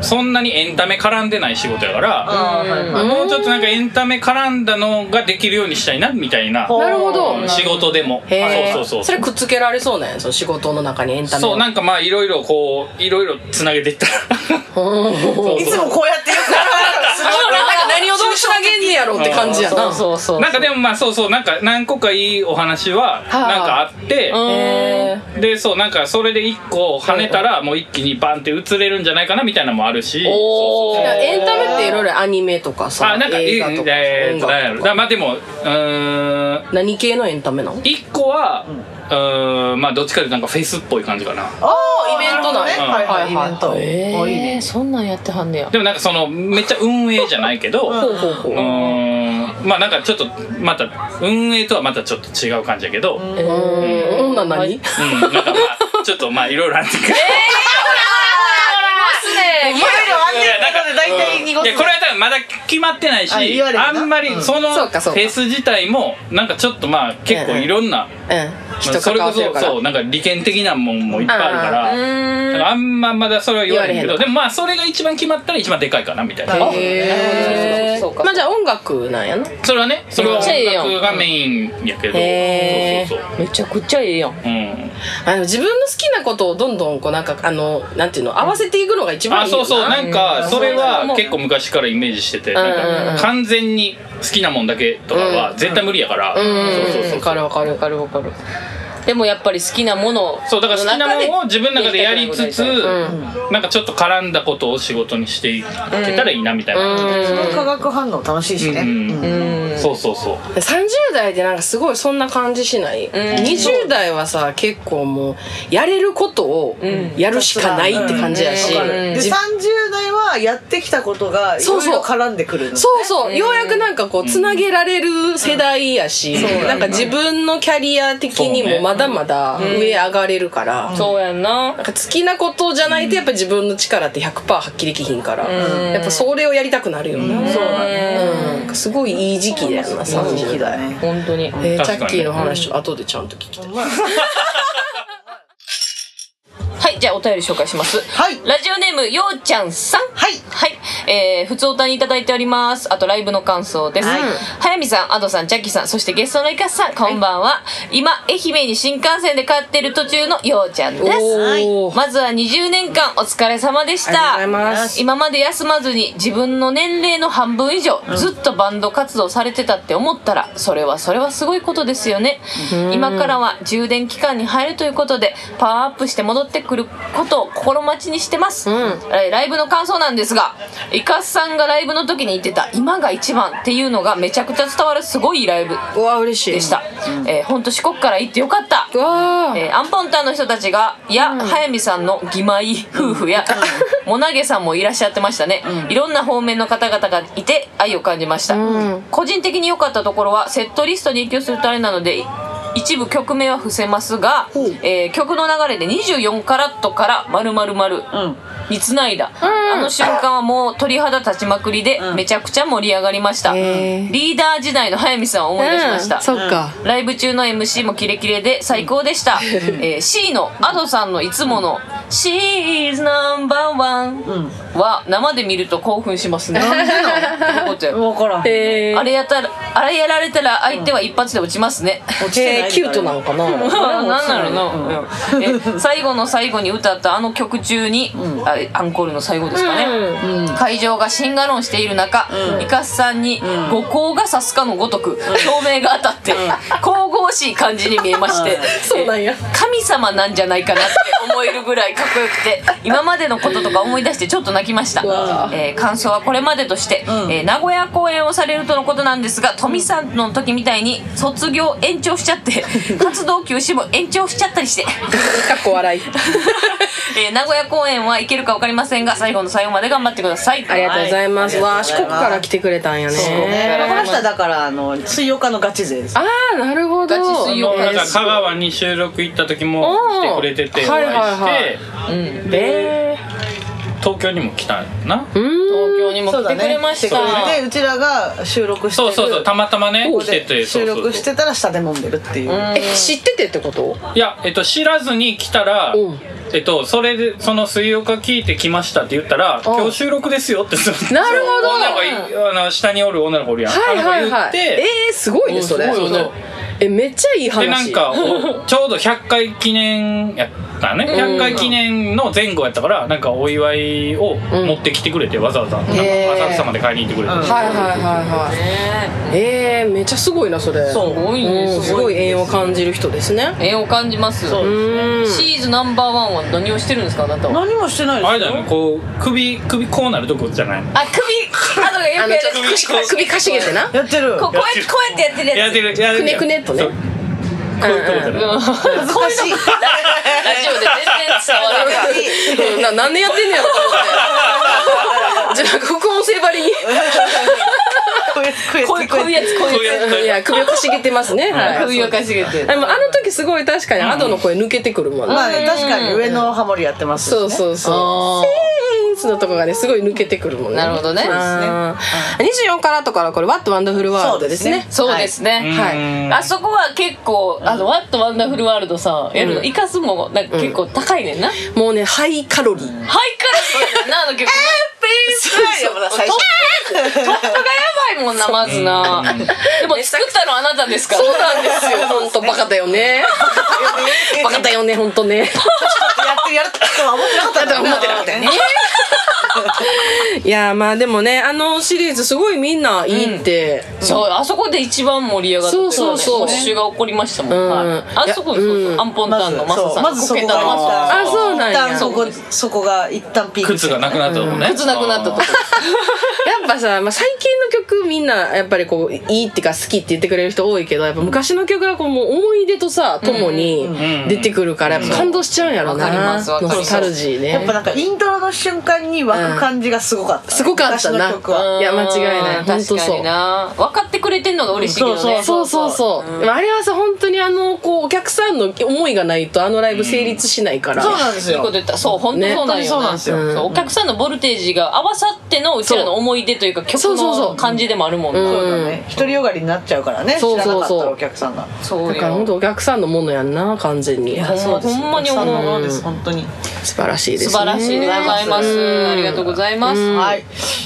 Speaker 3: そんなにエンタメ絡んでない仕事やから、
Speaker 1: あーはいはい
Speaker 3: もうちょっとなんかエンタメ絡んだのができるようにしたいなみたいな
Speaker 1: ほう
Speaker 4: なるほど。
Speaker 3: 仕事でも
Speaker 4: へー
Speaker 3: そうそう
Speaker 4: そ
Speaker 3: そう
Speaker 4: れくっつけられそうなんやその仕事の中にエンタメを
Speaker 3: そうなんかまあいろいろこういろいろつなげていったら そう
Speaker 1: い
Speaker 3: そう
Speaker 1: つもこうやってよく
Speaker 4: なんか何をどうつなげんねやろうって感じやな
Speaker 2: そうそう
Speaker 3: なんかでもまあそうそうなんか何個かいいお話はなんかあって、
Speaker 4: へ
Speaker 3: でそうなんかそれで一個跳ねたらもう一気にバンって映れるんじゃないかなみたいなのもあるしそうそう
Speaker 4: ー
Speaker 3: そう
Speaker 4: エンタメっていろいろアニメとかさ
Speaker 3: あなんか
Speaker 4: 映画
Speaker 3: え
Speaker 4: と
Speaker 3: ー
Speaker 4: か
Speaker 3: えー
Speaker 4: 音
Speaker 3: となんや
Speaker 4: 楽
Speaker 3: ろ
Speaker 4: と
Speaker 3: だから
Speaker 4: か
Speaker 3: まあでもうーん
Speaker 4: 何系のエンタメなの
Speaker 3: 一個は、うーんまあどっちかというとなんかフェイスっぽい感じかな
Speaker 1: あ
Speaker 4: イベントなん
Speaker 1: ね
Speaker 4: や
Speaker 1: はいはいイ
Speaker 4: はいはい
Speaker 1: ベントあいいね
Speaker 2: えーそんなんやってはんねや
Speaker 3: でもなんかそのめっちゃ運営じゃないけど
Speaker 1: ほうほう
Speaker 3: うーんまあなんかちょっとまた運営とはまたちょっと違う感じやけど、うん
Speaker 4: うーん女何
Speaker 3: なんかまあちょっとまあいろいろあってくる
Speaker 1: いろいろあんねん中で大体濁
Speaker 3: い
Speaker 1: す
Speaker 3: やこれは多分まだ決まってないし
Speaker 1: あ言われるな
Speaker 3: あんまりその
Speaker 4: そうかそう
Speaker 3: フ
Speaker 4: か
Speaker 3: ェス自体もなんかちょっとまあ結構いろんな、
Speaker 4: うん
Speaker 3: まあ
Speaker 4: 人
Speaker 3: それ
Speaker 4: 関わ
Speaker 3: こ
Speaker 4: ってる
Speaker 3: そ
Speaker 4: から
Speaker 3: そうなんか利権的なもんもいっぱいあるからだからあんままだそれは言われへんけ
Speaker 4: 言われへ
Speaker 3: どで
Speaker 4: んの
Speaker 3: もまあそれが一番決まったら一番でかいかなみたいな
Speaker 1: あ
Speaker 4: へ
Speaker 5: そうかそうかそうか
Speaker 4: ーまあじゃあ音楽なんやな
Speaker 3: それはねそれは
Speaker 2: めっちゃええやん
Speaker 3: 音楽がメインやけど
Speaker 4: へー
Speaker 3: そうそうそう
Speaker 2: めちゃくちゃええやん
Speaker 3: うん
Speaker 4: あの自分の好きなことをどんどんこうなんかあのなんていうの合わせていくのが一番
Speaker 3: あ
Speaker 4: いいよ
Speaker 3: そうそうなんかそれ
Speaker 2: うん
Speaker 3: は結構昔からイメージしててなんか完全に好きなもんだけとかは絶対無理やから
Speaker 4: うん
Speaker 3: そうそうそ
Speaker 2: わ
Speaker 3: うそ
Speaker 2: か
Speaker 3: う
Speaker 2: るわかるわかるわかるでもやっぱり好きなもの
Speaker 3: そうだから好きなものを自分の中でやりつつ
Speaker 2: やり
Speaker 3: なんかちょっと絡んだことを仕事にしていけたらいいなみたいな
Speaker 1: その化学反応楽しいしね
Speaker 3: うん
Speaker 1: うん
Speaker 3: そうそうそう
Speaker 4: 30代でなんかすごいそんな感じしない、20代はさ結構もうやれることをやるしかないって感じやし、
Speaker 1: わかるで
Speaker 4: 自
Speaker 1: 30代はやってきたことがいろいろ絡んでくるの
Speaker 4: そうそうようやくなんかこうつなげられる世代やし、なんか自分のキャリア的に
Speaker 3: そう
Speaker 4: も
Speaker 3: ね
Speaker 4: まだまだ上上がれるから、なんか
Speaker 2: そうやんな
Speaker 4: 好きなことじゃないとやっぱ自分の力って100%発揮できひんから、やっぱそれをやりたくなるよな、
Speaker 1: そうだね
Speaker 4: うんなんかすごいいい時期だよな
Speaker 1: 時期
Speaker 4: 30
Speaker 1: だ
Speaker 4: 代、
Speaker 1: ね
Speaker 2: 本当に
Speaker 4: えー
Speaker 3: 確か
Speaker 4: チ
Speaker 3: に
Speaker 4: ャッキーの話後でちゃんと聞きたい
Speaker 2: はいじゃあお便り紹介します
Speaker 1: はい
Speaker 2: ラジオネームようちゃんさん
Speaker 1: はい
Speaker 2: はい、えー、普通おたにいただいております。あとライブの感想です。
Speaker 1: はい
Speaker 2: 早見さん、アドさん、ジャッキーさん、そしてゲストのイカスさん、こんばんは。今、愛媛に新幹線で帰ってる途中のようちゃんです。
Speaker 4: おー
Speaker 2: まずは20年間お疲れ様でした。
Speaker 4: ありがとうございます
Speaker 2: 今まで休まずに自分の年齢の半分以上、ずっとバンド活動されてたって思ったら、それはそれはすごいことですよね。今からは充電期間に入るということで、パワーアップして戻ってくることを心待ちにしてます。えーライブの感想なんですが、イカスさんがライブの時に言ってた、今が一番っていうのがめちゃくちゃ伝わるすごいいいライブ
Speaker 4: うわ嬉しい
Speaker 2: でした。えー、ほんと四国から行ってよかった。
Speaker 4: うわー
Speaker 2: えーアンポンタンの人たちが、いや、早見さんの義妹夫婦や、 もなげさんもいらっしゃってましたね。いろんな方面の方々がいて、愛を感じました。個人的に良かったところは、セットリストに影響するとあれなので、い一部曲名は伏せますが、えー曲の流れで24カラットから〇〇〇
Speaker 1: うん
Speaker 2: につないだ、あの瞬間はもう鳥肌立ちまくりで、めちゃくちゃ盛り上がりました、
Speaker 4: へー
Speaker 2: リーダー時代の早見さんを思い出しました、
Speaker 4: うんそっか、
Speaker 2: ライブ中の MC もキレキレで最高でした、えー C の Ado さんのいつもの「She's No.1」は生で見ると興奮しますねなん
Speaker 1: 分
Speaker 2: でな
Speaker 1: からん落
Speaker 4: え
Speaker 2: あれやったらあれやられたら相手は一発で落ちますね、
Speaker 1: ちてない
Speaker 4: ー、キュートなのかな
Speaker 2: なんなのな、え最後の最後に歌ったあの曲中に、あアンコールの最後ですかね、会場がシンガロンしている中、イカスさんに五光が差すかのごとく照明が当たって、神々しい感じに見えまして
Speaker 4: そうなんや
Speaker 2: 神様なんじゃないかなって思えるぐらいかっこよく て今までのこととか思い出してちょっと泣きました
Speaker 4: わ、あ
Speaker 2: えー感想はこれまでとして、
Speaker 1: ん
Speaker 2: えー名古屋公演をされるとのことなんですが富さんの時みたいに卒業延長しちゃって 活動休止も延長しちゃったりして、
Speaker 4: かっこ笑い
Speaker 2: えー名古屋公演は行けるか分かりませんが最後の最後まで頑張ってください
Speaker 4: ありがとうございます、
Speaker 1: はい
Speaker 4: わあ四国から来てくれたんやね
Speaker 1: ね、この人はだからあの水曜日のガチ勢です
Speaker 4: ああなるほど
Speaker 2: ガチ水曜
Speaker 3: だから香川に収録行った時も来てくれてて
Speaker 4: お
Speaker 3: お
Speaker 4: ー
Speaker 3: 会いして、
Speaker 4: はいはい
Speaker 3: で東京にも来たんな、
Speaker 2: 東京にも来てくれました、
Speaker 1: そうだねでうちらが収録して
Speaker 3: そ
Speaker 1: る
Speaker 3: うそうそうたまたまね
Speaker 1: ここ
Speaker 3: 来てて
Speaker 1: で
Speaker 3: そう
Speaker 1: 収
Speaker 3: そうそう
Speaker 1: 録してたら下で飲んでるっていう、
Speaker 4: え知っててってこと
Speaker 3: いや、えっと、知らずに来たら
Speaker 4: うん、
Speaker 3: えっと、それで、その水曜日聞いてきましたって言ったら、今日収録ですよって、
Speaker 4: なるほど
Speaker 3: 女の子がい、あの、下におる女の子おるやん。
Speaker 4: はいはい
Speaker 3: あの
Speaker 4: は
Speaker 3: 子
Speaker 4: い
Speaker 3: 言って、
Speaker 4: えー、すごいねそれ
Speaker 3: うんすごいよね
Speaker 4: えめっちゃいい話
Speaker 3: で、なんか、お ちょうど100回記念やったね。100回記念の前後やったから、なんかお祝いを持ってきてくれて、わざわざ。なんか
Speaker 4: へー
Speaker 3: 浅草まで買いに行ってくれて。
Speaker 1: うん
Speaker 4: はいはいはいはいえー、めっちゃすごいなそれ
Speaker 1: そう
Speaker 2: すごいね
Speaker 4: うん、すごい縁を感じる人ですね
Speaker 2: 絵を感じます
Speaker 1: そう
Speaker 4: うん
Speaker 2: シーズナンバーワンは何をしてるんですかあなたは
Speaker 1: 何もしてないですよ
Speaker 3: あれだよね、こう、首、首こうなるとこじゃないの。
Speaker 2: あ首あのよ
Speaker 4: あ
Speaker 2: く
Speaker 4: の
Speaker 2: や
Speaker 4: ちょっ
Speaker 2: る
Speaker 4: と首首かしげてな
Speaker 1: やってる
Speaker 2: こうこうやってこうやってやってる
Speaker 3: や
Speaker 2: や
Speaker 3: っ
Speaker 2: つ
Speaker 3: てる、やってる。
Speaker 4: くねくねっとね
Speaker 3: そうこういうとこじゃな
Speaker 1: 恥ずか
Speaker 3: い。
Speaker 1: しい
Speaker 2: ラジオで全然伝わらない
Speaker 4: うんな何年やってんのやろと 思ってじゃあなんか副音声ばりに
Speaker 1: こ
Speaker 2: こういうこういうやつこう
Speaker 3: こう
Speaker 2: いうや
Speaker 3: やっ
Speaker 4: いや首をかしげてますね
Speaker 2: つ
Speaker 4: はい
Speaker 2: 首をかしげて
Speaker 4: でもあの時すごい確かにアドの声抜けてくるもんね、
Speaker 1: まあね確かに上のハモリやってますしね
Speaker 4: そうそうそうセンスのとこがねすごい抜けてくるもんね
Speaker 2: なるほどね
Speaker 4: あー24カラットからこれ「ワットワンダフルワールドですね
Speaker 2: そうですね
Speaker 4: はい
Speaker 3: うん
Speaker 2: あそこは結構あの「ワットワンダフルワールドさ」やるの生かすもんなんか結構高いねんなハイ
Speaker 4: もうねハイカロリー
Speaker 2: カロリーやんなあの曲
Speaker 1: 最初
Speaker 2: トップがやばいもんなまずなでも作ったのあなたですから
Speaker 4: そうなんで すよ本当バカだよねバカだよね本当ね
Speaker 1: やってるやるとは思ってなかったんだろう
Speaker 4: 思ってなかっ たよねいやーまあでもねあのシリーズすごいみんないいって、
Speaker 2: そうあそこで一番盛り上がってたね
Speaker 4: そうそうそう
Speaker 2: モッシュが起こりましたもん、
Speaker 4: うん
Speaker 2: はいあそこです
Speaker 4: いやうん
Speaker 2: アンポンタ
Speaker 1: ま
Speaker 2: ン
Speaker 1: ず
Speaker 2: のマサ
Speaker 1: そ
Speaker 2: さ
Speaker 1: うんまずそこ
Speaker 2: コケ
Speaker 1: が
Speaker 2: タンのマサさん
Speaker 4: あそうなんや
Speaker 1: 一旦そこそこが一旦ピーク
Speaker 3: 靴がなくなったとこね。
Speaker 2: 靴なくなったとこ
Speaker 4: やっぱさ、まあ、最近の曲みんなやっぱりこういいっていうか好きって言ってくれる人多いけどやっぱ昔の曲はこうもう思い出とさともに出てくるからやっぱ感動しちゃうんやろな、
Speaker 2: わかりますわかり
Speaker 4: ノ
Speaker 2: ます
Speaker 4: スタルジーね
Speaker 1: やっぱなんかイントロの瞬間に湧く感じがすごかった、
Speaker 4: すごかった
Speaker 1: 昔の
Speaker 4: な
Speaker 1: 曲は
Speaker 4: うんいや間違いない
Speaker 2: うん
Speaker 4: ほんとそう
Speaker 2: 確かにな分かってくれてんのが嬉しいけどね、
Speaker 1: うん
Speaker 4: そうそうそう、でもあれはさ本当にあのこうお客さんの思いがないとあのライブ成立しないから、
Speaker 1: そうなんです
Speaker 2: いいこと
Speaker 1: よ
Speaker 2: 言ったそう本当
Speaker 4: ね
Speaker 2: そうな
Speaker 1: 本当
Speaker 2: んよ、
Speaker 1: にそうなんですよ
Speaker 2: そうお客さんのボルテージが合わさってのうちらの思い出というか曲
Speaker 4: そうそうそう
Speaker 2: の感じでもあるもんな
Speaker 4: う
Speaker 2: そ
Speaker 4: ん
Speaker 2: う
Speaker 1: そうだね独りよがりになっちゃうからね
Speaker 4: そうそうそう
Speaker 1: 知らなかったらお客さんが
Speaker 4: だから本
Speaker 2: よ
Speaker 4: 当お客さんのものやんな完全に
Speaker 2: やそうです
Speaker 1: ほんまに
Speaker 2: お客さんの
Speaker 1: 思うです本当に
Speaker 4: 素晴らしいですね
Speaker 2: 素晴らしいでございます、
Speaker 4: うん
Speaker 2: ありがとうございます、
Speaker 4: うん
Speaker 1: はい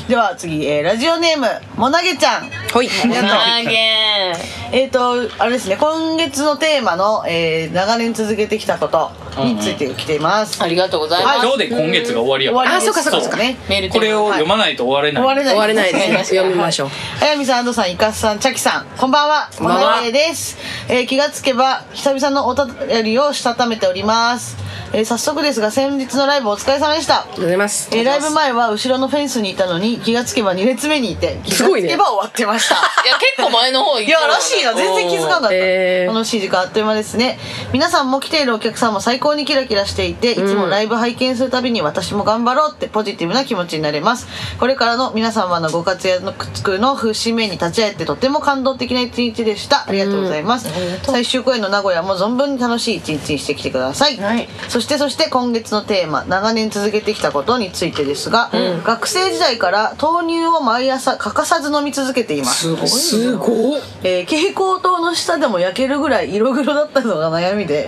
Speaker 1: では次、えーラジオネームもなげちゃん
Speaker 4: ほい
Speaker 1: りがとう
Speaker 2: なげ
Speaker 1: えっ、とあれですね今月のテーマの、えー長年続けてきたことについて来ています、
Speaker 2: ありがとうございます、
Speaker 1: はい
Speaker 3: 今日で今月が終わりや
Speaker 1: 終
Speaker 3: か
Speaker 1: わ
Speaker 3: ら
Speaker 1: りです
Speaker 4: あそうかそうかそうか
Speaker 1: ね
Speaker 2: メールテーマ
Speaker 3: これを読まないと終われない。
Speaker 1: 終われない
Speaker 4: 終われないですね読みましょう
Speaker 1: あやみさん、安藤さん、いかすさん、ちゃきさん、こんばんは。
Speaker 4: んばんは
Speaker 1: モナレイです。えー気がつけば、久々のお便りをしたためております。えー早速ですが、先日のライブお疲れ様でした。
Speaker 4: ありがとうございます
Speaker 1: えーライブ前は後ろのフェンスにいたのに、気がつけば2列目にいて、気
Speaker 4: す
Speaker 1: が
Speaker 4: ごい
Speaker 1: つ
Speaker 4: ね
Speaker 1: けば終わってました。
Speaker 2: いや結構前の方行っ
Speaker 1: い
Speaker 2: て
Speaker 1: や
Speaker 2: る、
Speaker 1: らしいな。全然気づかなかった。
Speaker 4: えー
Speaker 1: 楽しい時間あっという間ですね。皆さんも来ているお客さんも最高にキラキラしていて、いつもライブ拝見するたびに私も頑張ろうってポジティブな気持ちになれます。これからの皆様のご活躍の節目に立ち会えてとても感動的な一日でした。ありがとうございます。最終公演の名古屋も存分に楽しい一日にしてきてください。
Speaker 2: はい
Speaker 1: そしてそして今月のテーマ、長年続けてきたことについてですが、学生時代から豆乳を毎朝欠かさず飲み続けています。
Speaker 4: すごい
Speaker 1: えー蛍光灯の下でも焼けるぐらい色黒だったのが悩みで、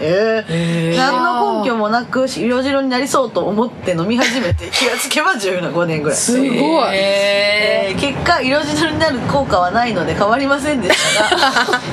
Speaker 1: えー何の根拠もなく色白になりそうと思って飲み始めて気がつけば15年ぐらい、
Speaker 4: すごい
Speaker 2: え
Speaker 1: えー結果色白になる効果はないので変わりませんでし たが、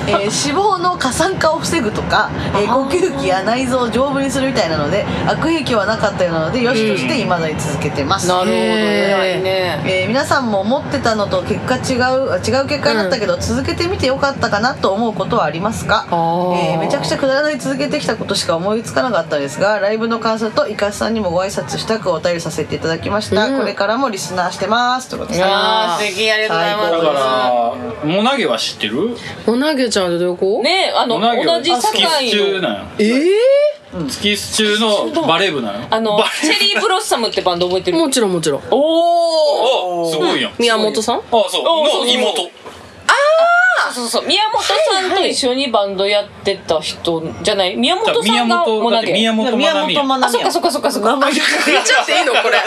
Speaker 1: えー脂肪の過酸化を防ぐとか、えー呼吸器や内臓を丈夫にするみたいなので悪影響はなかったようなのでよしとして未だに続けてます、
Speaker 6: なるほど
Speaker 4: へー
Speaker 6: ねね
Speaker 1: えー皆さんも思ってたのと結果違うあ違う結果になったけど、続けてみてよかったかなと思うことはありますか、
Speaker 4: ー
Speaker 1: えーめちゃくちゃくだらない続けてきたことしか思いつかなかったですがライブの感想とイカスさんにもご挨拶したくお便りさせていただきました、これからもリスナーしてますということです
Speaker 6: あー素敵ありがとうござい
Speaker 3: だ
Speaker 6: ます
Speaker 3: からもなげは知ってる
Speaker 4: おなげちゃんってどこ
Speaker 6: ねあの
Speaker 3: もなげ
Speaker 6: 同
Speaker 3: は
Speaker 6: じ
Speaker 3: スキス中
Speaker 6: 堺の
Speaker 3: なんよ
Speaker 4: ええ
Speaker 3: スキス中のバレー部なんよ
Speaker 6: あの
Speaker 3: バ
Speaker 6: チェリーブロッサムってバンド覚えてる
Speaker 4: もちろんもちろん
Speaker 6: おお
Speaker 3: おすごいやんあ
Speaker 4: 宮本さん
Speaker 3: そうの妹
Speaker 6: そうそう宮本さんと一緒にバンドやってた人じゃない宮
Speaker 3: だから
Speaker 6: 本さ
Speaker 3: 宮
Speaker 6: んが
Speaker 3: 本
Speaker 6: も
Speaker 3: だ
Speaker 6: な
Speaker 3: っ
Speaker 6: げ
Speaker 3: て宮本まなみやん
Speaker 1: ま
Speaker 6: あそっかそっかそっかそっか
Speaker 4: 言っちゃってい いのこれ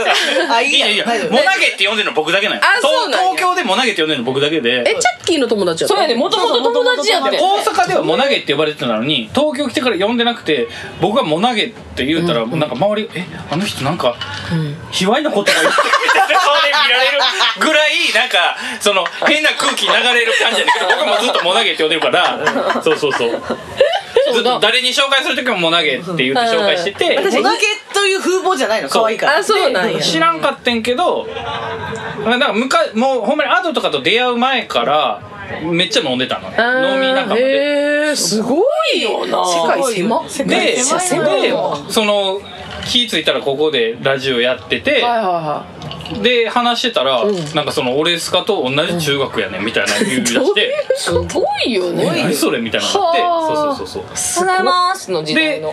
Speaker 1: あい
Speaker 3: い
Speaker 1: い
Speaker 3: や
Speaker 1: や
Speaker 3: いや
Speaker 1: 大丈夫
Speaker 3: もなげって呼んでるの僕だけなんよ
Speaker 4: あそうなんや
Speaker 3: 東東京でもなげって呼んでるの僕だけで
Speaker 4: えチャッキーの友達やった
Speaker 6: そうやねもともと友達やって
Speaker 3: 大阪ではもなげって呼ばれてたのに東京来てから呼んでなくて僕がもなげって言うたら、なんか周り「えあの人なんか、卑猥なことが言ってる」みたいな顔で見られるぐらいなんかその変な空気流れる感じやねんけど僕もずっともなげって呼んでるからそうそうそう。ずっと誰に紹介する時ももなげって言って紹介してて、
Speaker 1: 私おなげという風貌じゃないの可愛いから
Speaker 4: あそうなんや
Speaker 3: 知らんかってんけどなんかむかもうほんまにアドとかと出会う前からめっちゃ飲んでたのね飲み仲間で。
Speaker 4: へえすごいよな世界狭っ
Speaker 1: 世
Speaker 3: で
Speaker 1: 界
Speaker 3: で
Speaker 1: 狭いな
Speaker 3: その気付いたらここでラジオやってて、
Speaker 4: はいはいは
Speaker 3: で話してたら、なんかその俺スカと同じ中学やねんみたい な言い出して
Speaker 6: すごいよ
Speaker 3: 「え
Speaker 6: ね
Speaker 3: 何それ?」みたいなのがあってそうそうそうそう
Speaker 6: ございますの時代の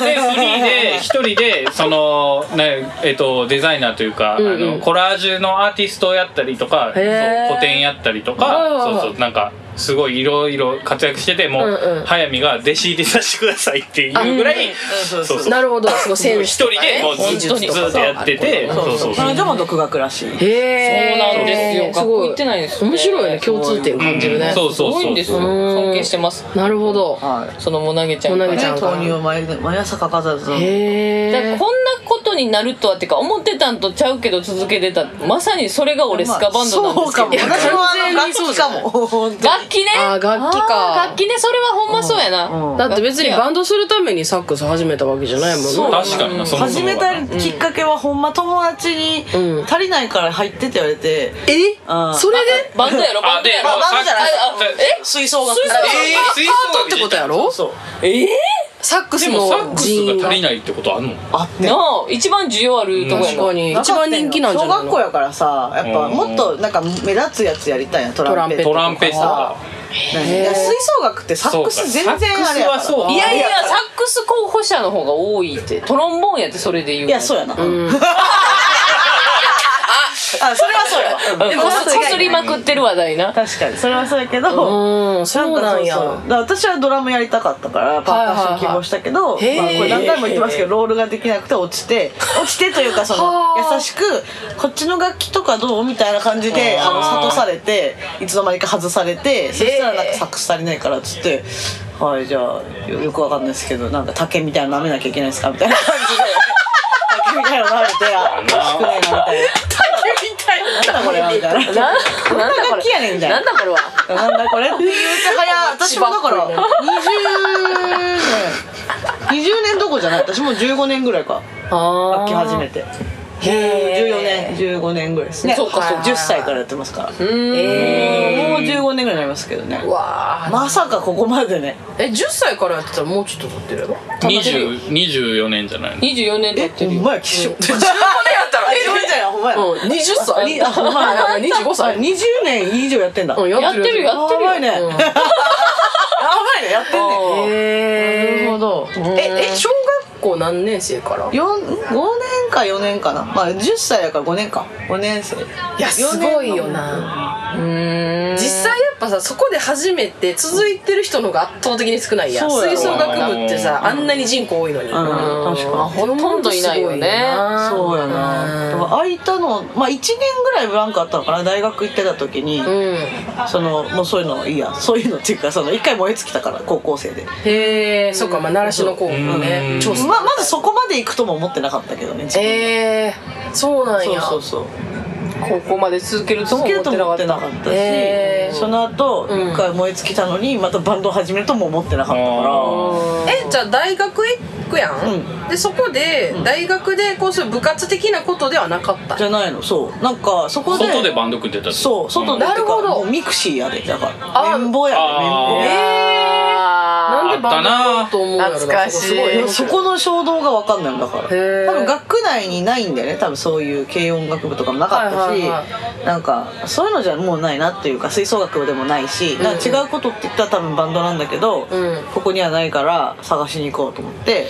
Speaker 3: でフリー で一人でその、ねえっとデザイナーというか、あのコラージュのアーティストをやったりとかそう
Speaker 4: へー
Speaker 3: 個展やったりと
Speaker 4: はいはいは
Speaker 3: か
Speaker 4: い
Speaker 3: そうそうなんかすごいいろいろ活躍しててもう、
Speaker 4: うんうん
Speaker 3: 早見が弟子入りさせてくださいっていうぐらい、
Speaker 1: そうそう
Speaker 3: そう
Speaker 4: いなるほどすごい選手
Speaker 3: 一人でもうずっとずっとやってて
Speaker 1: そ
Speaker 3: そうう
Speaker 1: そ
Speaker 3: そうう
Speaker 1: 彼女も独学らしい
Speaker 4: へ
Speaker 6: そう
Speaker 4: え
Speaker 6: なんですよ学校行ってないですね
Speaker 4: 面白いね共通点を感じるね
Speaker 3: うんそう
Speaker 6: す
Speaker 3: そうそ
Speaker 6: ご
Speaker 3: う
Speaker 6: いんですよ
Speaker 4: うん
Speaker 6: 尊敬してます
Speaker 4: なるほど
Speaker 1: はい
Speaker 6: そのもなげちゃんが
Speaker 4: もなげ
Speaker 6: ね
Speaker 4: ちゃん
Speaker 1: ね、
Speaker 4: が
Speaker 1: 豆乳を毎毎朝欠かさず
Speaker 4: へ
Speaker 6: だから
Speaker 4: え
Speaker 6: こんなことになるとはってか思ってたんとちゃうけど続けてたまさにそれが俺スカバンドなんですけど、
Speaker 1: まあそうかも私もあの
Speaker 4: 完全に
Speaker 1: 楽
Speaker 4: そう
Speaker 1: 器
Speaker 4: じゃ
Speaker 1: か
Speaker 4: ん
Speaker 1: も本当に
Speaker 6: 楽器ね
Speaker 4: あー楽器か
Speaker 6: あー楽器ねそれはほんまそうやな、
Speaker 1: うん
Speaker 4: だって別にバンドするためにサックス始めたわけじゃないもん
Speaker 6: そう
Speaker 4: ね
Speaker 3: 確かになそもそ
Speaker 1: 始
Speaker 3: も
Speaker 1: めたきっかけはほんま友達に
Speaker 4: うん
Speaker 1: 足りないから入ってって言われて、
Speaker 4: え
Speaker 1: あー
Speaker 4: それで
Speaker 6: バンドやろバンドやろ
Speaker 1: まあバンドじゃない
Speaker 6: ああ
Speaker 1: え吹奏楽
Speaker 3: えー、吹奏楽
Speaker 4: ってことやろ
Speaker 3: そう
Speaker 6: ええ
Speaker 4: サック
Speaker 3: そう
Speaker 4: ス
Speaker 3: でもサッ
Speaker 4: の
Speaker 3: ク
Speaker 4: 人
Speaker 3: ス
Speaker 4: 員
Speaker 3: が
Speaker 4: が
Speaker 3: 足りないってことあんの
Speaker 1: あって
Speaker 6: なあ一番需要あるとこや
Speaker 4: 確
Speaker 6: ろ
Speaker 4: かに一番人気なんじゃ
Speaker 1: 小
Speaker 4: ない
Speaker 1: 学校
Speaker 4: の
Speaker 1: やからさやっぱ
Speaker 3: うん
Speaker 1: もっとなんか目立つやつやりたいやんトランペット
Speaker 4: ト
Speaker 3: トランペット
Speaker 1: あ
Speaker 3: が
Speaker 1: いや吹奏楽ってサックス全然あれやから
Speaker 3: サックスはそう
Speaker 6: いやいや
Speaker 1: いや
Speaker 6: サックス候補者の方が多いってトロンボーンやってそれで言う
Speaker 1: いやそうやな、あそれはそうやわ、うん
Speaker 6: でもこすりまくってる話題な
Speaker 1: 確かにそれはそうやけど、
Speaker 4: うんそうなんや
Speaker 1: かそうそうだから私はドラムやりたかったからパーカッション希望したけど、
Speaker 4: はいはいはい
Speaker 1: まあ、これ何回も言ってますけどロールができなくて落ちて落ちてというかその優しくこっちの楽器とかどうみたいな感じであの諭されていつの間にか外されてそしたらなんかサックス足りないからっつって。はいじゃあよよくわかんないですけどなんか竹みたいなの舐めなきゃいけないですかみたいな感じで竹みたいなの舐めてあ美味しくないなみたいな
Speaker 4: みたい
Speaker 1: なんだこれはみたい
Speaker 6: な
Speaker 1: な
Speaker 6: なんだこ
Speaker 1: 楽器やねんみた
Speaker 6: れ
Speaker 1: い
Speaker 6: な
Speaker 1: な
Speaker 6: んだこれは
Speaker 1: なんだこれって言うてはや 私もだから20年20年どころじゃない私も15年ぐらいか
Speaker 4: あ
Speaker 1: 楽器始めて14年15年ぐらいですね
Speaker 6: そうかそうか
Speaker 1: 10歳からやってますからもう15年ぐらいになりますけどね
Speaker 4: ーわー
Speaker 1: まさかここまでね
Speaker 4: え10歳からやってたらもうちょっと経ってればこれや
Speaker 3: 20 24年じゃないの
Speaker 6: 24年経ってる
Speaker 1: う
Speaker 6: よ
Speaker 1: まい気象15
Speaker 4: った らえ
Speaker 1: 年じゃないほんまや
Speaker 4: うん20歳
Speaker 1: にあほんまや
Speaker 4: あ25歳
Speaker 1: 20年以上やってんだ
Speaker 4: うん
Speaker 6: やってるやってる
Speaker 1: やばいね やばいねやってんね
Speaker 6: うん
Speaker 1: な
Speaker 4: へ
Speaker 1: るほど
Speaker 4: ええ小学校何年生から
Speaker 1: 四5年か4年かなまあ10歳だから5年か5年生い
Speaker 4: いやすごいよな実際やっぱさそこで初めて続いてる人の方が圧倒的に少ないやん
Speaker 1: そうや
Speaker 4: 吹
Speaker 1: ろ
Speaker 4: 奏楽部ってさあんなに人口多いのに
Speaker 1: うん
Speaker 4: うん
Speaker 1: 確か
Speaker 6: ほとんどいないよね
Speaker 1: そうや
Speaker 4: う
Speaker 1: なんでも空いたのまあ1年ぐらいブランクあったのかな大学行ってた時に
Speaker 4: うん
Speaker 1: そのもうそういうのいいやそういうのっていうかその1回燃え尽きたから高校生で
Speaker 4: へえそっかまあ習志野高校
Speaker 3: う
Speaker 4: ね
Speaker 3: ん
Speaker 4: 超す
Speaker 1: まあまずそこまで行くとも思ってなかったけどね自分
Speaker 4: えーそうなん
Speaker 1: そう
Speaker 4: や
Speaker 1: そうそう
Speaker 7: ここまで続けるとも
Speaker 1: 好き
Speaker 7: 思
Speaker 1: だ
Speaker 7: っ
Speaker 1: と
Speaker 7: てなか
Speaker 1: 思
Speaker 7: っ
Speaker 1: って
Speaker 7: た
Speaker 1: なかったし、
Speaker 7: えー
Speaker 1: その後一回燃え尽きたのにまたバンドを始めるとも思ってなかったか
Speaker 4: えじゃあ大学へ行くやん、
Speaker 1: うん
Speaker 4: でそこで大学でこうそういう部活的なことではなかった
Speaker 1: らじゃないのそうなんかそこで
Speaker 3: 外でバンド組んでたって
Speaker 1: そう外で
Speaker 4: なるほど
Speaker 1: てかもうミクシーやでだから
Speaker 4: あ
Speaker 1: 綿棒やで綿
Speaker 3: あ
Speaker 1: 棒
Speaker 3: ー
Speaker 7: あ
Speaker 4: なんでバンドやろうと思うやろな
Speaker 7: 懐かしい
Speaker 4: そこすごい
Speaker 1: い
Speaker 4: ね
Speaker 1: やそこの衝動が分かんないんだから多
Speaker 4: へー
Speaker 1: 分学内にないんだよね多分そういう軽音楽部とかもなかった
Speaker 4: はい
Speaker 1: し、
Speaker 4: はいは
Speaker 1: なんかそういうのじゃもうないなっていうか吹奏楽部でもないし、なんか違うことって言ったら多分バンドなんだけど、
Speaker 4: うん
Speaker 1: ここにはないから探しに行こうと思って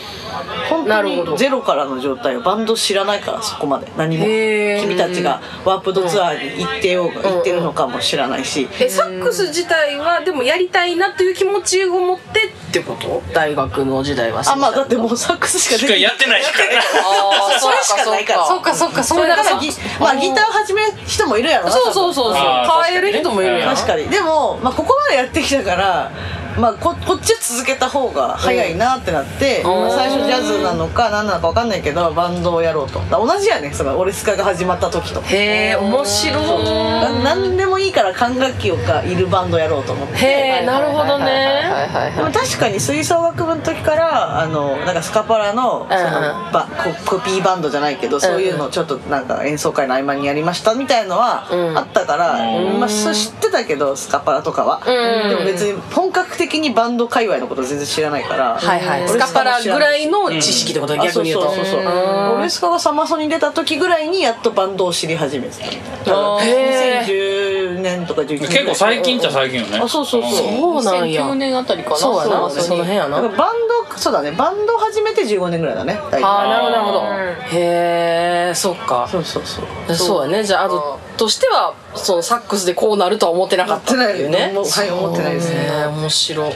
Speaker 1: 本
Speaker 4: な
Speaker 1: 当
Speaker 4: るほど
Speaker 1: にゼロからの状態をバンド知らないからそこまで何も
Speaker 4: へー
Speaker 1: 君たちがワープドツアーに行ってようが、行ってるのかも知らないし、
Speaker 4: えサックス自体はでもやりたいなという気持ちを持ってってこと大学の時代は
Speaker 1: あまあだってもうサックスしか
Speaker 3: し
Speaker 1: で
Speaker 3: か
Speaker 1: きない
Speaker 3: やってないから
Speaker 4: あー
Speaker 1: それしかないから
Speaker 4: そうかそうか
Speaker 1: そ
Speaker 4: そう
Speaker 1: れだ
Speaker 4: だ
Speaker 1: か
Speaker 4: からら
Speaker 1: ギまあギターを始める人もいるやろな
Speaker 4: そうそうそうそう
Speaker 3: あー
Speaker 4: 変える人もいるやん
Speaker 1: 確かにでも、まあ、ここまでやってきたから、まあ、ここっちは続けた方が早いなってなって、まあ最初ジャズなのか何なのか分かんないけどバンドをやろうとだから同じやねその俺スカが始まった時と
Speaker 4: へえ面白い
Speaker 1: な何でもいいから管楽器がいるバンドやろうと思って
Speaker 4: へえなるほど
Speaker 7: は
Speaker 4: ね
Speaker 7: いはい
Speaker 1: でも確かに吹奏楽部の時からあのなんかスカパラのそのばココピーバンドじゃないけどそういうのをちょっとなんか演奏会の合間にやりましたみたいのはあったから、まあ、そう知ってたけどスカパラとかは、でも別に本格的にバンド界隈のこと全然知らないから、
Speaker 4: はいはい
Speaker 1: 俺
Speaker 4: スカパラぐら
Speaker 1: 知
Speaker 4: いの知識ってこと
Speaker 1: らないあ
Speaker 4: 逆に言うと
Speaker 1: そうそうそうそう俺スカがサマソニ出た時ぐらいにやっとバンドを知り始めてたみたいなだから
Speaker 4: へー
Speaker 1: 2010年とか11年
Speaker 3: 結構最近っちゃ最近よね
Speaker 1: あそうそうそう
Speaker 4: そうなんや
Speaker 2: 2009年あたりかな
Speaker 4: そうやな
Speaker 2: そう
Speaker 4: その辺やな
Speaker 1: だからバンドそうだねバンド始めて15年ぐらいだね大体
Speaker 4: ああなるほどなるほどへえそっか
Speaker 1: そうそうそう
Speaker 4: そうやねじゃああととしてはそのサックスでこうなるとは思ってなかったっていうね
Speaker 1: 思ってないよねはい思ってないですね
Speaker 4: そう面白い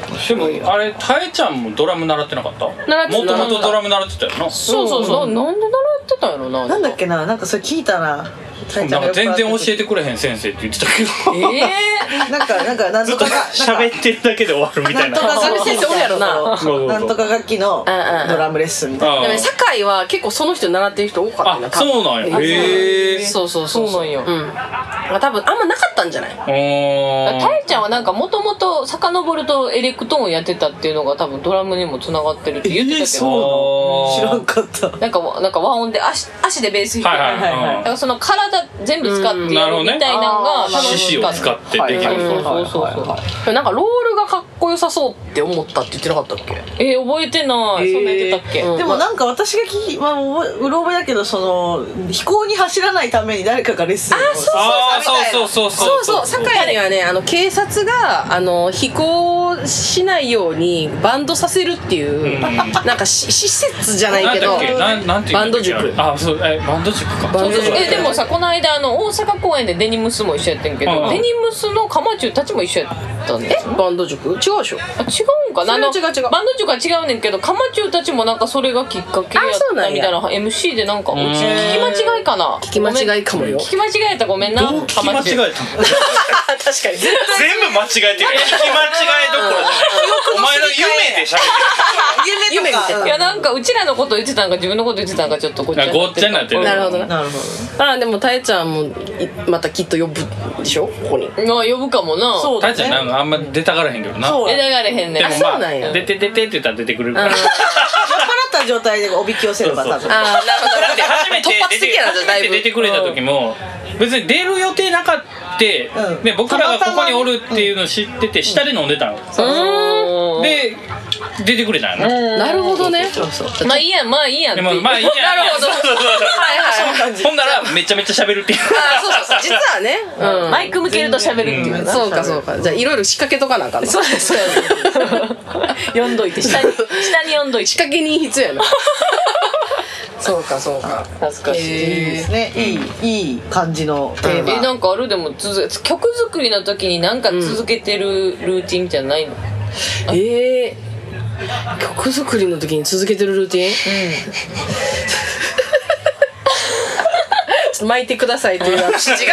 Speaker 3: でもあれタエちゃんもドラム習ってなかったも
Speaker 4: 習ってた
Speaker 3: ともとドラム習ってたよな
Speaker 2: そうそうそうななんで習ってたんやろな
Speaker 1: なんだっけななんかそれ聞いたななん
Speaker 3: なんか全然教え
Speaker 1: て
Speaker 3: てくれへん先生って言ってたけど
Speaker 2: ええ
Speaker 1: なんかなんかなん
Speaker 3: ずっ
Speaker 1: と
Speaker 3: と
Speaker 1: かが
Speaker 3: 喋ってるだけで終わるみた
Speaker 1: ないん
Speaker 3: な
Speaker 1: とか楽器
Speaker 4: 先生おるやろな
Speaker 3: そうそう
Speaker 1: なんとか楽器の
Speaker 4: んうん
Speaker 1: ドラムレッスンみたいな
Speaker 4: でもね堺は結構その人習ってる人多かった
Speaker 3: あ
Speaker 4: な多分
Speaker 3: そうなんやへえ
Speaker 4: そうそうそう
Speaker 2: そうなんや
Speaker 4: うんまあ多分あんまなかったんじゃない
Speaker 2: た
Speaker 3: あ
Speaker 2: えちゃんはなんかもともと遡るとエレクトーンをやってたっていうのが多分ドラムにもつながってるって言ってたけど、
Speaker 1: えそうなの知らんかった
Speaker 2: なんかわなんか和音で足足でベース弾いて、
Speaker 3: はいはい
Speaker 1: はいはい
Speaker 2: だからその体全部使ってやるみたいなのが
Speaker 3: なるほどね
Speaker 2: 楽しか
Speaker 3: あー獅子を使ってできる
Speaker 2: そうそうそうそう
Speaker 4: でもなんかロールがかっこよさそうって思ったって言ってなかったっけ
Speaker 2: えー、覚えてない、そんなん言ってたっけ、
Speaker 4: うん
Speaker 1: でもなんか私が聞き、まあ、覚えうろ覚えだけどその飛行に走らないために誰かがレッスンを
Speaker 4: う
Speaker 3: あーそうそうそう
Speaker 4: そ
Speaker 3: そう
Speaker 4: そう堺にはねあの警察があの飛行しないようにバンドさせるっていう、
Speaker 3: うん
Speaker 4: なんかし施設じゃない
Speaker 3: なん
Speaker 4: け
Speaker 3: だ
Speaker 4: ど
Speaker 3: っけなんなんていうんだっけ
Speaker 4: バンド塾
Speaker 3: あそうえバンド塾か
Speaker 4: バンド塾
Speaker 2: えでもさこの間あの大阪公演でデニムスも一緒やってんけど、
Speaker 3: うん
Speaker 2: デニムスのカマチュたちも一緒やったんで
Speaker 4: えバンド塾違うでしょ
Speaker 2: あ違うんかなあの
Speaker 4: それは違う違う
Speaker 2: バンド塾は違うねんけどカマチュたちもなんかそれがきっかけや
Speaker 4: あ
Speaker 2: っ
Speaker 4: そうな
Speaker 2: た
Speaker 4: ん
Speaker 2: み
Speaker 4: や
Speaker 2: たいな MC でなんかうち
Speaker 3: ん
Speaker 2: 聞き間違いかな
Speaker 4: 聞き間違いかもよ
Speaker 2: 聞き間違えたらごめんな
Speaker 3: どう聞き
Speaker 2: カ
Speaker 3: 間
Speaker 2: マチュ
Speaker 3: 違えたの
Speaker 4: 確かに
Speaker 3: 全部間違えてる聞き間違えどころじゃないお前の夢で喋って
Speaker 4: 夢見て
Speaker 2: いやなんかうちらのこと言ってたんか自分のこと言ってたんかちょっとごっちゃ
Speaker 3: あごっちゃになってる
Speaker 4: なるほどな
Speaker 1: なるほど
Speaker 4: あーでもたえちゃんもいまたきっと呼ぶでしょここに
Speaker 2: あ呼ぶかもな
Speaker 1: そう
Speaker 3: た
Speaker 1: だ
Speaker 3: えちゃんなん
Speaker 1: ね
Speaker 3: かあんま出たがらへんけどな
Speaker 1: そう
Speaker 2: え
Speaker 1: 酔っ払
Speaker 2: だからへんねん
Speaker 3: でも
Speaker 4: あそう
Speaker 3: ま
Speaker 4: なんや
Speaker 3: あ出て出てって言ったら出てくれるから
Speaker 4: うん
Speaker 1: った状態でおびき寄せれば多分
Speaker 4: あーなる ほど
Speaker 3: だって初めて
Speaker 4: 突発的やな
Speaker 3: 出て
Speaker 4: だい
Speaker 3: 初め
Speaker 4: ぶ
Speaker 3: て出てくれた時も別に出る予定なかった
Speaker 1: うん
Speaker 3: で僕らがここにおるっていうの知ってて下で飲んでたので出てくれたんやな
Speaker 4: なるほどね
Speaker 1: そうそう
Speaker 2: まあいいやまあいいやっ
Speaker 3: で
Speaker 2: て
Speaker 3: もま あいいや
Speaker 4: なるほど
Speaker 3: いいやそうそうそう
Speaker 4: はいはいはい
Speaker 3: ほんならめちゃめちゃ喋るっていう
Speaker 4: あーそうそうそう実はねうん
Speaker 2: マイク向けると喋るっていううんな
Speaker 4: そうかそうかじゃあいろいろ仕掛けとかなあかんな
Speaker 2: そうやそうや読んどいて下に下に読んどい
Speaker 4: 仕
Speaker 2: て
Speaker 4: 掛け人必要 やなそうかそうか
Speaker 2: 懐かしい
Speaker 1: いいですねいいいい感じのテー
Speaker 2: え
Speaker 1: マ
Speaker 2: なんかあるでも続け曲作りの時になんか続けてるルーティンみたいなのないの、
Speaker 4: ええ曲作りの時に続けてるルーティン、です巻いてくださいというあの指示が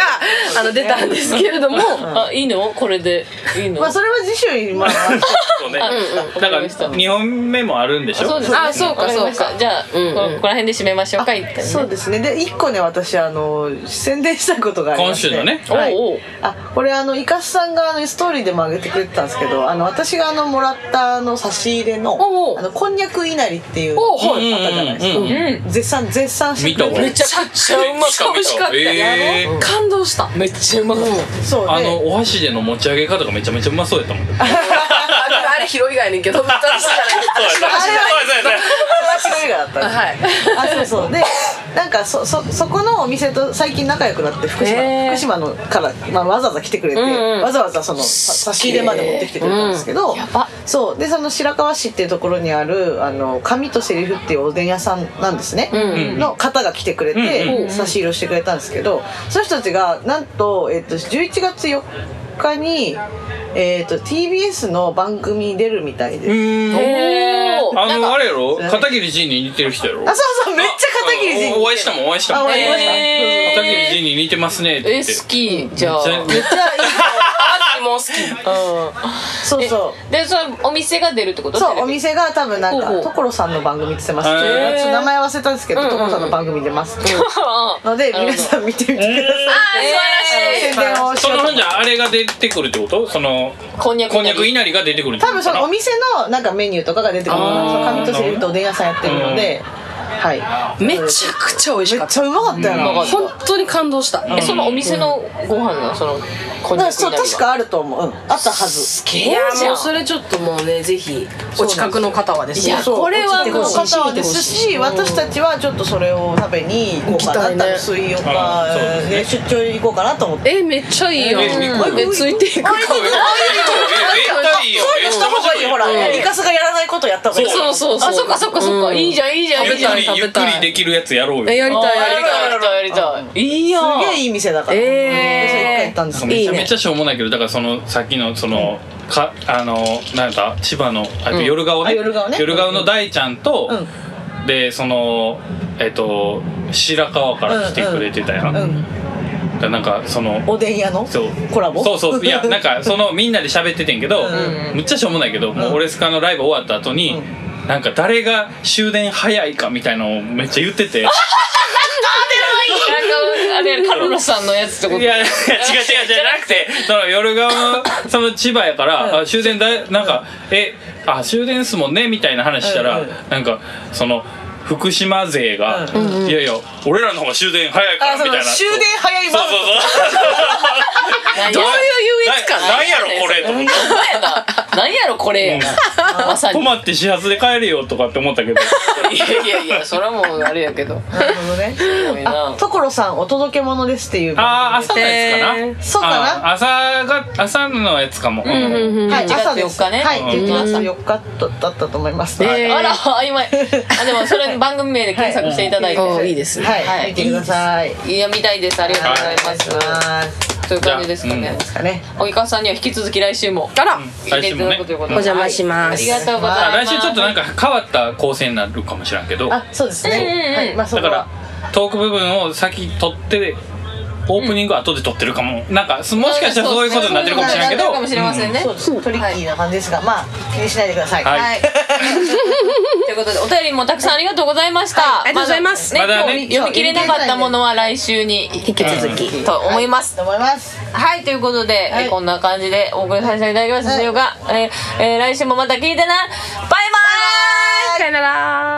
Speaker 4: あの出たんですけれども
Speaker 2: あいいのこれでいいの、
Speaker 1: まあそれは次週にまあ
Speaker 3: そう
Speaker 2: うんうん
Speaker 3: ね
Speaker 2: わか
Speaker 3: だか
Speaker 2: り
Speaker 3: ら
Speaker 2: ました
Speaker 3: 2本目もあるんでしょ
Speaker 2: そうですね
Speaker 4: あそうか
Speaker 2: わりました
Speaker 4: そうか
Speaker 2: じゃあ、
Speaker 4: うんうん
Speaker 2: こここら辺で締めましょうか一回ね
Speaker 1: そうですねで一個ね私あの宣伝したいことがありまして
Speaker 3: 今週のね
Speaker 1: はい
Speaker 2: おうおう
Speaker 1: あこれあのイカスさんがあのストーリーでも上げてくれてたんですけどあの私があのもらったあの差し入れの
Speaker 4: おうおう
Speaker 1: あのこんにゃくいなりっていう
Speaker 4: おう
Speaker 1: 方
Speaker 4: は
Speaker 1: じ
Speaker 3: い
Speaker 1: ゃないですか、
Speaker 3: うんうん
Speaker 2: うん
Speaker 1: 絶賛絶賛して
Speaker 3: 見
Speaker 1: く
Speaker 3: た
Speaker 1: れ
Speaker 3: わ
Speaker 1: て
Speaker 2: めちゃくちゃうまかった
Speaker 3: しかったえー
Speaker 4: 感動した
Speaker 2: めっちゃうまかった
Speaker 1: そうで
Speaker 3: あのお箸での持ち上げ方がめちゃめちゃうま そうやったもんそうやった
Speaker 4: あでもあれ広いがやねんけど私じ
Speaker 3: そうやった
Speaker 1: 私の映画だったん
Speaker 4: ゃ
Speaker 1: で
Speaker 4: ない
Speaker 1: す
Speaker 4: はい
Speaker 1: あそうそうでなんかそそそこのお店と最近仲良くなって福島、
Speaker 4: へー
Speaker 1: 福島のから、まあ、わざわざ来てくれて、
Speaker 4: ん
Speaker 1: わざわざそのさ差し入れまで持ってきてくれたんですけど、
Speaker 2: ば
Speaker 1: そうでその白河市っていうところにあるあの紙とセリフっていうおでん屋さんなんですね、
Speaker 3: ん
Speaker 1: の方が来てくれて、
Speaker 3: うん
Speaker 1: 差し入れをしてくれたんですけどその人たちがなんと,、えっと11月4日に、えっと TBS の番組に出るみたいです。
Speaker 3: うーん
Speaker 2: お
Speaker 3: あのあれやろ
Speaker 1: なんか
Speaker 3: 片桐仁に似てる人やろ
Speaker 1: あそうそうめっちゃ片桐仁
Speaker 3: あおお会いしたもんお会いした
Speaker 1: あ
Speaker 3: も
Speaker 1: お
Speaker 3: ん
Speaker 1: 会いしました、
Speaker 2: え
Speaker 3: 片桐仁に似てますねっ
Speaker 2: え
Speaker 3: て言って
Speaker 2: 好きじ ゃあ
Speaker 3: めっちゃ
Speaker 4: あもう好き
Speaker 1: そうそう
Speaker 2: でそれお店が出るってこと
Speaker 1: そうお
Speaker 2: テレビ
Speaker 1: 店が多分なん
Speaker 2: ほうほ
Speaker 1: か
Speaker 2: う
Speaker 1: 所さんの番組って言ってます
Speaker 3: へ
Speaker 1: ちょっ
Speaker 3: ー
Speaker 1: と名前忘れたんですけど所さんの番組出ますので皆さん見てみてくだ
Speaker 2: あ
Speaker 1: さい宣伝をし
Speaker 3: そ
Speaker 1: よう
Speaker 3: の
Speaker 1: と
Speaker 3: 本じゃあれが出てくるってことその
Speaker 2: こんにゃく
Speaker 3: こんにゃく稲荷が出てくるって
Speaker 1: 多
Speaker 3: こと
Speaker 1: 分そのお店のなんかメニューとかが出てくるの
Speaker 3: あー
Speaker 1: 紙とセリフとおでん屋さんやってるのではい
Speaker 4: めちゃくちゃ美味し
Speaker 1: め
Speaker 4: かっ
Speaker 1: っちゃうまかったよな
Speaker 2: まか
Speaker 1: だ
Speaker 2: っ
Speaker 4: 本当に感動した
Speaker 2: えそのお店のご飯なのそのこんに
Speaker 1: か
Speaker 2: ゃ
Speaker 1: ら
Speaker 2: く
Speaker 1: そう確かあると思ううんあったはず
Speaker 2: すげ
Speaker 4: い
Speaker 2: え
Speaker 4: や
Speaker 2: じゃ
Speaker 4: も
Speaker 2: ん
Speaker 4: うそれちょっともうねぜひお近くの方はですね
Speaker 2: いや
Speaker 1: そう
Speaker 2: これはもう
Speaker 1: 落ちてくる方はですし私たちはちょっとそれを食べに行こうかな
Speaker 4: 行きたいね
Speaker 1: 多分水曜か
Speaker 3: うんそうですね
Speaker 1: ね出張に行こうかなと思って
Speaker 4: えめっちゃいいやん
Speaker 3: えうん
Speaker 4: えついていくかも
Speaker 3: 絶対いいよ
Speaker 1: そういうのした方がいいよほらイカスがやらないことやった方がいい
Speaker 3: そう
Speaker 4: そうそう
Speaker 2: あそっかそっかそっか
Speaker 4: うん
Speaker 2: いいじゃんいいじゃん
Speaker 3: ゆ
Speaker 2: いい
Speaker 3: っ
Speaker 2: じゃ
Speaker 3: く
Speaker 2: ん
Speaker 3: り
Speaker 4: 食
Speaker 3: ゆっ
Speaker 4: べ
Speaker 3: く
Speaker 4: たい
Speaker 3: りできるやつやろうよ
Speaker 4: えやりたい
Speaker 2: あやりたいやりたいやりたいいいやん
Speaker 1: すげえいい店だから。
Speaker 4: え
Speaker 1: 行ったんです
Speaker 3: めちゃめちゃしょうもないけどだからそのさっきのその、かあのなんだ千葉のあと夜顔ね,、
Speaker 1: あ夜顔ね
Speaker 3: の大ちゃんと、
Speaker 1: うん
Speaker 3: でそのえっと白川から来てくれてたやん、
Speaker 1: うん。
Speaker 3: だからなんかその
Speaker 1: おでん屋の
Speaker 3: そう
Speaker 1: コラボ
Speaker 3: そう そうい やなんかそのみんなで喋っててんけど、
Speaker 1: う
Speaker 3: むっちゃしょうもないけど、もう俺スカのライブ終わった後に、なんか誰が終電早いかみたいのをめっちゃ言っててい
Speaker 2: なんかあれカロラさんのやつってこ
Speaker 3: や
Speaker 2: と
Speaker 3: いや違う違うじゃなくてその夜側のその千葉やから、あ終電だなんか、えあ終電っすもんねみたいな話したら、
Speaker 1: うんうん
Speaker 3: なんかその福島勢が、
Speaker 1: う
Speaker 3: いやいや俺らの方が終電早いから
Speaker 1: あ
Speaker 3: みた
Speaker 1: そ
Speaker 3: い
Speaker 1: の
Speaker 3: な
Speaker 1: 終電早い
Speaker 3: そう
Speaker 1: 版
Speaker 3: そうそうどう
Speaker 4: いう優越感
Speaker 3: なんやろこれと思って
Speaker 2: なんやろこれまさ
Speaker 3: 泊
Speaker 2: に
Speaker 3: まって始発で帰るよとかって思ったけど
Speaker 2: いやいやいやそれはもうあれやけど
Speaker 1: なるほどね
Speaker 2: ごいな
Speaker 1: あ所さんお届け物ですっていう
Speaker 3: ああ朝のやつかな、
Speaker 4: え
Speaker 1: そうかな
Speaker 3: あー朝が朝のやつかも、
Speaker 1: はい
Speaker 2: 11月
Speaker 1: 朝です
Speaker 2: 4日ね
Speaker 1: はい
Speaker 3: うん
Speaker 1: 11月4日だったと思います
Speaker 4: え
Speaker 1: はい
Speaker 4: ー
Speaker 2: あら曖昧あでもそれ番組名で検索していただいて
Speaker 4: おいいですね
Speaker 1: はい見てください
Speaker 2: いやみたいですありがとうございます
Speaker 1: お願いし
Speaker 2: という感じですか
Speaker 3: じゃあう
Speaker 2: ね
Speaker 3: ん
Speaker 1: ますかね
Speaker 2: おぎかわさんには引き続き来週も
Speaker 4: あら
Speaker 2: 来ていただくということ
Speaker 4: お
Speaker 2: で
Speaker 4: 邪魔しま
Speaker 2: あ
Speaker 4: す
Speaker 2: りがとうございます
Speaker 3: あ来週ちょっとなんか変わった構成になるかもしらんけどだ
Speaker 1: あそうですねはいまあそこ
Speaker 3: か
Speaker 1: は
Speaker 3: らトーク部分を先取ってオープニング後で撮ってるかも、なんかすもしかしたらそういうことになってるかもしれんけど
Speaker 2: そうですねそういうことになってるかもしれませんね
Speaker 1: そうですトリッキーな感じですがまあ気にしないでください
Speaker 3: はい
Speaker 1: はい
Speaker 2: ということでお便りもたくさんありがとうございました、
Speaker 4: ありがとうございます
Speaker 2: ま
Speaker 3: ま
Speaker 2: だ
Speaker 3: だ
Speaker 2: ね
Speaker 3: ね
Speaker 2: 今日読み切れなかったものは来週に
Speaker 4: 引き続き
Speaker 2: と思います
Speaker 1: と思います
Speaker 2: はい、ということで、
Speaker 1: はい
Speaker 2: えーこんな感じでお送りさせていただきましたでしょうか、えーえー来週もまた聞いてなバイバーイ
Speaker 4: さよなら